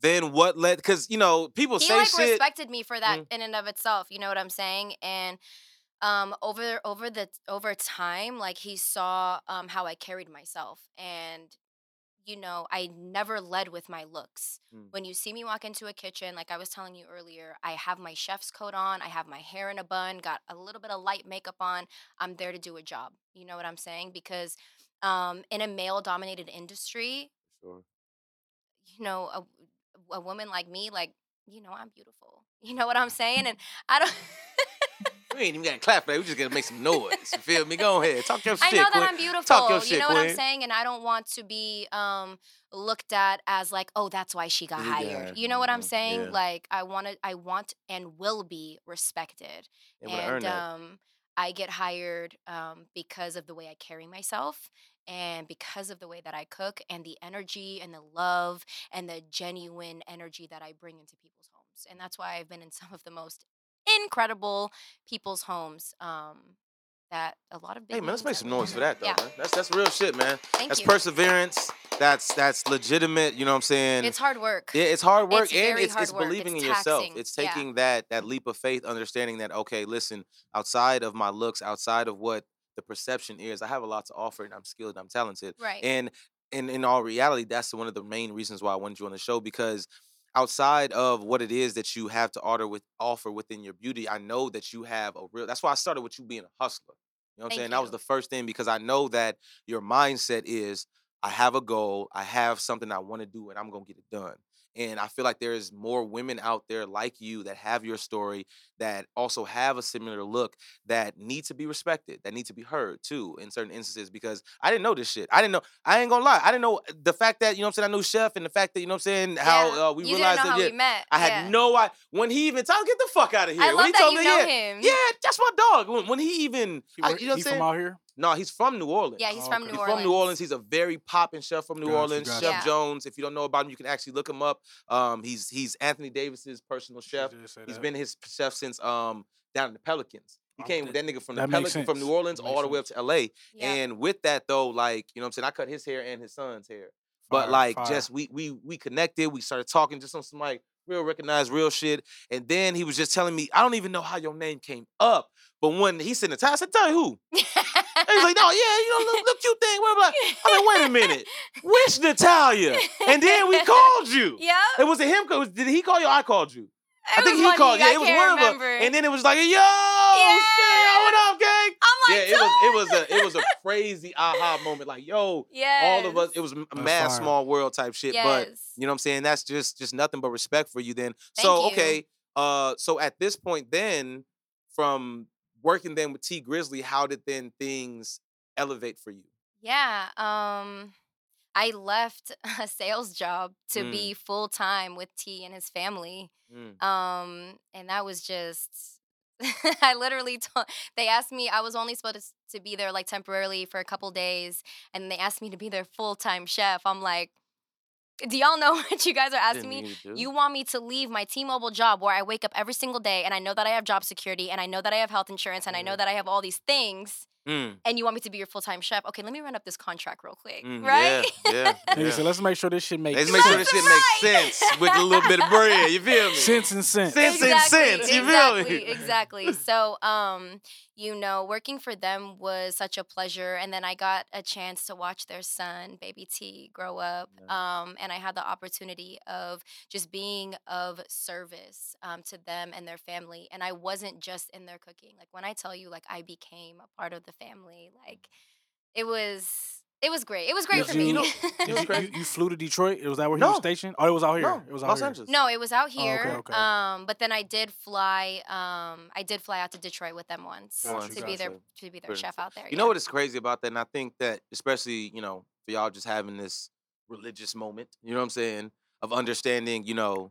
[SPEAKER 3] then what led? Because you know people
[SPEAKER 4] he
[SPEAKER 3] say
[SPEAKER 4] like
[SPEAKER 3] shit. Mm.
[SPEAKER 4] respected me for that in and of itself. You know what I'm saying? And um, over over the over time, like he saw um, how I carried myself, and you know, I never led with my looks.
[SPEAKER 3] Mm.
[SPEAKER 4] When you see me walk into a kitchen, like I was telling you earlier, I have my chef's coat on, I have my hair in a bun, got a little bit of light makeup on. I'm there to do a job. You know what I'm saying? Because um, in a male-dominated industry,
[SPEAKER 3] Sure.
[SPEAKER 4] you know a, a woman like me like you know i'm beautiful you know what i'm saying and i don't
[SPEAKER 3] We ain't even got to clap for that. We just got to make some noise. You feel me? Go ahead, talk your
[SPEAKER 4] i
[SPEAKER 3] shit.
[SPEAKER 4] know
[SPEAKER 3] Quinn.
[SPEAKER 4] that i'm beautiful
[SPEAKER 3] your shit,
[SPEAKER 4] you know what i'm
[SPEAKER 3] Queen.
[SPEAKER 4] saying and i don't want to be um looked at as like oh that's why she got
[SPEAKER 3] Yeah,
[SPEAKER 4] hired you know what i'm
[SPEAKER 3] mhm,
[SPEAKER 4] saying
[SPEAKER 3] yeah.
[SPEAKER 4] like i want to i want and will be respected
[SPEAKER 3] They wanna earn that.
[SPEAKER 4] um i get hired um because of the way i carry myself and because of the way that i cook and the energy and the love and the genuine energy that I bring into people's homes. And that's why I've been in some of the most incredible people's homes um, that a lot of big
[SPEAKER 3] Hey man, let's
[SPEAKER 4] names
[SPEAKER 3] make
[SPEAKER 4] have
[SPEAKER 3] some
[SPEAKER 4] been
[SPEAKER 3] noise
[SPEAKER 4] in.
[SPEAKER 3] for that though.
[SPEAKER 4] Yeah.
[SPEAKER 3] Man. That's that's real shit, man.
[SPEAKER 4] Thank
[SPEAKER 3] that's
[SPEAKER 4] you.
[SPEAKER 3] perseverance. That's that's legitimate. You know what I'm saying?
[SPEAKER 4] It's hard work.
[SPEAKER 3] yeah, it's hard work,
[SPEAKER 4] It's
[SPEAKER 3] and
[SPEAKER 4] very
[SPEAKER 3] it's,
[SPEAKER 4] hard
[SPEAKER 3] it's
[SPEAKER 4] work.
[SPEAKER 3] believing
[SPEAKER 4] It's
[SPEAKER 3] in yourself.
[SPEAKER 4] taxing.
[SPEAKER 3] It's
[SPEAKER 4] Yeah.
[SPEAKER 3] taking that that leap of faith, understanding that okay, listen, outside of my looks, outside of what the perception is, I have a lot to offer, and I'm skilled, and I'm talented.
[SPEAKER 4] Right.
[SPEAKER 3] And in in all reality, that's one of the main reasons why I wanted you on the show because outside of what it is that you have to order with offer within your beauty, I know that you have a real. That's why I started with you being a hustler. You know what I'm
[SPEAKER 4] Thank
[SPEAKER 3] saying? That was
[SPEAKER 4] you.
[SPEAKER 3] the first thing because I know that your mindset is I have a goal, I have something I want to do, and I'm gonna get it done. And I feel like there is more women out there like you that have your story, that also have a similar look, that need to be respected, that need to be heard too in certain instances. Because I didn't know this shit. I didn't know. I ain't gonna lie. I didn't know uh, the fact that you know what I'm saying. I knew Chef, and the fact that you know what I'm saying how
[SPEAKER 4] Yeah.
[SPEAKER 3] uh, we
[SPEAKER 4] you
[SPEAKER 3] realized that.
[SPEAKER 4] didn't know how
[SPEAKER 3] yeah,
[SPEAKER 4] we met.
[SPEAKER 3] I had
[SPEAKER 4] yeah.
[SPEAKER 3] no idea when he even told get the fuck out of here.
[SPEAKER 4] I
[SPEAKER 3] when
[SPEAKER 4] love
[SPEAKER 3] he
[SPEAKER 4] that
[SPEAKER 3] told
[SPEAKER 4] you
[SPEAKER 3] me,
[SPEAKER 4] know
[SPEAKER 3] yeah,
[SPEAKER 4] him.
[SPEAKER 3] yeah, that's my dog. When, when he even,
[SPEAKER 5] He,
[SPEAKER 3] I-
[SPEAKER 5] wor-
[SPEAKER 3] you know what I'm
[SPEAKER 5] he
[SPEAKER 3] saying?
[SPEAKER 5] from out here?
[SPEAKER 3] No, he's from New Orleans.
[SPEAKER 4] Yeah, he's
[SPEAKER 5] Oh,
[SPEAKER 4] from New
[SPEAKER 5] okay.
[SPEAKER 3] He's
[SPEAKER 4] Orleans.
[SPEAKER 3] from New Orleans. He's a very popping chef from New
[SPEAKER 5] Gotcha,
[SPEAKER 3] Orleans,
[SPEAKER 5] gotcha.
[SPEAKER 3] Chef
[SPEAKER 4] Yeah.
[SPEAKER 3] Jones. If you don't know about him, you can actually look him up. Um, he's he's Anthony Davis's personal chef.
[SPEAKER 5] He did say
[SPEAKER 3] He's
[SPEAKER 5] that.
[SPEAKER 3] been his chef since um down in the Pelicans. He
[SPEAKER 5] Wow,
[SPEAKER 3] came with that
[SPEAKER 5] that-
[SPEAKER 3] nigga from the
[SPEAKER 5] that makes
[SPEAKER 3] Pelicans from New
[SPEAKER 5] sense.
[SPEAKER 3] Orleans
[SPEAKER 5] That
[SPEAKER 3] all
[SPEAKER 5] makes
[SPEAKER 3] the way up to LA.
[SPEAKER 4] Yeah.
[SPEAKER 3] And with that though, like, you know what I'm saying? I cut his hair and his son's hair. But
[SPEAKER 5] Fire,
[SPEAKER 3] like
[SPEAKER 5] fire.
[SPEAKER 3] just we we we connected, we started talking just on some like real recognized real shit. And then he was just telling me, I don't even know how your name came up. But when he sent the time, I said, Tell you who? And he's like, No, yeah, you know, little, little cute thing. Blah, blah. I mean, wait a minute. Which Natalia? And then we called you.
[SPEAKER 4] Yep.
[SPEAKER 3] It was it him. Cause, did he call you? or I called you. I
[SPEAKER 4] It
[SPEAKER 3] think
[SPEAKER 4] was
[SPEAKER 3] he
[SPEAKER 4] one
[SPEAKER 3] called. Yeah,
[SPEAKER 4] week, I
[SPEAKER 3] it was
[SPEAKER 4] can't
[SPEAKER 3] one of
[SPEAKER 4] remember.
[SPEAKER 3] them. And then it was like, yo, shit, yo, what up, gang?
[SPEAKER 4] I'm
[SPEAKER 3] yeah,
[SPEAKER 4] like,
[SPEAKER 3] it was it was a it was a crazy aha moment. Like, yo,
[SPEAKER 4] yes.
[SPEAKER 3] all of us. It was m-
[SPEAKER 5] That's
[SPEAKER 3] mad
[SPEAKER 5] fire.
[SPEAKER 3] small world type shit. But
[SPEAKER 4] Yes.
[SPEAKER 3] you know what I'm saying? That's just just nothing but respect for you. Then,
[SPEAKER 4] Thank
[SPEAKER 3] so
[SPEAKER 4] you.
[SPEAKER 3] okay, uh, so at this point, then from working then with T Grizzly, how did then things elevate for you?
[SPEAKER 4] Yeah. Um, I left a sales job to
[SPEAKER 3] Mm.
[SPEAKER 4] be full time with T and his family.
[SPEAKER 3] Mm.
[SPEAKER 4] Um, and that was just. I literally told they asked me I was only supposed to, s- to be there like temporarily for a couple days and they asked me to be their full-time chef. I'm like, do y'all know what you guys are asking
[SPEAKER 3] Didn't
[SPEAKER 4] me?
[SPEAKER 3] need to do.
[SPEAKER 4] You want me to leave my T-Mobile job where I wake up every single day and I know that I have job security and I know that I have health insurance and I
[SPEAKER 3] Yeah.
[SPEAKER 4] know that I have all these things
[SPEAKER 3] Mm,
[SPEAKER 4] and you want me to be your full-time chef. Okay, let me run up this contract real quick,
[SPEAKER 3] mm,
[SPEAKER 4] right?
[SPEAKER 3] Yeah, yeah.
[SPEAKER 5] Nigga said,
[SPEAKER 3] yeah.
[SPEAKER 5] let's make sure this shit makes
[SPEAKER 3] Let's make sure this shit
[SPEAKER 4] Left and
[SPEAKER 3] makes sense with a little bit of bread. You feel me?
[SPEAKER 5] sense and sense.
[SPEAKER 3] Sense and sense, you feel me?
[SPEAKER 4] exactly, Exactly. So, um, you know, working for them was such a pleasure, and then I got a chance to watch their son, Baby T, grow up.
[SPEAKER 3] Nice.
[SPEAKER 4] Um, and I had the opportunity of just being of service um, to them and their family. And I wasn't just in their cooking. Like when I tell you, like I became a part of the family. Like it was, it was great. It was great
[SPEAKER 5] Yeah,
[SPEAKER 4] for
[SPEAKER 5] you
[SPEAKER 4] me.
[SPEAKER 5] know-
[SPEAKER 3] It was
[SPEAKER 5] Did you, you,
[SPEAKER 3] crazy.
[SPEAKER 5] you flew to Detroit? It was that where he was
[SPEAKER 3] No.
[SPEAKER 5] stationed? Oh, it was out here.
[SPEAKER 3] No,
[SPEAKER 5] it was out
[SPEAKER 3] Los
[SPEAKER 5] here.
[SPEAKER 3] Angeles.
[SPEAKER 4] No, it was out
[SPEAKER 5] Oh, okay,
[SPEAKER 4] here.
[SPEAKER 5] okay.
[SPEAKER 4] Um, but then I did fly. Um, I did fly out to Detroit with them once
[SPEAKER 3] Oh,
[SPEAKER 5] Gotcha,
[SPEAKER 4] to be their
[SPEAKER 3] gotcha.
[SPEAKER 4] to be their
[SPEAKER 3] Brilliant.
[SPEAKER 4] chef out there.
[SPEAKER 3] You know what is crazy about that? And I think that, especially, you know, for y'all just having this religious moment, you know what I'm saying? Of understanding, you know,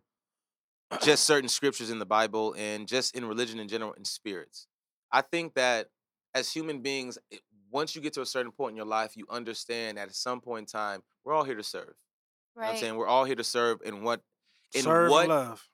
[SPEAKER 3] just certain scriptures in the Bible and just in religion in general and spirits. I think that as human beings, it- once you get to a certain point in your life, you understand that at some point in time, we're all here to serve. You know what I'm
[SPEAKER 4] Right.
[SPEAKER 3] saying? We're all here to serve in what, in
[SPEAKER 5] Serve
[SPEAKER 3] what
[SPEAKER 5] and love.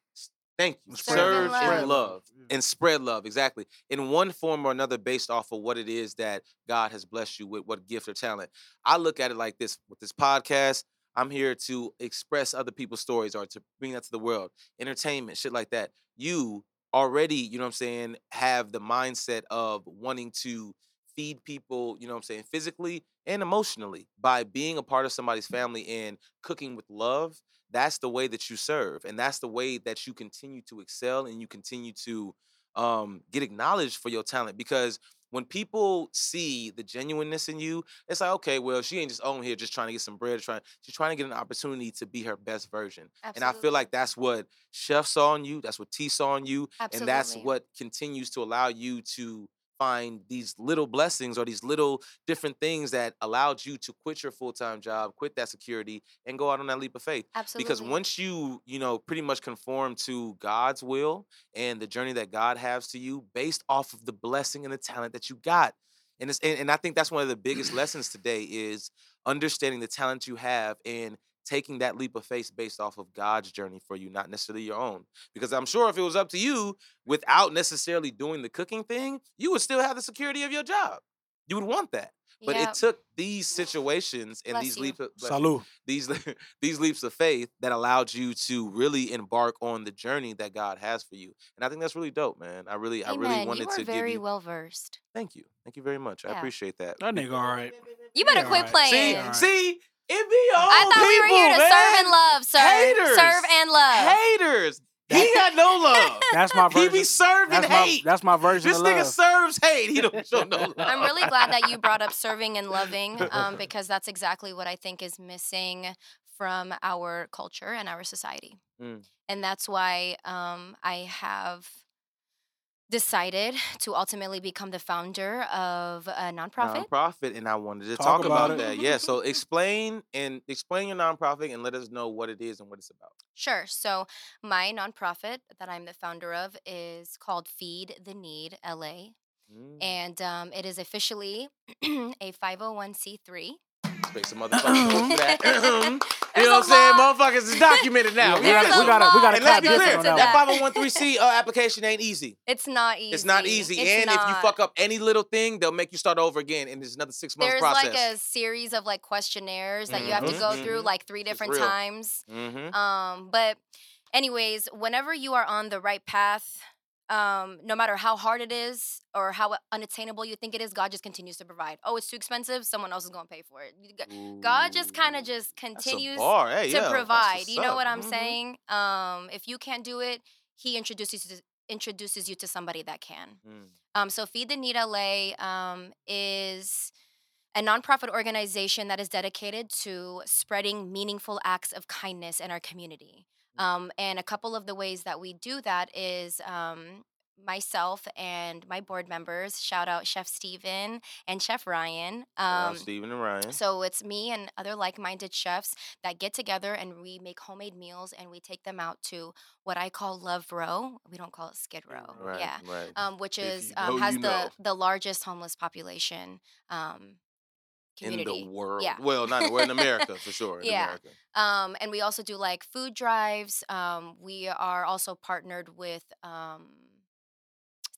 [SPEAKER 3] Thank you.
[SPEAKER 5] And
[SPEAKER 3] Serve,
[SPEAKER 5] spread
[SPEAKER 4] Serve
[SPEAKER 3] and
[SPEAKER 4] and
[SPEAKER 3] love.
[SPEAKER 4] love.
[SPEAKER 5] Yeah.
[SPEAKER 3] and spread love, exactly, in one form or another, based off of what it is that God has blessed you with, what gift or talent. I look at it like this with this podcast. I'm here to express other people's stories or to bring that to the world, entertainment, shit like that. You already, you know what I'm saying, have the mindset of wanting to feed people, you know what I'm saying, physically and emotionally by being a part of somebody's family and cooking with love that's the way that you serve and that's the way that you continue to excel and you continue to um, get acknowledged for your talent because when people see the genuineness in you it's like okay well she ain't just on here just trying to get some bread trying she's trying to get an opportunity to be her best version and i feel like that's what chef saw in you that's what t saw in you and that's
[SPEAKER 4] Absolutely.
[SPEAKER 3] what continues to allow you to find these little blessings or these little different things that allowed you to quit your full-time job quit that security and go out on that leap of faith
[SPEAKER 4] absolutely
[SPEAKER 3] because once you you know pretty much conform to god's will and the journey that god has to you based off of the blessing and the talent that you got and it's and, and i think that's one of the biggest lessons today is understanding the talent you have and taking that leap of faith based off of God's journey for you, not necessarily your own. Because I'm sure if it was up to you, without necessarily doing the cooking thing, you would still have the security of your job. You would want that. But
[SPEAKER 4] yeah.
[SPEAKER 3] it took these situations and
[SPEAKER 4] Bless
[SPEAKER 3] these
[SPEAKER 4] you.
[SPEAKER 3] leaps of, bless you.
[SPEAKER 5] Salud.
[SPEAKER 3] these these leaps of faith that allowed you to really embark on the journey that God has for you. And I think that's really dope, man. I really I really
[SPEAKER 4] Amen.
[SPEAKER 3] wanted
[SPEAKER 4] you are
[SPEAKER 3] to
[SPEAKER 4] very
[SPEAKER 3] give you
[SPEAKER 4] well versed.
[SPEAKER 3] Thank you. Thank you very much. I
[SPEAKER 4] Yeah.
[SPEAKER 3] appreciate that.
[SPEAKER 5] That nigga, all right.
[SPEAKER 4] You better
[SPEAKER 5] Yeah,
[SPEAKER 4] quit
[SPEAKER 5] alright.
[SPEAKER 4] playing.
[SPEAKER 3] See,
[SPEAKER 5] Alright.
[SPEAKER 3] see, it be your
[SPEAKER 4] I
[SPEAKER 3] own
[SPEAKER 4] thought we were here to
[SPEAKER 3] people,
[SPEAKER 4] serve and
[SPEAKER 3] man.
[SPEAKER 4] love, sir.
[SPEAKER 3] Haters.
[SPEAKER 4] Serve and love.
[SPEAKER 3] Haters. He got no love.
[SPEAKER 5] That's my
[SPEAKER 3] he
[SPEAKER 5] version.
[SPEAKER 3] be serving
[SPEAKER 5] that's, my,
[SPEAKER 3] hate.
[SPEAKER 5] that's my version
[SPEAKER 3] this
[SPEAKER 5] of
[SPEAKER 3] nigga
[SPEAKER 5] love.
[SPEAKER 3] serves hate. He don't show no love.
[SPEAKER 4] I'm really glad that you brought up serving and loving um, because that's exactly what I think is missing from our culture and our society.
[SPEAKER 3] Mm.
[SPEAKER 4] And that's why um, I have decided to ultimately become the founder of a nonprofit.
[SPEAKER 3] nonprofit, and I wanted to talk,
[SPEAKER 5] Talk
[SPEAKER 3] about,
[SPEAKER 5] about
[SPEAKER 4] it.
[SPEAKER 3] that. Yeah, so explain and explain your nonprofit and let us know what it is and what it's about.
[SPEAKER 4] Sure. So, my nonprofit that I'm the founder of is called Feed the Need LA.
[SPEAKER 3] Mm.
[SPEAKER 4] And um, it is officially a 501c3.
[SPEAKER 3] Let's make some motherfuckers
[SPEAKER 4] Uh-huh.
[SPEAKER 3] go for that. Uh-huh. you
[SPEAKER 4] There's
[SPEAKER 3] know
[SPEAKER 4] a
[SPEAKER 3] what I'm
[SPEAKER 4] lot-
[SPEAKER 3] saying? Motherfuckers is documented now.
[SPEAKER 5] we
[SPEAKER 3] We
[SPEAKER 4] There's
[SPEAKER 5] gotta,
[SPEAKER 3] gotta-
[SPEAKER 4] a lot
[SPEAKER 5] we gotta, we gotta
[SPEAKER 3] and let's
[SPEAKER 5] clap
[SPEAKER 3] be
[SPEAKER 4] that goes
[SPEAKER 5] this
[SPEAKER 3] clear,
[SPEAKER 5] on
[SPEAKER 4] into
[SPEAKER 5] that.
[SPEAKER 3] that 501c uh, application ain't easy.
[SPEAKER 4] It's not easy.
[SPEAKER 3] It's not easy.
[SPEAKER 4] It's
[SPEAKER 3] and if you
[SPEAKER 4] not.
[SPEAKER 3] fuck up any little thing, they'll make you start over again, and there's another six month
[SPEAKER 4] there's
[SPEAKER 3] process.
[SPEAKER 4] like a series of like questionnaires that you
[SPEAKER 5] Mm-hmm.
[SPEAKER 4] have to
[SPEAKER 3] Mhm,
[SPEAKER 4] go through
[SPEAKER 3] mhm.
[SPEAKER 4] like three
[SPEAKER 3] This is
[SPEAKER 4] different
[SPEAKER 3] real.
[SPEAKER 4] times.
[SPEAKER 3] mm-hmm.
[SPEAKER 4] Um, but anyways, whenever you are on the right path, um, no matter how hard it is or how unattainable you think it is, God just continues to provide. Oh, it's too expensive. Someone else is gonna pay for it. You g- God just kind of just
[SPEAKER 3] That's a
[SPEAKER 4] continues
[SPEAKER 3] bar. Hey,
[SPEAKER 4] to
[SPEAKER 3] yeah, that's
[SPEAKER 4] provide.
[SPEAKER 3] what's
[SPEAKER 4] You know
[SPEAKER 3] up.
[SPEAKER 4] what I'm
[SPEAKER 3] Mhm.
[SPEAKER 4] saying? Um, if you can't do it, He introduces you to, introduces you to somebody that can.
[SPEAKER 3] Mm.
[SPEAKER 4] Um, so Feed the Need LA um, is a nonprofit organization that is dedicated to spreading meaningful acts of kindness in our community.
[SPEAKER 3] Mm.
[SPEAKER 4] Um, and a couple of the ways that we do that is um, myself and my board members. Shout out Chef Steven and Chef Ryan.
[SPEAKER 3] Shout out
[SPEAKER 4] Um,
[SPEAKER 3] Stephen and Ryan.
[SPEAKER 4] so it's me and other like-minded chefs that get together and we make homemade meals and we take them out to what I call Love Row. We don't call it Skid Row.
[SPEAKER 3] Mm, right,
[SPEAKER 4] Yeah
[SPEAKER 3] Right.
[SPEAKER 4] um, which
[SPEAKER 3] If
[SPEAKER 4] is
[SPEAKER 3] you
[SPEAKER 4] um,
[SPEAKER 3] know,
[SPEAKER 4] has
[SPEAKER 3] you
[SPEAKER 4] the
[SPEAKER 3] know.
[SPEAKER 4] the largest homeless population um,
[SPEAKER 3] in
[SPEAKER 4] community.
[SPEAKER 3] the world.
[SPEAKER 4] Yeah.
[SPEAKER 3] Well, not in- we're in America for sure. In
[SPEAKER 4] Yeah.
[SPEAKER 3] America.
[SPEAKER 4] um, and we also do like food drives. Um, we are also partnered with. Um,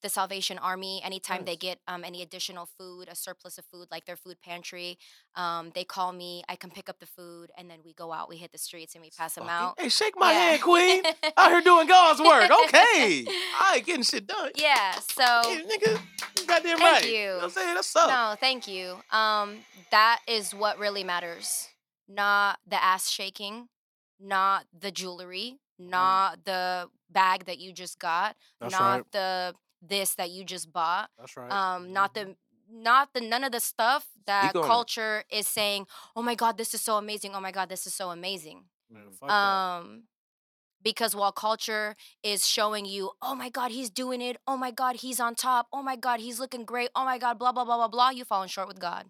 [SPEAKER 4] the Salvation Army, anytime they
[SPEAKER 3] Nice.
[SPEAKER 4] get um, any additional food, a surplus of food, like their food pantry, um, they call me. I can pick up the food, and then we go out, we hit the streets, and we pass them
[SPEAKER 3] Fucking-
[SPEAKER 4] out.
[SPEAKER 3] Hey, shake my
[SPEAKER 4] Yeah.
[SPEAKER 3] hand, Queen. Out here doing God's work. Okay. I ain't getting shit done.
[SPEAKER 4] yeah. So
[SPEAKER 3] Yeah, nigga, you goddamn
[SPEAKER 4] Thank
[SPEAKER 3] right.
[SPEAKER 4] you.
[SPEAKER 3] know what I'm saying? That's up.
[SPEAKER 4] No, thank you. Um, that is what really matters. Not the ass shaking, not the jewelry, not the bag that you just got,
[SPEAKER 5] That's
[SPEAKER 4] not
[SPEAKER 5] right.
[SPEAKER 4] the this that you just bought.
[SPEAKER 5] That's right. Mm-hmm. Mm.
[SPEAKER 4] Um, not the not the none of the stuff that
[SPEAKER 3] on it.
[SPEAKER 4] culture is saying, oh my god, this is so amazing, oh my god, this is so amazing.
[SPEAKER 5] Man, fuck that.
[SPEAKER 4] Um because while culture is showing you, oh my God, he's doing it. Oh my God, he's on top. Oh my God, he's looking great. Oh my God, blah, blah, blah, blah, blah. You're falling short with God.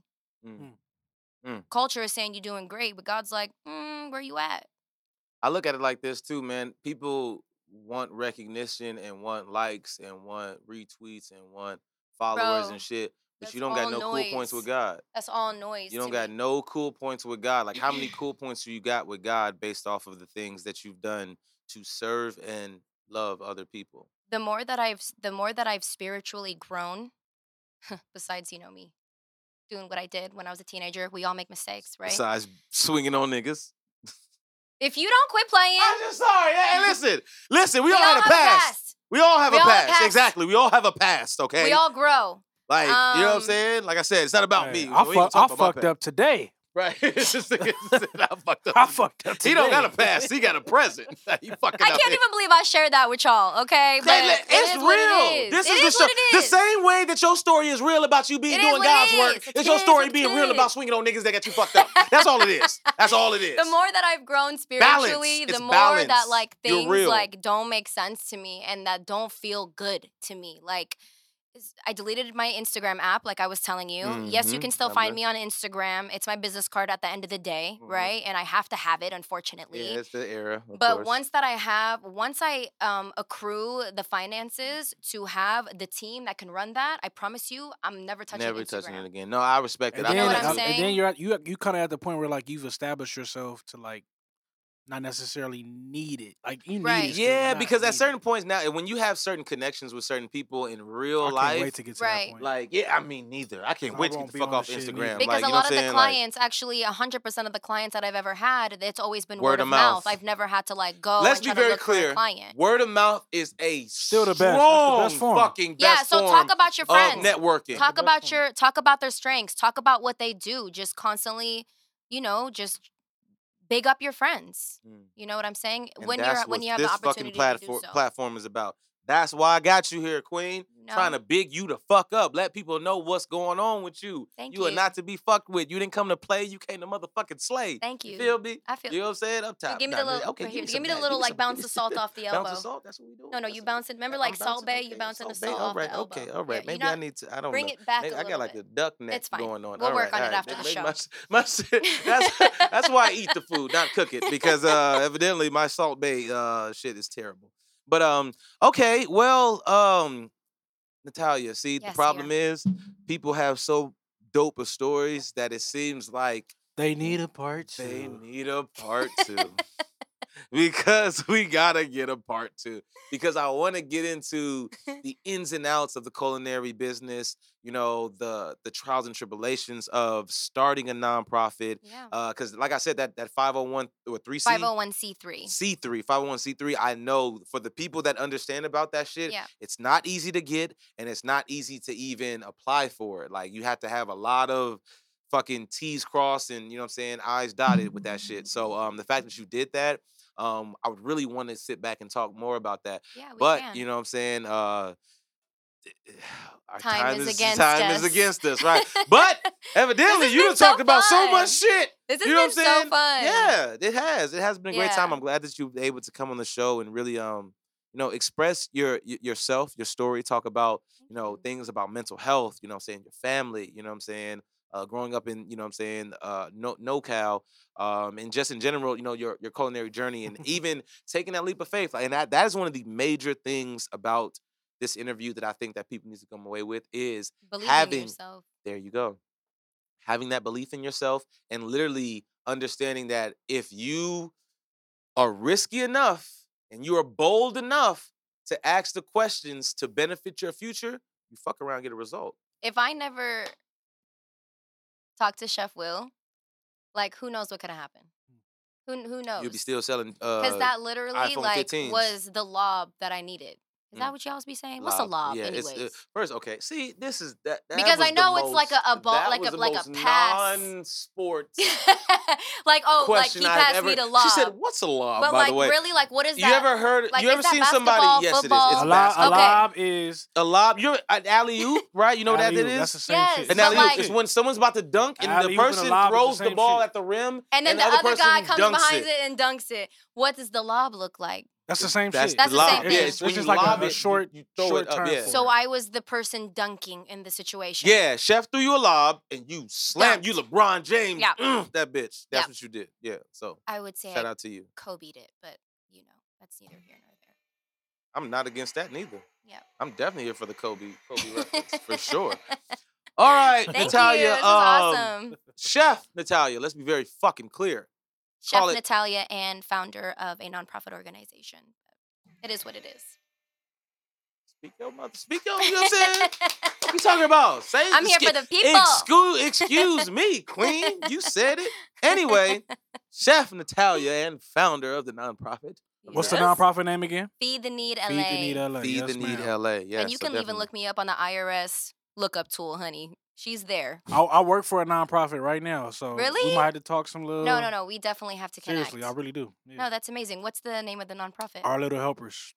[SPEAKER 3] Mm.
[SPEAKER 4] Culture is saying you're doing great, but God's like, mm, where you at?
[SPEAKER 3] I look at it like this too, man. People want recognition and want likes and want retweets and want followers
[SPEAKER 4] Bro,
[SPEAKER 3] and shit. But
[SPEAKER 4] that's
[SPEAKER 3] you don't got
[SPEAKER 4] all
[SPEAKER 3] no cool points with
[SPEAKER 4] noise.
[SPEAKER 3] God.
[SPEAKER 4] That's all noise.
[SPEAKER 3] You don't
[SPEAKER 4] to
[SPEAKER 3] got
[SPEAKER 4] me.
[SPEAKER 3] no cool points with God. Like how many cool points do you got with God based off of the things that you've done to serve and love other people?
[SPEAKER 4] The more that I've, s- the more that I've spiritually grown, besides you know me, doing what I did when I was a teenager. We all make mistakes, right?
[SPEAKER 3] Besides swinging on niggas.
[SPEAKER 4] if you don't quit playing,
[SPEAKER 3] I'm just sorry. Hey, listen, listen. We, all, had a
[SPEAKER 4] have
[SPEAKER 3] past. We all have
[SPEAKER 4] We
[SPEAKER 3] a
[SPEAKER 4] all
[SPEAKER 3] past.
[SPEAKER 4] have past.
[SPEAKER 3] Exactly. We all have a past. Okay.
[SPEAKER 4] We all grow.
[SPEAKER 3] like you know what I'm
[SPEAKER 4] um,
[SPEAKER 3] saying. Like I said, it's not about
[SPEAKER 5] Hey,
[SPEAKER 3] me.
[SPEAKER 5] I,
[SPEAKER 3] We
[SPEAKER 5] fu-
[SPEAKER 3] can
[SPEAKER 5] I
[SPEAKER 3] talk about my
[SPEAKER 5] fucked
[SPEAKER 3] past.
[SPEAKER 5] up today.
[SPEAKER 3] Right. It's just- it's just- I fucked up.
[SPEAKER 5] I fucked up today.
[SPEAKER 3] He don't got a past. He got a present. he fucking
[SPEAKER 4] I
[SPEAKER 3] up
[SPEAKER 4] can't
[SPEAKER 3] here.
[SPEAKER 4] even believe I shared that with y'all. Okay, but
[SPEAKER 3] They-
[SPEAKER 4] it
[SPEAKER 3] it's
[SPEAKER 4] is
[SPEAKER 3] real.
[SPEAKER 4] what it is.
[SPEAKER 3] This
[SPEAKER 4] It
[SPEAKER 3] is the show.
[SPEAKER 4] what it
[SPEAKER 3] The
[SPEAKER 4] is.
[SPEAKER 3] same way that your story is real about you being
[SPEAKER 4] It is
[SPEAKER 3] doing
[SPEAKER 4] what it
[SPEAKER 3] God's
[SPEAKER 4] is.
[SPEAKER 3] work.
[SPEAKER 4] It's
[SPEAKER 3] It's your
[SPEAKER 4] kids,
[SPEAKER 3] story
[SPEAKER 4] it's
[SPEAKER 3] being real
[SPEAKER 4] kids.
[SPEAKER 3] about swinging on niggas that got you fucked up. That's all it is. That's all it is.
[SPEAKER 4] the more that I've grown
[SPEAKER 3] Balance.
[SPEAKER 4] spiritually,
[SPEAKER 3] It's
[SPEAKER 4] the more
[SPEAKER 3] balance.
[SPEAKER 4] that like
[SPEAKER 3] You're
[SPEAKER 4] things
[SPEAKER 3] real.
[SPEAKER 4] like don't make sense to me and that don't feel good to me. Like is- I deleted my Instagram app, like I was telling you. Yes, you
[SPEAKER 3] Mhm.
[SPEAKER 4] can still
[SPEAKER 3] Remember.
[SPEAKER 4] find me on Instagram. It's my business card at the end of the day,
[SPEAKER 3] Mhm.
[SPEAKER 4] right? And I have to have it, unfortunately.
[SPEAKER 3] yeah, it's the era. of
[SPEAKER 4] but
[SPEAKER 3] course.
[SPEAKER 4] once that I have, once I um, accrue the finances to have the team that can run that, I promise you, I'm never touching
[SPEAKER 3] never
[SPEAKER 4] Instagram.
[SPEAKER 3] touching it again. No, I respect it.
[SPEAKER 5] And
[SPEAKER 3] I
[SPEAKER 5] then,
[SPEAKER 4] know what
[SPEAKER 3] think
[SPEAKER 4] I'm
[SPEAKER 3] that's
[SPEAKER 5] and
[SPEAKER 3] a-
[SPEAKER 4] saying?
[SPEAKER 5] then you're at, you you kind of at the point where like you've established yourself to like not necessarily need it. Like you need
[SPEAKER 4] Right.
[SPEAKER 5] it, still, but
[SPEAKER 3] Yeah,
[SPEAKER 5] not
[SPEAKER 3] because at
[SPEAKER 5] need
[SPEAKER 3] certain
[SPEAKER 5] it.
[SPEAKER 3] points now, when you have certain connections with certain people in
[SPEAKER 5] I
[SPEAKER 3] real
[SPEAKER 5] can't
[SPEAKER 3] life,
[SPEAKER 5] wait to get to
[SPEAKER 4] Right.
[SPEAKER 5] that point.
[SPEAKER 3] like yeah, I mean neither. I can't
[SPEAKER 5] I
[SPEAKER 3] wait to
[SPEAKER 5] won't
[SPEAKER 3] get the
[SPEAKER 5] be
[SPEAKER 3] fuck
[SPEAKER 5] on
[SPEAKER 3] off
[SPEAKER 5] this shit
[SPEAKER 3] Instagram.
[SPEAKER 5] neither.
[SPEAKER 3] like, you
[SPEAKER 4] Because
[SPEAKER 3] know
[SPEAKER 4] a lot
[SPEAKER 3] what
[SPEAKER 4] of
[SPEAKER 3] I'm
[SPEAKER 4] the
[SPEAKER 3] saying?
[SPEAKER 4] clients, actually, 100% of the clients that I've ever had, it's always been word, of mouth. I've never had to like go.
[SPEAKER 3] Let's
[SPEAKER 4] and
[SPEAKER 3] be
[SPEAKER 4] try to
[SPEAKER 3] very
[SPEAKER 4] look for a
[SPEAKER 3] clear.
[SPEAKER 4] Client.
[SPEAKER 3] like, word of mouth is a
[SPEAKER 5] Still the best. That's the
[SPEAKER 3] strong
[SPEAKER 5] best form.
[SPEAKER 3] fucking
[SPEAKER 4] Yeah,
[SPEAKER 3] best
[SPEAKER 4] so
[SPEAKER 3] form
[SPEAKER 4] talk about your
[SPEAKER 3] of
[SPEAKER 4] friends.
[SPEAKER 3] networking.
[SPEAKER 4] talk
[SPEAKER 5] the
[SPEAKER 4] about
[SPEAKER 5] best one.
[SPEAKER 4] your talk about their strengths talk about what they do just constantly you know just big up your friends
[SPEAKER 3] Mm.
[SPEAKER 4] you know what i'm saying
[SPEAKER 3] And
[SPEAKER 4] when
[SPEAKER 3] that's
[SPEAKER 4] you're when
[SPEAKER 3] what
[SPEAKER 4] you have
[SPEAKER 3] this
[SPEAKER 4] the
[SPEAKER 3] fucking
[SPEAKER 4] opportunity
[SPEAKER 3] platform
[SPEAKER 4] to do so.
[SPEAKER 3] platform is about. That's why I got you here, Queen.
[SPEAKER 4] You know?
[SPEAKER 3] Trying to big you the fuck up. Let people know what's going on with you.
[SPEAKER 4] Thank
[SPEAKER 3] you are
[SPEAKER 4] you.
[SPEAKER 3] not to be fucked with. You didn't come to play. You came to motherfucking slay.
[SPEAKER 4] thank you
[SPEAKER 3] feel me?
[SPEAKER 4] i feel
[SPEAKER 3] You know what I'm saying? Up
[SPEAKER 4] Dude,
[SPEAKER 3] top.
[SPEAKER 4] give me
[SPEAKER 3] Nah,
[SPEAKER 4] the
[SPEAKER 3] man,
[SPEAKER 4] little
[SPEAKER 3] okay,
[SPEAKER 4] right here.
[SPEAKER 3] me
[SPEAKER 4] Give me
[SPEAKER 3] some back.
[SPEAKER 4] the little
[SPEAKER 3] me
[SPEAKER 4] like
[SPEAKER 3] some-
[SPEAKER 4] bounce assault off the
[SPEAKER 3] Bounce
[SPEAKER 4] elbow.
[SPEAKER 3] assault. That's what we doing.
[SPEAKER 4] No, no,
[SPEAKER 3] That's
[SPEAKER 4] you
[SPEAKER 3] what-
[SPEAKER 4] bouncing. Remember,
[SPEAKER 3] I'm
[SPEAKER 4] like salt
[SPEAKER 3] bouncing,
[SPEAKER 4] bay, you
[SPEAKER 3] okay,
[SPEAKER 4] bouncing
[SPEAKER 3] salt
[SPEAKER 4] the
[SPEAKER 3] bay,
[SPEAKER 4] salt
[SPEAKER 3] all
[SPEAKER 4] off
[SPEAKER 3] right,
[SPEAKER 4] the elbow.
[SPEAKER 3] Okay, all right.
[SPEAKER 4] Yeah,
[SPEAKER 3] Maybe
[SPEAKER 4] you
[SPEAKER 3] I
[SPEAKER 4] not,
[SPEAKER 3] need to. I don't
[SPEAKER 4] bring
[SPEAKER 3] know.
[SPEAKER 4] it back.
[SPEAKER 3] Maybe
[SPEAKER 4] a
[SPEAKER 3] Oh, I got
[SPEAKER 4] little
[SPEAKER 3] like
[SPEAKER 4] bit.
[SPEAKER 3] a duck neck
[SPEAKER 4] It's fine.
[SPEAKER 3] going on.
[SPEAKER 4] We'll
[SPEAKER 3] All
[SPEAKER 4] work
[SPEAKER 3] right,
[SPEAKER 4] on it
[SPEAKER 3] all right.
[SPEAKER 4] after
[SPEAKER 3] Maybe-
[SPEAKER 4] the
[SPEAKER 3] maybe
[SPEAKER 4] show.
[SPEAKER 3] my s- my s- that's, that's why I eat the food, not cook it, because uh, evidently my salt bay uh, shit is terrible. But um, okay, well, um, Natalia, see,
[SPEAKER 4] Yes,
[SPEAKER 3] the problem is people have so dope of stories that it seems like
[SPEAKER 5] they need a part two.
[SPEAKER 3] they need a part two. because we gotta get a part two. Because I wanna get into the ins and outs of the culinary business, you know, the the trials and tribulations of starting a nonprofit.
[SPEAKER 4] Yeah.
[SPEAKER 3] Uh, cause like I said, that that 501 or 3C
[SPEAKER 4] 501c3.
[SPEAKER 3] C3, 501c3, I know for the people that understand about that shit,
[SPEAKER 4] Yeah.
[SPEAKER 3] it's not easy to get and it's not easy to even apply for it. Like you have to have a lot of fucking T's crossed and you know what I'm saying, I's dotted with that shit. So um the fact that you did that, um, I would really want to sit back and talk more about that.
[SPEAKER 4] Yeah, we
[SPEAKER 3] but
[SPEAKER 4] can.
[SPEAKER 3] you know what I'm saying, uh our
[SPEAKER 4] Time is against
[SPEAKER 3] time is
[SPEAKER 4] us.
[SPEAKER 3] against us, right? But evidently
[SPEAKER 4] has
[SPEAKER 3] you
[SPEAKER 4] been
[SPEAKER 3] done
[SPEAKER 4] so
[SPEAKER 3] talked about so
[SPEAKER 4] fun.
[SPEAKER 3] much shit.
[SPEAKER 4] this has
[SPEAKER 3] you know
[SPEAKER 4] been
[SPEAKER 3] what I'm saying?
[SPEAKER 4] so fun.
[SPEAKER 3] Yeah, it has. It has been a great time.
[SPEAKER 4] Yeah.
[SPEAKER 3] I'm glad that you've been able to come on the show and really, um, you know, express your y- yourself, your story, talk about, you know,
[SPEAKER 4] Mm-hmm.
[SPEAKER 3] things about mental health. You know, what I'm saying your family. You know, what I'm saying uh, growing up in, you know, what I'm saying uh, no NoCal, um, and just in general, you know, your your culinary journey and even taking that leap of faith. Like, and that, that is one of the major things about this interview that I think that people need to come away with is
[SPEAKER 4] Believe
[SPEAKER 3] Having-
[SPEAKER 4] in yourself.
[SPEAKER 3] there you go. Having that belief in yourself and literally understanding that if you are risky enough and you are bold enough to ask the questions to benefit your future, you fuck around and get a result.
[SPEAKER 4] If I never talk to Chef Will, like who knows what could have happened? Who kn- who knows?
[SPEAKER 3] Hmm. You'll be still selling. Uh,
[SPEAKER 4] because that literally
[SPEAKER 3] iPhone
[SPEAKER 4] like
[SPEAKER 3] 15s.
[SPEAKER 4] was the lob that I needed. Is
[SPEAKER 3] Mm.
[SPEAKER 4] that what y'all was be saying? What's a
[SPEAKER 3] lob.
[SPEAKER 4] lob,
[SPEAKER 3] Yeah,
[SPEAKER 4] anyways?
[SPEAKER 3] it's, uh, first, okay. See, this is that. that
[SPEAKER 4] Because
[SPEAKER 3] was
[SPEAKER 4] I
[SPEAKER 3] the
[SPEAKER 4] know it's like
[SPEAKER 3] most-
[SPEAKER 4] a- a ball-
[SPEAKER 3] that
[SPEAKER 4] like
[SPEAKER 3] was
[SPEAKER 4] a-
[SPEAKER 3] the
[SPEAKER 4] like a
[SPEAKER 3] most
[SPEAKER 4] pass.
[SPEAKER 3] Non-sports
[SPEAKER 4] like oh, like
[SPEAKER 3] question
[SPEAKER 4] he
[SPEAKER 3] I've
[SPEAKER 4] passed
[SPEAKER 3] ever.
[SPEAKER 4] me the lob,
[SPEAKER 3] She said, "What's a lob?"
[SPEAKER 4] but
[SPEAKER 3] by
[SPEAKER 4] like
[SPEAKER 3] the way,
[SPEAKER 4] really, like what is
[SPEAKER 3] you
[SPEAKER 4] that?
[SPEAKER 3] ever heard?
[SPEAKER 4] like,
[SPEAKER 3] you
[SPEAKER 4] is
[SPEAKER 3] ever
[SPEAKER 4] that
[SPEAKER 3] seen somebody?
[SPEAKER 4] basketball,
[SPEAKER 3] Yes, it is. It's
[SPEAKER 5] a
[SPEAKER 4] football?
[SPEAKER 5] lob,
[SPEAKER 4] Okay.
[SPEAKER 5] a
[SPEAKER 3] basketball.
[SPEAKER 5] lob is
[SPEAKER 3] A lob, you're an alley oop, right? You know what that
[SPEAKER 5] alley-oop.
[SPEAKER 3] is?
[SPEAKER 5] That's the same
[SPEAKER 4] Yes,
[SPEAKER 5] shit.
[SPEAKER 3] An
[SPEAKER 4] but
[SPEAKER 3] alley oop
[SPEAKER 4] like-
[SPEAKER 3] is when someone's about to dunk and the
[SPEAKER 5] Alley-oop and a
[SPEAKER 3] person
[SPEAKER 5] lob is the
[SPEAKER 3] throws the,
[SPEAKER 5] same
[SPEAKER 3] ball
[SPEAKER 5] shit.
[SPEAKER 3] at the rim,
[SPEAKER 4] and
[SPEAKER 3] and
[SPEAKER 4] then the
[SPEAKER 3] the other
[SPEAKER 4] other,
[SPEAKER 3] person
[SPEAKER 4] guy comes
[SPEAKER 3] dunks
[SPEAKER 4] behind
[SPEAKER 3] it.
[SPEAKER 4] it. and dunks it. What does the lob look like?
[SPEAKER 5] that's the same
[SPEAKER 3] That's
[SPEAKER 5] shit.
[SPEAKER 4] That's the
[SPEAKER 3] lob.
[SPEAKER 4] same
[SPEAKER 3] Yeah,
[SPEAKER 4] thing.
[SPEAKER 3] it's,
[SPEAKER 5] That's
[SPEAKER 3] when
[SPEAKER 5] just
[SPEAKER 3] you
[SPEAKER 5] like a-
[SPEAKER 3] lob
[SPEAKER 5] a
[SPEAKER 3] it,
[SPEAKER 5] short-
[SPEAKER 3] you throw
[SPEAKER 5] short
[SPEAKER 3] it up.
[SPEAKER 5] term
[SPEAKER 3] Yeah.
[SPEAKER 5] form.
[SPEAKER 4] So
[SPEAKER 5] Correct.
[SPEAKER 4] I was the person dunking in the situation.
[SPEAKER 3] yeah, chef threw you a lob and you slammed. You LeBron James,
[SPEAKER 4] Yeah.
[SPEAKER 3] mm, that bitch. That's
[SPEAKER 4] Yeah.
[SPEAKER 3] what you did. Yeah. So
[SPEAKER 4] I would say
[SPEAKER 3] shout
[SPEAKER 4] I
[SPEAKER 3] out to you.
[SPEAKER 4] Kobe'd it, but you know that's neither here nor there.
[SPEAKER 3] I'm not against that neither.
[SPEAKER 4] Yeah.
[SPEAKER 3] I'm definitely here for the Kobe Kobe reference for sure. All right,
[SPEAKER 4] Thank
[SPEAKER 3] Natalia.
[SPEAKER 4] you. This is
[SPEAKER 3] um,
[SPEAKER 4] awesome.
[SPEAKER 3] Chef Natalia. Let's be very fucking clear.
[SPEAKER 4] Chef
[SPEAKER 3] call it-
[SPEAKER 4] Natalia and founder of a nonprofit organization. It is what it is.
[SPEAKER 3] Speak your mother. Speak your. You know what I'm saying? What you talking about? Say,
[SPEAKER 4] I'm here for the people.
[SPEAKER 3] Excuse, excuse me, Queen. You said it. Anyway, Chef Natalia and founder of the nonprofit
[SPEAKER 5] What's the
[SPEAKER 4] Yes.
[SPEAKER 5] nonprofit name again?
[SPEAKER 4] Feed the Need LA.
[SPEAKER 5] Feed the Need LA.
[SPEAKER 3] Feed
[SPEAKER 5] yes,
[SPEAKER 3] the Need
[SPEAKER 5] ma'am.
[SPEAKER 3] LA. Yeah,
[SPEAKER 4] and you
[SPEAKER 3] so
[SPEAKER 4] can even
[SPEAKER 3] definitely-
[SPEAKER 4] look me up on the IRS lookup tool, honey. She's there.
[SPEAKER 5] I, I work for a nonprofit right now, so we
[SPEAKER 4] Really?
[SPEAKER 5] might have to talk some little.
[SPEAKER 4] No, no, no. We definitely have to connect.
[SPEAKER 5] Seriously, I really do. Yeah.
[SPEAKER 4] No, that's amazing. What's the name of the nonprofit?
[SPEAKER 5] Our little helpers.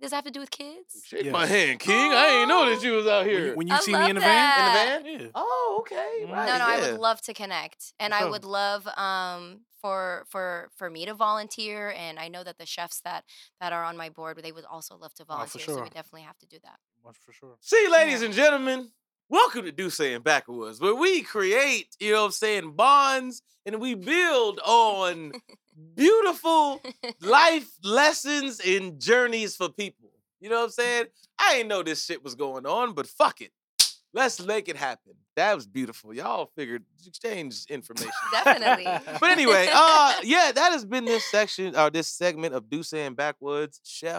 [SPEAKER 4] Does it have to do with kids?
[SPEAKER 3] Shake
[SPEAKER 5] Yes.
[SPEAKER 3] my hand, King. I ain't know that you was out
[SPEAKER 5] When you-
[SPEAKER 3] here.
[SPEAKER 5] When you
[SPEAKER 4] I
[SPEAKER 5] see me
[SPEAKER 4] love
[SPEAKER 5] in the
[SPEAKER 4] that.
[SPEAKER 5] van, in the van, yeah.
[SPEAKER 3] oh, okay.
[SPEAKER 5] No,
[SPEAKER 3] Right,
[SPEAKER 4] No, no, I
[SPEAKER 3] yeah.
[SPEAKER 4] would love to connect, and
[SPEAKER 5] For
[SPEAKER 4] I
[SPEAKER 5] sure.
[SPEAKER 4] would love um for for for me to volunteer, and I know that the chefs that that are on my board they would also love
[SPEAKER 3] Oh,
[SPEAKER 4] to
[SPEAKER 5] for
[SPEAKER 4] volunteer, so
[SPEAKER 5] sure.
[SPEAKER 4] we definitely have to do that.
[SPEAKER 5] Much for sure.
[SPEAKER 3] See, ladies and gentlemen, welcome to Do Saying Backwards, where we create, you know what I'm saying, bonds and we build on beautiful life lessons and journeys for people. You know what I'm saying? I ain't know this shit was going on, but fuck it. Let's make it happen. That was beautiful. Y'all figured exchange information.
[SPEAKER 4] Definitely.
[SPEAKER 3] but anyway, uh, yeah, that has been this section or this segment of Deuce and Backwoods. Chef,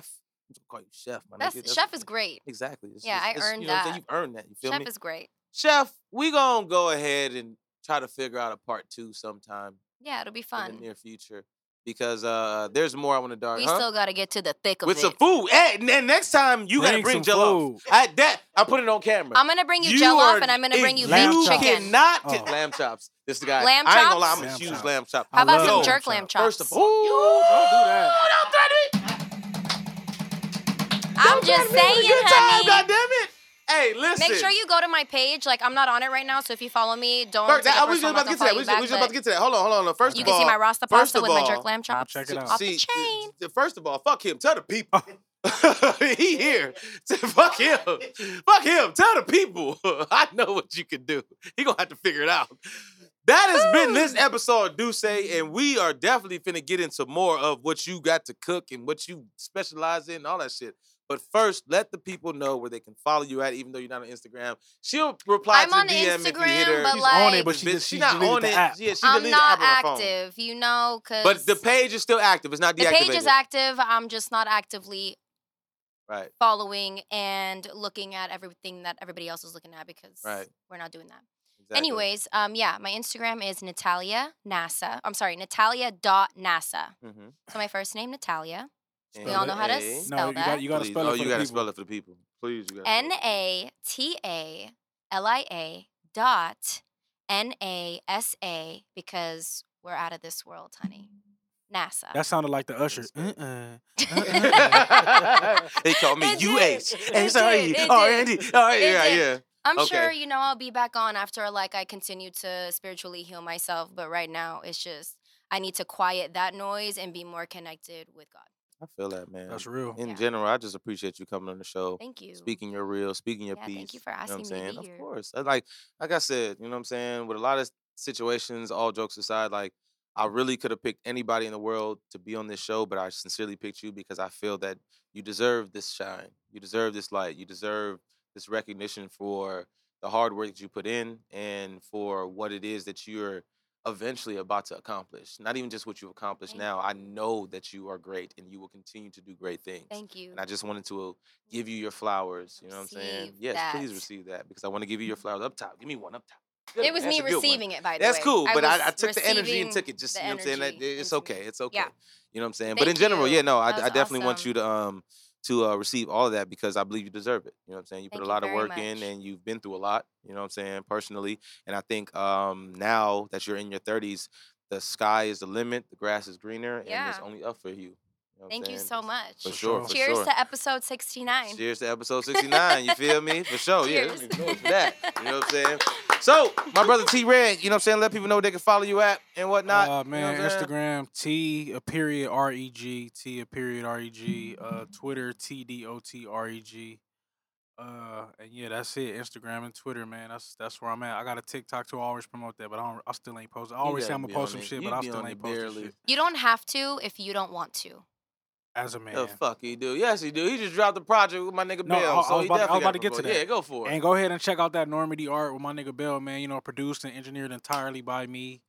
[SPEAKER 3] I'm just gonna call you Chef. My
[SPEAKER 4] That's,
[SPEAKER 3] nigga. That's-
[SPEAKER 4] chef is great.
[SPEAKER 3] Exactly. It's-
[SPEAKER 4] Yeah,
[SPEAKER 3] it's-
[SPEAKER 4] I
[SPEAKER 3] it's-
[SPEAKER 4] earned
[SPEAKER 3] you know what I'm saying?
[SPEAKER 4] that.
[SPEAKER 3] You've earned that. You feel
[SPEAKER 4] Chef
[SPEAKER 3] me?
[SPEAKER 4] is great.
[SPEAKER 3] Chef, we gonna go ahead and try to figure out a part two sometime
[SPEAKER 4] Yeah, it'll be
[SPEAKER 3] in the
[SPEAKER 4] fun.
[SPEAKER 3] near future because uh, there's more I want to dark.
[SPEAKER 4] We
[SPEAKER 3] huh?
[SPEAKER 4] still got to get to the thick
[SPEAKER 3] uh-huh.
[SPEAKER 4] of
[SPEAKER 3] with
[SPEAKER 4] it.
[SPEAKER 3] some food. Hey, and then next time you gotta bring
[SPEAKER 5] Bring some
[SPEAKER 3] jello.
[SPEAKER 5] food.
[SPEAKER 3] I that I put it on camera.
[SPEAKER 4] I'm gonna bring you,
[SPEAKER 3] You
[SPEAKER 4] jello
[SPEAKER 3] are-
[SPEAKER 4] off, and I'm gonna bring you
[SPEAKER 5] if
[SPEAKER 4] baked
[SPEAKER 5] you
[SPEAKER 4] chicken.
[SPEAKER 3] cannot get
[SPEAKER 5] Oh.
[SPEAKER 3] lamb chops. This guy.
[SPEAKER 4] Lamb
[SPEAKER 3] I ain't gonna lie. I'm
[SPEAKER 4] chops?
[SPEAKER 3] a
[SPEAKER 5] Lamb
[SPEAKER 3] huge
[SPEAKER 5] chops.
[SPEAKER 3] lamb chop.
[SPEAKER 5] I
[SPEAKER 4] How about
[SPEAKER 5] love
[SPEAKER 4] some
[SPEAKER 3] Yo,
[SPEAKER 4] jerk lamb chops?
[SPEAKER 3] First of all, Ooh,
[SPEAKER 5] don't do that.
[SPEAKER 3] Don't threaten me.
[SPEAKER 4] I'm just saying, honey.
[SPEAKER 3] it. Hey, listen.
[SPEAKER 4] Make sure you go to my page. Like I'm not on it right now, so if you follow me, don't.
[SPEAKER 3] First,
[SPEAKER 4] take it
[SPEAKER 3] that, we just
[SPEAKER 4] personal
[SPEAKER 3] about to
[SPEAKER 4] not
[SPEAKER 3] get to that.
[SPEAKER 4] follow
[SPEAKER 3] We
[SPEAKER 4] you
[SPEAKER 3] just, we
[SPEAKER 4] back,
[SPEAKER 3] just
[SPEAKER 4] but
[SPEAKER 3] about to get to that. Hold on, hold on. hold on. First
[SPEAKER 4] You
[SPEAKER 3] of
[SPEAKER 4] can
[SPEAKER 3] all,
[SPEAKER 4] see my rasta
[SPEAKER 3] first
[SPEAKER 4] pasta
[SPEAKER 3] of
[SPEAKER 4] with my
[SPEAKER 3] all,
[SPEAKER 4] jerk lamb chops.
[SPEAKER 5] check it out.
[SPEAKER 4] Off
[SPEAKER 3] see,
[SPEAKER 4] the chain.
[SPEAKER 3] th- first of all, fuck him. Tell the people. he here. fuck him. Fuck him. Tell the people. I know what you can do. He gonna have to figure it out. That has been this episode of Duce, and we are definitely finna get into more of what you got to cook and what you specialize in and all that shit. But first, let the people know where they can follow you at, even though you're not on Instagram. She'll reply
[SPEAKER 4] I'm
[SPEAKER 3] to
[SPEAKER 4] on
[SPEAKER 3] DM if you hit
[SPEAKER 4] Instagram,
[SPEAKER 3] her.
[SPEAKER 4] but
[SPEAKER 5] She's on
[SPEAKER 4] like-
[SPEAKER 5] it, but she,
[SPEAKER 3] Bitch,
[SPEAKER 5] just, she,
[SPEAKER 3] she not
[SPEAKER 5] deleted
[SPEAKER 3] on
[SPEAKER 5] the
[SPEAKER 3] it.
[SPEAKER 5] app.
[SPEAKER 3] Yeah, she
[SPEAKER 4] I'm
[SPEAKER 3] deleted
[SPEAKER 4] not
[SPEAKER 3] the app on her phone.
[SPEAKER 4] active, you know, cause
[SPEAKER 3] But the page is still active. It's not
[SPEAKER 4] the
[SPEAKER 3] deactivated.
[SPEAKER 4] page is active. I'm just not actively
[SPEAKER 3] Right.
[SPEAKER 4] following and looking at everything that everybody else is looking at because
[SPEAKER 3] Right.
[SPEAKER 4] we're not doing that.
[SPEAKER 3] Exactly.
[SPEAKER 4] Anyways, um, yeah, my Instagram is Natalia NASA. I'm sorry, Natalia.NASA.
[SPEAKER 3] Mhm.
[SPEAKER 4] So my first name, Natalia. We
[SPEAKER 3] And
[SPEAKER 4] all know how to
[SPEAKER 3] A-
[SPEAKER 4] s-
[SPEAKER 5] No,
[SPEAKER 4] Spell
[SPEAKER 5] you
[SPEAKER 4] that.
[SPEAKER 5] got, you got to
[SPEAKER 3] Please.
[SPEAKER 5] spell
[SPEAKER 3] oh,
[SPEAKER 5] it for
[SPEAKER 3] you
[SPEAKER 5] the
[SPEAKER 3] gotta
[SPEAKER 5] people.
[SPEAKER 3] spell it for the people. Please, you gotta.
[SPEAKER 4] N
[SPEAKER 3] spell it.
[SPEAKER 4] A T A L I A dot N A S A because we're out of this world, honey. NASA.
[SPEAKER 5] That sounded like the usher.
[SPEAKER 3] Spell it.
[SPEAKER 5] Uh-uh.
[SPEAKER 3] they call me
[SPEAKER 4] It did.
[SPEAKER 3] UH.
[SPEAKER 4] It
[SPEAKER 3] Hey, sorry.
[SPEAKER 4] did. It
[SPEAKER 3] Oh,
[SPEAKER 4] did.
[SPEAKER 3] Andy. All right,
[SPEAKER 4] It
[SPEAKER 3] yeah,
[SPEAKER 4] did.
[SPEAKER 3] yeah.
[SPEAKER 4] I'm
[SPEAKER 3] Okay.
[SPEAKER 4] sure you know I'll be back on after like I continue to spiritually heal myself, but right now it's just I need to quiet that noise and be more connected with God.
[SPEAKER 3] I feel that, man.
[SPEAKER 5] That's real.
[SPEAKER 3] In
[SPEAKER 4] Yeah.
[SPEAKER 3] general, I just appreciate you coming on the show,
[SPEAKER 4] Thank you.
[SPEAKER 3] speaking your real, speaking your
[SPEAKER 4] yeah,
[SPEAKER 3] piece.
[SPEAKER 4] thank you for
[SPEAKER 3] you
[SPEAKER 4] asking
[SPEAKER 3] know
[SPEAKER 4] me
[SPEAKER 3] what I'm saying?
[SPEAKER 4] to be here.
[SPEAKER 3] Of course. I- Like like I said, you know what I'm saying? With a lot of situations, all jokes aside, like I really could have picked anybody in the world to be on this show, but I sincerely picked you because I feel that you deserve this shine. You deserve this light. You deserve this recognition for the hard work that you put in and for what it is that you're eventually about to accomplish. Not even just what you accomplished
[SPEAKER 4] Thank
[SPEAKER 3] now.
[SPEAKER 4] you.
[SPEAKER 3] I know that you are great and you will continue to do great things.
[SPEAKER 4] Thank you.
[SPEAKER 3] And I just wanted to give you your flowers. You know what I'm saying?
[SPEAKER 4] Receive
[SPEAKER 3] Yes, please
[SPEAKER 4] that. Mm-hmm.
[SPEAKER 3] receive that because I want to give you your flowers up top. Give me one up top. Good
[SPEAKER 4] It
[SPEAKER 3] one.
[SPEAKER 4] was
[SPEAKER 3] That's
[SPEAKER 4] me
[SPEAKER 3] a good one.
[SPEAKER 4] receiving it by the
[SPEAKER 3] That's
[SPEAKER 4] way.
[SPEAKER 3] cool, but I, I took
[SPEAKER 4] was
[SPEAKER 3] the energy and
[SPEAKER 4] receiving-
[SPEAKER 3] took it. Just
[SPEAKER 4] the
[SPEAKER 3] you know what I'm saying. That,
[SPEAKER 4] energy
[SPEAKER 3] it's
[SPEAKER 4] into
[SPEAKER 3] okay.
[SPEAKER 4] me.
[SPEAKER 3] It's okay.
[SPEAKER 4] Yeah.
[SPEAKER 3] You know what I'm saying. But in
[SPEAKER 4] Thank
[SPEAKER 3] general, yeah,
[SPEAKER 4] you.
[SPEAKER 3] no, I,
[SPEAKER 4] That
[SPEAKER 3] I
[SPEAKER 4] was
[SPEAKER 3] definitely want
[SPEAKER 4] awesome.
[SPEAKER 3] you to um to uh, receive all of that because I believe you deserve it. You know what I'm saying. You put
[SPEAKER 4] Thank
[SPEAKER 3] a
[SPEAKER 4] you
[SPEAKER 3] lot of
[SPEAKER 4] very
[SPEAKER 3] work in
[SPEAKER 4] much.
[SPEAKER 3] and you've been through a lot. You know what I'm saying personally. And I think um now that you're in your 30s, the sky is the limit. The grass is greener, and it's
[SPEAKER 4] Yeah.
[SPEAKER 3] only up for you. you know what I'm
[SPEAKER 4] Thank you
[SPEAKER 3] saying?
[SPEAKER 4] so much.
[SPEAKER 3] For sure.
[SPEAKER 5] sure.
[SPEAKER 3] For
[SPEAKER 4] Cheers
[SPEAKER 3] sure.
[SPEAKER 4] to episode 69.
[SPEAKER 3] Cheers to episode 69. You feel me? For sure. Yeah,
[SPEAKER 4] Cheers.
[SPEAKER 3] let's get going for that. You know what I'm saying? So, my brother T Red, you know what I'm saying? Let people know they can follow you at and whatnot.
[SPEAKER 5] uh,
[SPEAKER 3] You know
[SPEAKER 5] man,
[SPEAKER 3] what I'm saying?
[SPEAKER 5] Instagram T a period R E G T a period R E G. Uh, Twitter T D O T R E G. Uh, and yeah, that's it. Instagram and Twitter, man. That's that's where I'm at. I got a TikTok too. I always promote that, but I don't. I still ain't posted. I
[SPEAKER 3] You
[SPEAKER 5] always say
[SPEAKER 3] gotta
[SPEAKER 5] I'm
[SPEAKER 3] be
[SPEAKER 5] gonna
[SPEAKER 3] on
[SPEAKER 5] post some
[SPEAKER 3] it.
[SPEAKER 5] shit,
[SPEAKER 3] You
[SPEAKER 5] but I
[SPEAKER 3] be
[SPEAKER 5] still
[SPEAKER 3] on
[SPEAKER 5] ain't
[SPEAKER 3] it
[SPEAKER 5] posting
[SPEAKER 3] barely.
[SPEAKER 5] shit.
[SPEAKER 4] You don't have to if you don't want to.
[SPEAKER 5] As a man.
[SPEAKER 3] The fuck he do? Yes, he do. He just dropped the project with my nigga
[SPEAKER 5] No, I-
[SPEAKER 3] Bill.
[SPEAKER 5] I
[SPEAKER 3] so
[SPEAKER 5] was
[SPEAKER 3] he
[SPEAKER 5] about to- I was
[SPEAKER 3] definitely
[SPEAKER 5] about
[SPEAKER 3] got
[SPEAKER 5] to get to
[SPEAKER 3] promote.
[SPEAKER 5] that.
[SPEAKER 3] Yeah, go for it.
[SPEAKER 5] And go ahead and check out that Normandy art with my nigga Bill, man. You know, produced and engineered entirely by me.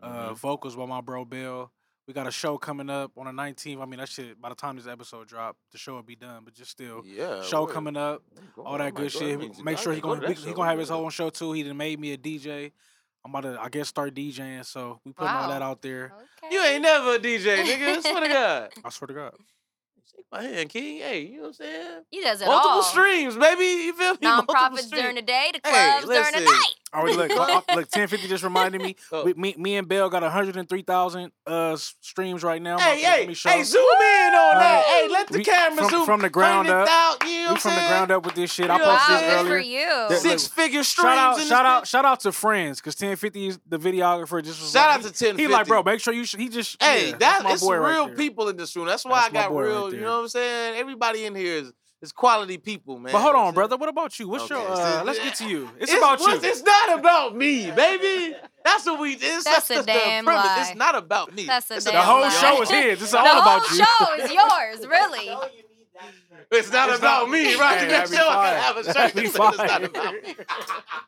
[SPEAKER 5] Uh,
[SPEAKER 3] Mhm.
[SPEAKER 5] vocals by my bro Bill. We got a show coming up on the 19th. I mean, that shit. By the time this episode drop, the show will be done. But just still,
[SPEAKER 3] Mm-hmm. yeah.
[SPEAKER 5] show
[SPEAKER 3] word.
[SPEAKER 5] coming up,
[SPEAKER 3] I'm going.
[SPEAKER 5] all
[SPEAKER 3] I
[SPEAKER 5] that
[SPEAKER 3] might
[SPEAKER 5] good
[SPEAKER 3] go. That
[SPEAKER 5] shit.
[SPEAKER 3] means-
[SPEAKER 5] Make
[SPEAKER 3] I
[SPEAKER 5] sure
[SPEAKER 3] might
[SPEAKER 5] he
[SPEAKER 3] go to
[SPEAKER 5] gonna
[SPEAKER 3] that
[SPEAKER 5] we,
[SPEAKER 3] show.
[SPEAKER 5] he gonna have his
[SPEAKER 3] Yeah.
[SPEAKER 5] own show too. He done made me a DJ. I'm about to, I guess, start DJing. So we putting all
[SPEAKER 4] Wow.
[SPEAKER 5] that out there.
[SPEAKER 4] Okay.
[SPEAKER 3] You ain't never a DJ, nigga. I swear to God.
[SPEAKER 5] I swear to God.
[SPEAKER 3] Shake my hand, King. Hey, you know what I'm saying?
[SPEAKER 4] He does it
[SPEAKER 3] Multiple
[SPEAKER 4] all.
[SPEAKER 3] streams, baby. You feel me? Multiple
[SPEAKER 4] Nonprofits during
[SPEAKER 3] streams.
[SPEAKER 4] the day, the
[SPEAKER 3] Hey,
[SPEAKER 4] clubs during the
[SPEAKER 3] listen.
[SPEAKER 4] night.
[SPEAKER 5] All right, look, look, look 1050 just reminded me.
[SPEAKER 3] Oh.
[SPEAKER 5] We, me, me and Bill got 103,000 uh s- streams right now. I'm about
[SPEAKER 3] Hey,
[SPEAKER 5] to let
[SPEAKER 3] hey, hey,
[SPEAKER 5] me show.
[SPEAKER 3] zoom in on that.
[SPEAKER 5] Woo!
[SPEAKER 3] Hey, let the
[SPEAKER 5] We-
[SPEAKER 3] camera
[SPEAKER 5] from-
[SPEAKER 3] zoom
[SPEAKER 5] from the ground up.
[SPEAKER 3] 100,000, you know what
[SPEAKER 5] we
[SPEAKER 3] I'm
[SPEAKER 5] from the
[SPEAKER 3] saying?
[SPEAKER 5] ground up with this shit. I
[SPEAKER 3] You know what I'm
[SPEAKER 5] posted
[SPEAKER 4] Wow,
[SPEAKER 5] this
[SPEAKER 3] saying?
[SPEAKER 4] good
[SPEAKER 5] earlier.
[SPEAKER 4] for you.
[SPEAKER 5] That-
[SPEAKER 3] Six figure streams.
[SPEAKER 5] Shout out,
[SPEAKER 3] in
[SPEAKER 5] shout
[SPEAKER 3] this
[SPEAKER 5] out,
[SPEAKER 3] bitch.
[SPEAKER 5] shout out to friends, cause 1050 is the videographer. Just was
[SPEAKER 3] Shout
[SPEAKER 5] like-
[SPEAKER 3] out to 1050.
[SPEAKER 5] He like, bro, make sure you. Sh-. He just,
[SPEAKER 3] Hey,
[SPEAKER 5] yeah, that's
[SPEAKER 3] that
[SPEAKER 5] my
[SPEAKER 3] it's
[SPEAKER 5] boy
[SPEAKER 3] real
[SPEAKER 5] right there.
[SPEAKER 3] people in this room. That's why
[SPEAKER 5] That's
[SPEAKER 3] I
[SPEAKER 5] my
[SPEAKER 3] got
[SPEAKER 5] boy right
[SPEAKER 3] real. you
[SPEAKER 5] there.
[SPEAKER 3] know what I'm saying? Everybody in here is is quality people, man.
[SPEAKER 5] But hold
[SPEAKER 3] You know
[SPEAKER 5] on,
[SPEAKER 3] what I'm
[SPEAKER 5] brother. What about you? What's your?
[SPEAKER 3] Okay,
[SPEAKER 5] Uh,
[SPEAKER 3] see,
[SPEAKER 5] let's
[SPEAKER 3] th-
[SPEAKER 5] get to you. It's,
[SPEAKER 3] saying?
[SPEAKER 5] about you.
[SPEAKER 3] what's- It's not about me, baby. That's what we. It's,
[SPEAKER 4] That's a
[SPEAKER 3] the
[SPEAKER 4] damn
[SPEAKER 3] premise.
[SPEAKER 4] lie.
[SPEAKER 3] It's not about me.
[SPEAKER 4] That's a
[SPEAKER 3] It's
[SPEAKER 5] the
[SPEAKER 4] damn
[SPEAKER 5] whole
[SPEAKER 4] lie.
[SPEAKER 5] show is his. It's
[SPEAKER 4] the
[SPEAKER 5] all about you.
[SPEAKER 4] whole show is yours, really.
[SPEAKER 3] It's not
[SPEAKER 5] It's
[SPEAKER 3] about
[SPEAKER 5] not-
[SPEAKER 3] me, right?
[SPEAKER 5] Hey,
[SPEAKER 3] You
[SPEAKER 5] that'd
[SPEAKER 3] can
[SPEAKER 5] be
[SPEAKER 3] show I
[SPEAKER 5] fire.
[SPEAKER 3] can have a shirt that
[SPEAKER 5] That'd be
[SPEAKER 3] says it's
[SPEAKER 5] fire.
[SPEAKER 3] not about me.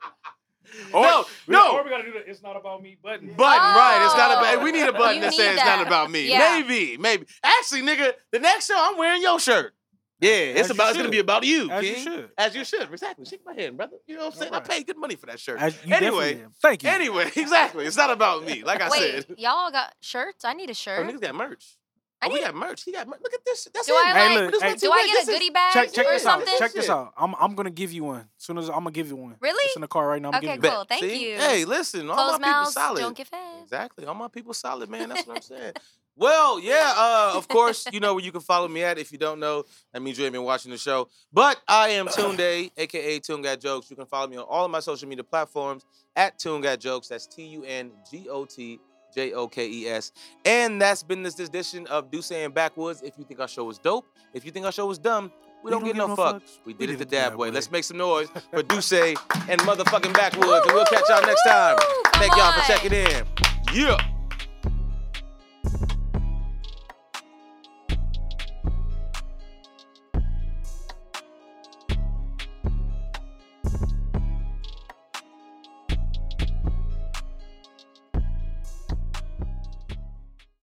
[SPEAKER 5] Or-
[SPEAKER 3] no,
[SPEAKER 5] we-
[SPEAKER 3] no.
[SPEAKER 5] Or we gotta do the it's not about me button.
[SPEAKER 3] Button, right? It's not about.
[SPEAKER 4] Oh,
[SPEAKER 3] We need a button
[SPEAKER 4] you
[SPEAKER 3] that
[SPEAKER 4] need
[SPEAKER 3] says it's
[SPEAKER 4] that.
[SPEAKER 3] not about me.
[SPEAKER 4] Yeah.
[SPEAKER 3] Maybe, maybe. Actually, nigga, the next show I'm wearing your shirt. Yeah, it's
[SPEAKER 5] As you
[SPEAKER 3] about. It's gonna
[SPEAKER 5] should.
[SPEAKER 3] be about you,
[SPEAKER 5] As you
[SPEAKER 3] King.
[SPEAKER 5] should.
[SPEAKER 3] As you should. Exactly. Shake my hand, brother. You know what I'm saying?
[SPEAKER 5] Alright.
[SPEAKER 3] I paid good money for that shirt.
[SPEAKER 5] As Uh, you
[SPEAKER 3] Anyway,
[SPEAKER 5] definitely am. thank you.
[SPEAKER 3] Anyway, exactly. It's not about me. Like I said.
[SPEAKER 4] Wait, y'all got shirts? I need a
[SPEAKER 3] Oh,
[SPEAKER 4] shirt.
[SPEAKER 3] niggas got merch.
[SPEAKER 4] I
[SPEAKER 3] Oh, we
[SPEAKER 4] need-
[SPEAKER 3] got merch. He got merch. Look at this. shit. That's
[SPEAKER 4] do
[SPEAKER 3] him.
[SPEAKER 4] I
[SPEAKER 5] Hey,
[SPEAKER 4] like?
[SPEAKER 5] look,
[SPEAKER 3] But this
[SPEAKER 5] hey,
[SPEAKER 3] one
[SPEAKER 4] do
[SPEAKER 3] too
[SPEAKER 4] I
[SPEAKER 3] big.
[SPEAKER 4] get a
[SPEAKER 3] This is-
[SPEAKER 4] goodie bag
[SPEAKER 5] check check
[SPEAKER 4] or
[SPEAKER 5] this out.
[SPEAKER 4] something?
[SPEAKER 5] Check this
[SPEAKER 3] Shit.
[SPEAKER 5] out. I'm I'm gonna give you one. Soon as I'm gonna give you one.
[SPEAKER 4] Really?
[SPEAKER 5] It's in the car right now. I'm
[SPEAKER 4] Okay,
[SPEAKER 5] giving you
[SPEAKER 4] cool.
[SPEAKER 5] one.
[SPEAKER 3] Bet.
[SPEAKER 4] thank
[SPEAKER 3] See?
[SPEAKER 4] you.
[SPEAKER 3] Hey, listen, all
[SPEAKER 4] Closed
[SPEAKER 3] my people
[SPEAKER 4] mouths
[SPEAKER 3] solid.
[SPEAKER 4] don't get fed.
[SPEAKER 3] Exactly. All my people solid, man. That's what I'm saying. Well, yeah, uh, of course, you know where you can follow me at. If you don't know, that means you ain't been watching the show. But I am Toon Day, aka Toon Got Jokes. You can follow me on all of my social media platforms at Toon Got Jokes. That's T U N G O T J O K E S. And that's been this edition of Deuce and Backwoods. If you think our show was dope, if you think our show was dumb, we don't get no, fuck. We did it the dab way. Let's make some noise for Deuce and motherfucking Backwoods. And we'll catch y'all next time.
[SPEAKER 4] Woo,
[SPEAKER 3] Thank y'all
[SPEAKER 4] come
[SPEAKER 3] for
[SPEAKER 4] on.
[SPEAKER 3] checking in. Yeah.